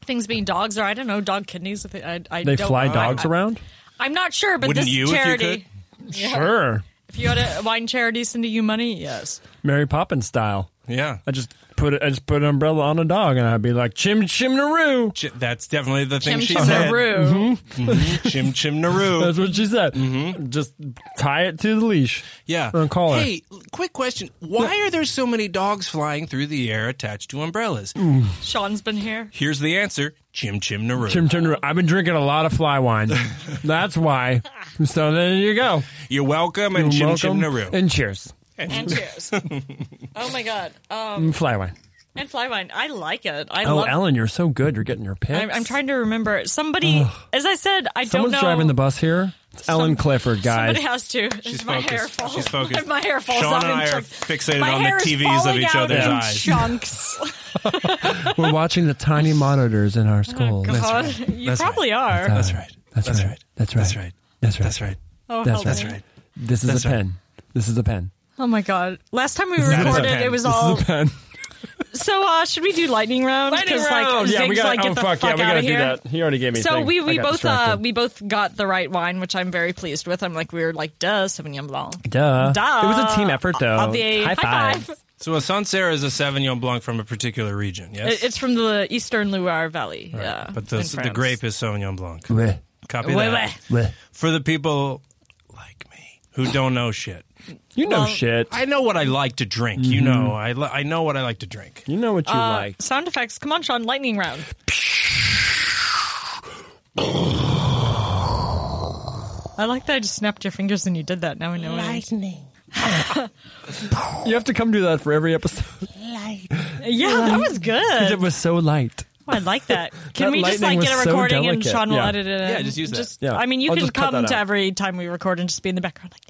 [SPEAKER 2] Things being dogs, or I don't know, dog kidneys. I, think- I, I
[SPEAKER 3] they
[SPEAKER 2] don't-
[SPEAKER 3] fly
[SPEAKER 2] I-
[SPEAKER 3] dogs
[SPEAKER 2] I-
[SPEAKER 3] around?
[SPEAKER 2] I'm not sure, but
[SPEAKER 6] Wouldn't
[SPEAKER 2] this
[SPEAKER 6] you if you
[SPEAKER 2] charity.
[SPEAKER 6] could?
[SPEAKER 3] Sure.
[SPEAKER 2] If you had a wine charity sending you money, yes.
[SPEAKER 3] Mary Poppins style.
[SPEAKER 6] Yeah.
[SPEAKER 3] I just put a, I just put an umbrella on a dog and I'd be like chim chim naroo.
[SPEAKER 6] Ch- That's definitely the thing
[SPEAKER 2] Chim
[SPEAKER 6] she
[SPEAKER 2] Chim
[SPEAKER 6] said.
[SPEAKER 2] Naru.
[SPEAKER 3] Mm-hmm.
[SPEAKER 6] Mhm. Chim Chim Naru.
[SPEAKER 3] That's what she said. Just tie it to the leash.
[SPEAKER 6] Yeah.
[SPEAKER 3] And call her.
[SPEAKER 6] hey, l- quick question. Why are there so many dogs flying through the air attached to umbrellas?
[SPEAKER 3] Hmm.
[SPEAKER 2] Sean's been here.
[SPEAKER 6] Here's the answer. Chim Chim Naru.
[SPEAKER 3] Chim chim naroo. I've been drinking a lot of fly wine. That's why. So there you go.
[SPEAKER 6] You're welcome and
[SPEAKER 3] You're
[SPEAKER 6] Chim
[SPEAKER 3] welcome.
[SPEAKER 6] Chim Naru.
[SPEAKER 3] And cheers.
[SPEAKER 2] And cheers. oh my god. Um,
[SPEAKER 3] And fly wine.
[SPEAKER 2] and fly wine. I like it. I
[SPEAKER 3] Oh,
[SPEAKER 2] love
[SPEAKER 3] Ellen, you're so good. You're getting your picks.
[SPEAKER 2] I'm, I'm trying to remember. Somebody, as I said, I don't
[SPEAKER 3] Someone's
[SPEAKER 2] know.
[SPEAKER 3] driving the bus here. It's Ellen Clifford, guys.
[SPEAKER 2] Somebody has to. She's my hair
[SPEAKER 6] focused.
[SPEAKER 2] falls.
[SPEAKER 6] She's focused.
[SPEAKER 2] My hair falls
[SPEAKER 6] Sean
[SPEAKER 2] out
[SPEAKER 6] and
[SPEAKER 2] in
[SPEAKER 6] I are
[SPEAKER 2] chunks.
[SPEAKER 6] fixated
[SPEAKER 2] my
[SPEAKER 6] on the
[SPEAKER 2] hair is
[SPEAKER 6] TVs of
[SPEAKER 2] falling out
[SPEAKER 6] each other's
[SPEAKER 2] in
[SPEAKER 6] eyes.
[SPEAKER 2] Chunks.
[SPEAKER 3] Oh, We're watching the tiny monitors in our schools.
[SPEAKER 2] Oh, God, You
[SPEAKER 6] That's right.
[SPEAKER 2] probably are.
[SPEAKER 6] That's right.
[SPEAKER 3] That's,
[SPEAKER 6] That's
[SPEAKER 3] right.
[SPEAKER 6] right.
[SPEAKER 3] That's right.
[SPEAKER 6] That's right.
[SPEAKER 3] That's right.
[SPEAKER 6] That's right.
[SPEAKER 2] Oh,
[SPEAKER 3] That's
[SPEAKER 2] help
[SPEAKER 3] right.
[SPEAKER 2] me.
[SPEAKER 6] That's right.
[SPEAKER 3] This is
[SPEAKER 6] That's
[SPEAKER 3] a
[SPEAKER 6] right.
[SPEAKER 3] pen. This is a pen.
[SPEAKER 2] Oh my god! Last time we
[SPEAKER 6] is a
[SPEAKER 2] recorded,
[SPEAKER 6] pen.
[SPEAKER 2] Oh. it was
[SPEAKER 6] This
[SPEAKER 2] all
[SPEAKER 3] pen.
[SPEAKER 2] So uh, should we do lightning round?
[SPEAKER 3] Lightning
[SPEAKER 2] 'Cause,
[SPEAKER 3] round. yeah, we
[SPEAKER 2] Zig's
[SPEAKER 3] got.
[SPEAKER 2] like,
[SPEAKER 3] oh
[SPEAKER 2] get the
[SPEAKER 3] fuck!
[SPEAKER 2] fuck
[SPEAKER 3] yeah, we
[SPEAKER 2] out
[SPEAKER 3] gotta
[SPEAKER 2] of
[SPEAKER 3] do
[SPEAKER 2] here.
[SPEAKER 3] that. He already gave me. a
[SPEAKER 2] So
[SPEAKER 3] thing.
[SPEAKER 2] we, we
[SPEAKER 3] I got
[SPEAKER 2] both uh,
[SPEAKER 3] distracted.
[SPEAKER 2] we both got the right wine, which I'm very pleased with. I'm like we were like duh Sauvignon Blanc.
[SPEAKER 3] Duh.
[SPEAKER 2] Duh.
[SPEAKER 3] It was a team effort, though.
[SPEAKER 2] Obvi-
[SPEAKER 3] High, five.
[SPEAKER 6] So a Sancerre is a Sauvignon Blanc from a particular region, yes?
[SPEAKER 2] It- It's from the Eastern Loire Valley. Yeah,
[SPEAKER 6] but the,
[SPEAKER 2] in
[SPEAKER 6] the
[SPEAKER 2] France.
[SPEAKER 6] grape is Sauvignon Blanc.
[SPEAKER 3] Bleh,
[SPEAKER 6] Copy
[SPEAKER 2] Wait,
[SPEAKER 6] that.
[SPEAKER 2] wait.
[SPEAKER 3] bleh.
[SPEAKER 6] For the people like me who don't know shit.
[SPEAKER 3] You know
[SPEAKER 2] Well,
[SPEAKER 3] shit.
[SPEAKER 6] I know what I like to drink. You know, I, li- I know what I like to drink.
[SPEAKER 3] you know what you
[SPEAKER 2] Uh,
[SPEAKER 3] like.
[SPEAKER 2] Sound effects. Come on, Sean. Lightning round. I like that I just snapped your fingers and you did that. Now I know. Lightning.
[SPEAKER 3] You have to come do that for every episode.
[SPEAKER 2] Yeah, that was good.
[SPEAKER 3] it was so light.
[SPEAKER 2] Oh, I like that. Can
[SPEAKER 3] That
[SPEAKER 2] we just
[SPEAKER 3] lightning
[SPEAKER 2] like
[SPEAKER 3] was
[SPEAKER 2] get a
[SPEAKER 3] so
[SPEAKER 2] recording and
[SPEAKER 3] delicate.
[SPEAKER 2] Sean will
[SPEAKER 3] Yeah.
[SPEAKER 2] edit it? In.
[SPEAKER 6] Yeah, just use that.
[SPEAKER 3] Yeah.
[SPEAKER 2] I mean, you
[SPEAKER 3] I'll
[SPEAKER 2] can
[SPEAKER 3] just cut
[SPEAKER 2] come
[SPEAKER 3] that
[SPEAKER 2] to
[SPEAKER 3] out.
[SPEAKER 2] every time we record and just be in the background like.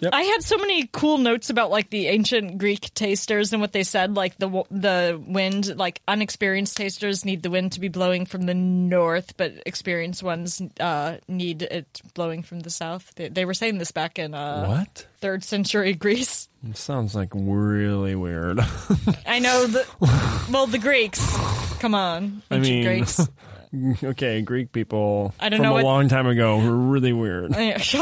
[SPEAKER 3] Yep.
[SPEAKER 2] I had so many cool notes about like the ancient Greek tasters and what they said, like the w- the wind, like unexperienced tasters need the wind to be blowing from the north, but experienced ones uh, need it blowing from the south. They, they were saying this back in uh,
[SPEAKER 3] What?
[SPEAKER 2] third century Greece.
[SPEAKER 3] Sounds like really weird.
[SPEAKER 2] I know the well the Greeks. Come on,
[SPEAKER 3] I
[SPEAKER 2] ancient
[SPEAKER 3] mean-
[SPEAKER 2] Greeks.
[SPEAKER 3] okay, Greek people
[SPEAKER 2] I don't
[SPEAKER 3] from
[SPEAKER 2] know
[SPEAKER 3] a
[SPEAKER 2] what-
[SPEAKER 3] long time ago were really weird.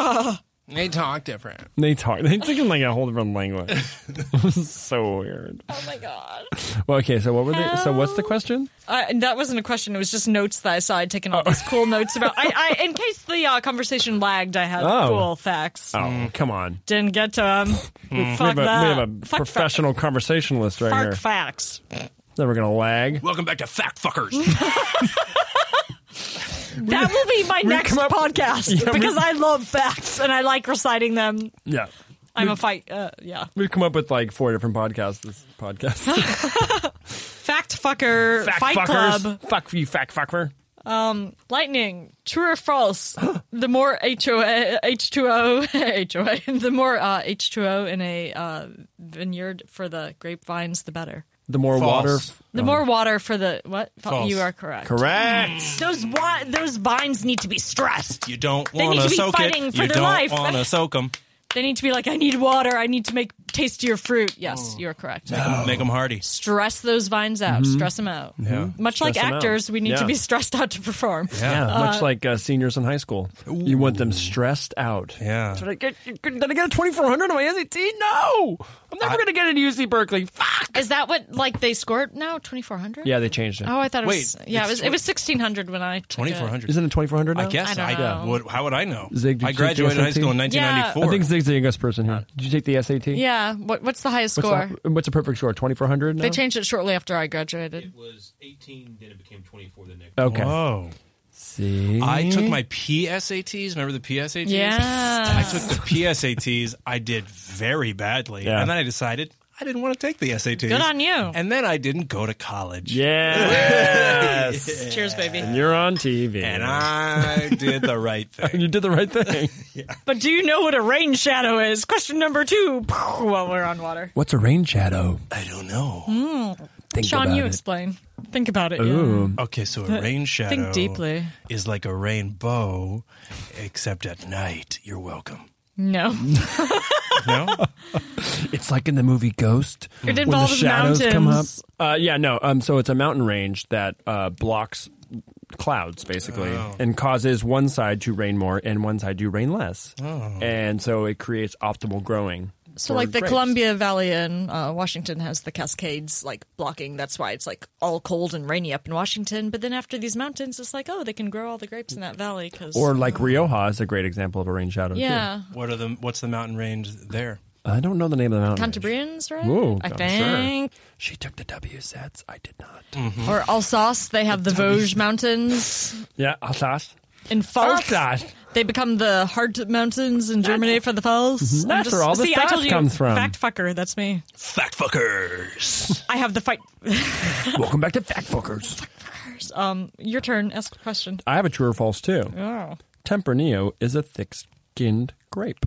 [SPEAKER 2] Oh
[SPEAKER 6] They talk different.
[SPEAKER 3] They talk. They speak in like a whole different language. so weird.
[SPEAKER 2] Oh my god!
[SPEAKER 3] Well, okay. So what were they? So what's the question?
[SPEAKER 2] Uh, and that wasn't a question. It was just notes that I saw. I'd taken all
[SPEAKER 3] Oh.
[SPEAKER 2] these cool notes about. I, I in case the uh, conversation lagged, I had
[SPEAKER 3] Oh.
[SPEAKER 2] cool facts.
[SPEAKER 3] Oh, come on.
[SPEAKER 2] Didn't get to them.
[SPEAKER 3] Hmm, We
[SPEAKER 2] Fuck
[SPEAKER 3] have a, we
[SPEAKER 2] that.
[SPEAKER 3] have a
[SPEAKER 2] Fuck
[SPEAKER 3] professional conversationalist right
[SPEAKER 2] Fa-
[SPEAKER 3] here.
[SPEAKER 2] fuck facts.
[SPEAKER 3] Then we're gonna lag.
[SPEAKER 6] Welcome back to Fact Fuckers.
[SPEAKER 2] That will be my next
[SPEAKER 3] come up-
[SPEAKER 2] podcast
[SPEAKER 3] Yeah, we-
[SPEAKER 2] because I love facts and I like reciting them.
[SPEAKER 3] Yeah.
[SPEAKER 2] I'm a fight. Uh, yeah,
[SPEAKER 3] We've come up with like four different podcasts. This podcast,
[SPEAKER 2] fact fucker.
[SPEAKER 3] Fact
[SPEAKER 2] fight
[SPEAKER 3] fuckers.
[SPEAKER 2] club.
[SPEAKER 3] Fuck you, fact fucker.
[SPEAKER 2] Lightning, true or false? the more HOA, H2O, HOA, the more uh, H2O in a uh, vineyard for the grapevines, the better.
[SPEAKER 3] The more water,
[SPEAKER 6] False.
[SPEAKER 2] The more water for the what? Fa-
[SPEAKER 6] False.
[SPEAKER 2] You are correct.
[SPEAKER 3] correct.
[SPEAKER 2] Those wa- those vines need to be stressed.
[SPEAKER 6] You don't
[SPEAKER 2] need
[SPEAKER 6] want
[SPEAKER 2] to
[SPEAKER 6] to
[SPEAKER 2] be
[SPEAKER 6] soak
[SPEAKER 2] fighting
[SPEAKER 6] it.
[SPEAKER 2] for
[SPEAKER 6] You
[SPEAKER 2] their
[SPEAKER 6] don't
[SPEAKER 2] life.
[SPEAKER 6] want to soak them.
[SPEAKER 2] They need to be like, I need water. I need to make tastier fruit.
[SPEAKER 3] Oh.
[SPEAKER 2] Yes, you are correct.
[SPEAKER 6] Make them hardy.
[SPEAKER 2] Stress those vines out. Stress them out.
[SPEAKER 6] Yeah.
[SPEAKER 2] Much
[SPEAKER 3] Mm-hmm. Stress
[SPEAKER 2] like
[SPEAKER 3] 'em out.
[SPEAKER 2] actors, we need
[SPEAKER 3] Yeah.
[SPEAKER 2] to be stressed out to perform.
[SPEAKER 3] Yeah, much like uh, seniors in high school. You want them stressed out.
[SPEAKER 6] Yeah.
[SPEAKER 3] Did I get, did I get a 2400 on my SAT? No! I'm never going to get into UC Berkeley. Fuck!
[SPEAKER 2] Is that what like they scored now? Twenty four hundred.
[SPEAKER 3] Yeah, they changed it.
[SPEAKER 2] Oh, I thought it was.
[SPEAKER 6] Wait,
[SPEAKER 2] Yeah, it
[SPEAKER 6] it's
[SPEAKER 2] was. It was sixteen hundred when I. took it.
[SPEAKER 6] 2400.
[SPEAKER 3] Isn't it 2400 now?
[SPEAKER 6] I guess.
[SPEAKER 2] I
[SPEAKER 6] I,
[SPEAKER 2] don't know.
[SPEAKER 6] would, how would I know?
[SPEAKER 3] Zig, did
[SPEAKER 6] I
[SPEAKER 3] you take
[SPEAKER 6] graduated
[SPEAKER 3] the
[SPEAKER 6] high school in
[SPEAKER 3] SAT?
[SPEAKER 2] Yeah.
[SPEAKER 6] 1994.
[SPEAKER 3] I think Zig's the youngest person here. Did you take the SAT?
[SPEAKER 2] Yeah. What, what's Uh, the highest
[SPEAKER 3] What's,
[SPEAKER 2] score?
[SPEAKER 3] the- what's a perfect score? 2400 now?
[SPEAKER 2] They changed it shortly after I graduated.
[SPEAKER 7] It was 18, then it became 24 the next.
[SPEAKER 3] okay. Mm-hmm.
[SPEAKER 6] Whoa.
[SPEAKER 3] See,
[SPEAKER 6] I took my PSATs. Remember the PSATs? I
[SPEAKER 2] Yeah.
[SPEAKER 6] took the PSATs. I did very badly.
[SPEAKER 3] Yeah.
[SPEAKER 6] And then I decided I didn't want to take the SATs.
[SPEAKER 2] Good on you.
[SPEAKER 6] And then I didn't go to college.
[SPEAKER 3] yes.
[SPEAKER 2] Cheers, baby.
[SPEAKER 3] You're on TV,
[SPEAKER 6] And I did the right thing.
[SPEAKER 3] you did the right thing.
[SPEAKER 2] But do you know what a rain shadow is? Question number two. While we're on water,
[SPEAKER 3] What's a rain shadow?
[SPEAKER 6] I don't know.
[SPEAKER 2] Hmm?
[SPEAKER 3] Think
[SPEAKER 2] Sean,
[SPEAKER 3] about
[SPEAKER 2] you
[SPEAKER 3] it.
[SPEAKER 2] explain. Think about it.
[SPEAKER 3] Ooh.
[SPEAKER 6] Okay, so a rain shadow
[SPEAKER 2] deeply.
[SPEAKER 6] is like a rainbow, except at night. You're welcome.
[SPEAKER 2] No,
[SPEAKER 6] No?
[SPEAKER 3] It's like in the movie Ghost.
[SPEAKER 2] It
[SPEAKER 3] when the
[SPEAKER 2] involves
[SPEAKER 3] shadows come up.
[SPEAKER 2] mountains.
[SPEAKER 3] Uh, yeah, no. Um, so it's a mountain range that uh, blocks clouds basically
[SPEAKER 2] Oh.
[SPEAKER 3] and causes one side to rain more and one side to rain less.
[SPEAKER 2] Oh.
[SPEAKER 3] And so it creates optimal growing.
[SPEAKER 2] so
[SPEAKER 3] for
[SPEAKER 2] like the
[SPEAKER 3] grapes.
[SPEAKER 2] Columbia Valley in uh, Washington has the Cascades like blocking. That's why it's like all cold and rainy up in Washington. But then after these mountains, it's like oh, they can grow all the grapes in that valley because
[SPEAKER 3] Or like Rioja is a great example of a rain shadow. too.
[SPEAKER 2] yeah,
[SPEAKER 6] What are the what's the mountain range there?
[SPEAKER 3] I don't know the name of the mountain. range.
[SPEAKER 2] Cantabrians, right?
[SPEAKER 3] Whoa,
[SPEAKER 2] I
[SPEAKER 3] I'm
[SPEAKER 2] think.
[SPEAKER 3] She took the W sets. I did not.
[SPEAKER 2] Or Alsace, they have the Vosges Mountains.
[SPEAKER 3] Yeah, Alsace.
[SPEAKER 2] In Falls,
[SPEAKER 3] Alsace.
[SPEAKER 2] they become the Hart Mountains in Germany for the falls. I'm
[SPEAKER 3] Mhm. That's where all the
[SPEAKER 2] see, I
[SPEAKER 3] sass
[SPEAKER 2] told you,
[SPEAKER 3] comes from.
[SPEAKER 2] Fact fucker, that's me.
[SPEAKER 6] Fact fuckers.
[SPEAKER 2] I have the fight.
[SPEAKER 3] Welcome back to Fact Fuckers.
[SPEAKER 2] Um, your turn. Ask a question.
[SPEAKER 3] I have a true or false too.
[SPEAKER 2] Oh,
[SPEAKER 3] Tempranillo is a thick-skinned grape.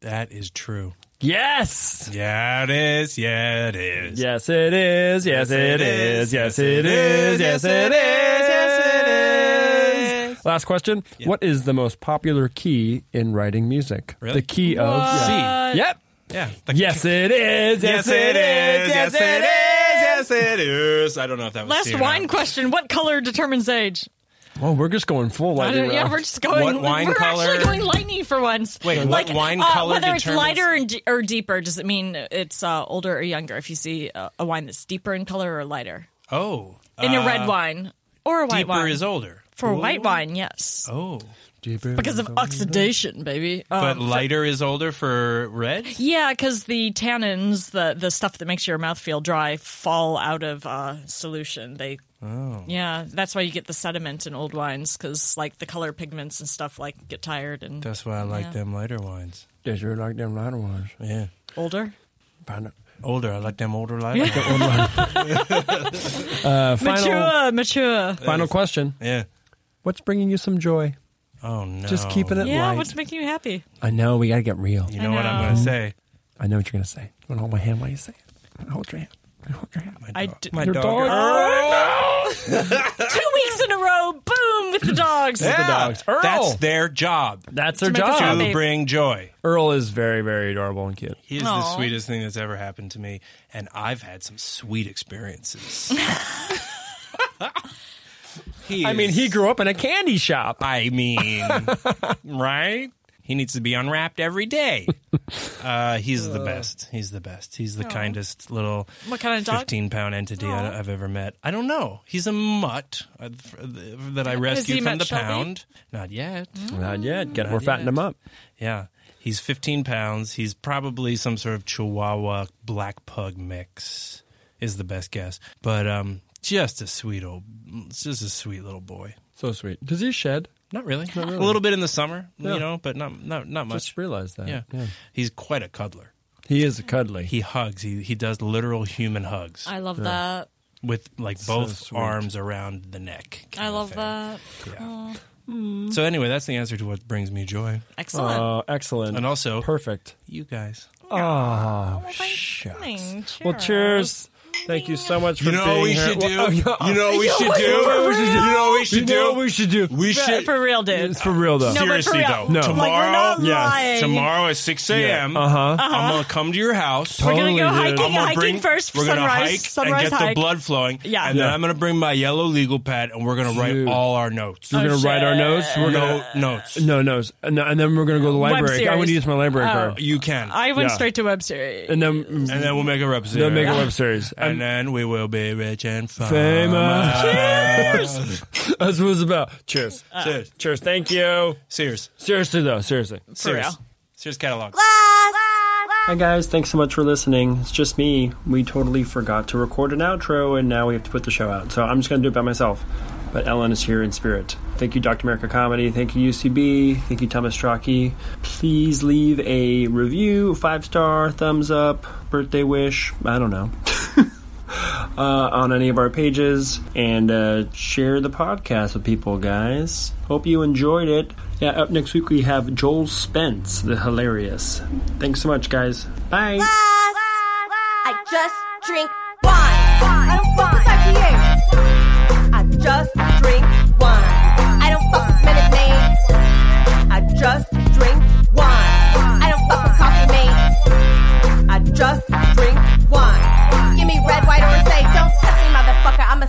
[SPEAKER 6] That is true.
[SPEAKER 3] Yes.
[SPEAKER 6] Yeah, it is. Yeah, it is.
[SPEAKER 3] Yes, it is. Yes, it is. Yes, it is. Yes, it is. Yes, it is. Last question. What is the most popular key in writing music?
[SPEAKER 6] Really?
[SPEAKER 3] The key of
[SPEAKER 6] C.
[SPEAKER 3] C. Yep.
[SPEAKER 6] Yeah.
[SPEAKER 3] Yes, it is. Yes, it is. Yes, it is.
[SPEAKER 6] Yes, it is. I don't know if that was
[SPEAKER 2] last
[SPEAKER 6] C or
[SPEAKER 2] wine
[SPEAKER 6] not.
[SPEAKER 2] question. What color determines age?
[SPEAKER 3] Oh, we're just going full
[SPEAKER 2] I
[SPEAKER 3] lightning
[SPEAKER 2] don't, yeah,
[SPEAKER 3] round.
[SPEAKER 2] we're just going.
[SPEAKER 6] What wine
[SPEAKER 2] we're
[SPEAKER 6] color-
[SPEAKER 2] actually going lightning for once.
[SPEAKER 6] Wait, what
[SPEAKER 2] like,
[SPEAKER 6] wine
[SPEAKER 2] uh,
[SPEAKER 6] color
[SPEAKER 2] Whether it's
[SPEAKER 6] determines-
[SPEAKER 2] lighter and d- or deeper, does it mean it's uh, older or younger? If you see uh, a wine that's deeper in color or lighter,
[SPEAKER 6] Oh.
[SPEAKER 2] in
[SPEAKER 6] uh,
[SPEAKER 2] a red wine or a white
[SPEAKER 6] Deeper
[SPEAKER 2] wine Um,
[SPEAKER 6] is older.
[SPEAKER 2] for white wine, yes,
[SPEAKER 6] Oh.
[SPEAKER 2] because of oxidation, baby. Um,
[SPEAKER 6] But lighter is older for red?
[SPEAKER 2] Yeah, because the tannins, the the stuff that makes your mouth feel dry, fall out of uh, solution. They, yeah, that's why you get the sediment in old wines because like the color pigments and stuff like get tired and
[SPEAKER 6] That's why I like
[SPEAKER 2] Yeah.
[SPEAKER 6] them lighter wines.
[SPEAKER 3] Yes, you're like them lighter ones.
[SPEAKER 6] Yeah.
[SPEAKER 2] older.
[SPEAKER 3] Find out.
[SPEAKER 6] Older. I like them older lighter wines.
[SPEAKER 3] Uh, final,
[SPEAKER 2] Mature, mature.
[SPEAKER 3] final question.
[SPEAKER 6] Yeah.
[SPEAKER 3] What's bringing you some joy?
[SPEAKER 6] Oh, no.
[SPEAKER 3] Just keeping it
[SPEAKER 2] Yeah,
[SPEAKER 3] light.
[SPEAKER 2] what's making you happy?
[SPEAKER 3] I know we got to get real.
[SPEAKER 6] You know, what I'm
[SPEAKER 2] know.
[SPEAKER 6] going to say?
[SPEAKER 3] I know what you're gonna say. I'm gonna hold my hand while you say it. Hold your hand. Hold your hand.
[SPEAKER 2] I
[SPEAKER 6] dog-
[SPEAKER 2] d-
[SPEAKER 6] my
[SPEAKER 3] Your
[SPEAKER 6] dog.
[SPEAKER 3] dog.
[SPEAKER 2] Two weeks in a row, boom with the dogs.
[SPEAKER 6] Yeah.
[SPEAKER 3] dogs. Earl.
[SPEAKER 6] That's their job.
[SPEAKER 3] That's her
[SPEAKER 2] make us
[SPEAKER 3] job.
[SPEAKER 2] happy.
[SPEAKER 6] To bring joy.
[SPEAKER 3] Earl is very, very adorable and cute.
[SPEAKER 6] He is
[SPEAKER 2] Aw.
[SPEAKER 6] the sweetest thing that's ever happened to me, and I've had some sweet experiences. He
[SPEAKER 3] I mean,
[SPEAKER 6] is-
[SPEAKER 3] he grew up in a candy shop.
[SPEAKER 6] I mean, right? He needs to be unwrapped every day. Uh, he's the best. He's the best. He's the kindest little
[SPEAKER 2] What kind of dog?
[SPEAKER 6] fifteen pound entity I, have ever met. I don't know. He's a mutt uh, f- that I rescued
[SPEAKER 2] met
[SPEAKER 6] from the
[SPEAKER 2] Shelby? Mm.
[SPEAKER 6] pound. Not yet.
[SPEAKER 3] Not yet. Get, we're
[SPEAKER 6] Not
[SPEAKER 3] fattening
[SPEAKER 6] yet.
[SPEAKER 3] him up.
[SPEAKER 6] Yeah. He's 15 pounds. He's probably some sort of Chihuahua black pug mix, is the best guess. But um, just a sweet old, just a sweet little boy.
[SPEAKER 3] So sweet. Does he shed?
[SPEAKER 6] Not really. A little bit in the summer,
[SPEAKER 3] Yeah.
[SPEAKER 6] you know, but not not not much.
[SPEAKER 3] Just realized that.
[SPEAKER 6] yeah. he's quite a cuddler.
[SPEAKER 3] He is cuddly.
[SPEAKER 6] He hugs. He he does literal human hugs
[SPEAKER 2] I love that.
[SPEAKER 6] with like both
[SPEAKER 3] sweet.
[SPEAKER 6] arms around the neck. kind
[SPEAKER 2] I
[SPEAKER 6] of
[SPEAKER 2] love
[SPEAKER 6] thing.
[SPEAKER 2] that.
[SPEAKER 6] Yeah.
[SPEAKER 3] Mm.
[SPEAKER 6] So anyway, that's the answer to what brings me joy.
[SPEAKER 2] Excellent.
[SPEAKER 3] Oh, excellent.
[SPEAKER 6] And also-
[SPEAKER 3] perfect.
[SPEAKER 6] You guys.
[SPEAKER 3] Oh, shucks.
[SPEAKER 2] Thanks.
[SPEAKER 3] Well, cheers. Thank you so much for
[SPEAKER 5] You know what
[SPEAKER 3] being
[SPEAKER 5] we
[SPEAKER 3] here.
[SPEAKER 5] should do?
[SPEAKER 2] Oh,
[SPEAKER 3] Well-
[SPEAKER 5] You know what we should do? You
[SPEAKER 3] what we should do?
[SPEAKER 5] know what we
[SPEAKER 3] You
[SPEAKER 5] should
[SPEAKER 3] know what
[SPEAKER 5] do?
[SPEAKER 3] we should do?
[SPEAKER 5] We should.
[SPEAKER 2] for real, dude.
[SPEAKER 3] It's for real though.
[SPEAKER 2] No, but for
[SPEAKER 5] Seriously,
[SPEAKER 2] real.
[SPEAKER 5] though.
[SPEAKER 3] No.
[SPEAKER 2] Like, we're
[SPEAKER 5] Tomorrow.
[SPEAKER 2] not
[SPEAKER 3] Yes.
[SPEAKER 2] lying. Uh-huh.
[SPEAKER 5] Tomorrow at 6 a.m.
[SPEAKER 3] Uh huh.
[SPEAKER 5] I'm going to come to your house.
[SPEAKER 2] We're gonna
[SPEAKER 3] Totally,
[SPEAKER 2] go
[SPEAKER 3] dude.
[SPEAKER 2] hiking.
[SPEAKER 5] I'm gonna
[SPEAKER 2] hiking
[SPEAKER 5] bring,
[SPEAKER 2] first for
[SPEAKER 5] We're gonna
[SPEAKER 2] sunrise.
[SPEAKER 5] hike
[SPEAKER 2] sunrise
[SPEAKER 5] and get
[SPEAKER 2] hike.
[SPEAKER 5] the blood flowing.
[SPEAKER 2] Yeah.
[SPEAKER 5] and then
[SPEAKER 3] Yeah.
[SPEAKER 5] I'm gonna bring my yellow legal pad and we're gonna write
[SPEAKER 3] Dude.
[SPEAKER 5] all our notes.
[SPEAKER 3] We're gonna write our notes. We're gonna
[SPEAKER 5] no notes.
[SPEAKER 3] no notes, and, and then we're gonna go to the library. I
[SPEAKER 2] series.
[SPEAKER 3] want to use my library
[SPEAKER 2] Oh.
[SPEAKER 3] card,
[SPEAKER 5] You can,
[SPEAKER 2] I went
[SPEAKER 3] Yeah.
[SPEAKER 2] straight to web series.
[SPEAKER 3] and then
[SPEAKER 5] and then we'll make a rep.
[SPEAKER 3] they'll make a web series.
[SPEAKER 5] and
[SPEAKER 3] And
[SPEAKER 5] then we will be rich and famous.
[SPEAKER 3] famous. Cheers. That's what it's about. Cheers.
[SPEAKER 5] Cheers.
[SPEAKER 3] Cheers. Thank you.
[SPEAKER 5] Serious.
[SPEAKER 3] Seriously though, seriously.
[SPEAKER 5] Serious. Serious catalog.
[SPEAKER 3] Hi guys, thanks so much for listening. It's just me. We totally forgot to record an outro, and now we have to put the show out. So I'm just gonna do it by myself. But Ellen is here in spirit. Thank you, Dr. America Comedy. Thank you, UCB. Thank you, Thomas Strachey. Please leave a review, five star, thumbs up, birthday wish. I don't know. uh, on any of our pages and uh, share the podcast with people, guys. Hope you enjoyed it. Yeah, up next week we have Joel Spence, the hilarious. Thanks so much, guys. Bye.
[SPEAKER 4] glass. I just drink wine. I don't fuck with IPAs. I just drink wine. I don't fuck with Minute Maid. I just drink wine. I don't fuck with coffee mate. I just drink wine. Give me red, white, or say, don't touch me, motherfucker. I'm a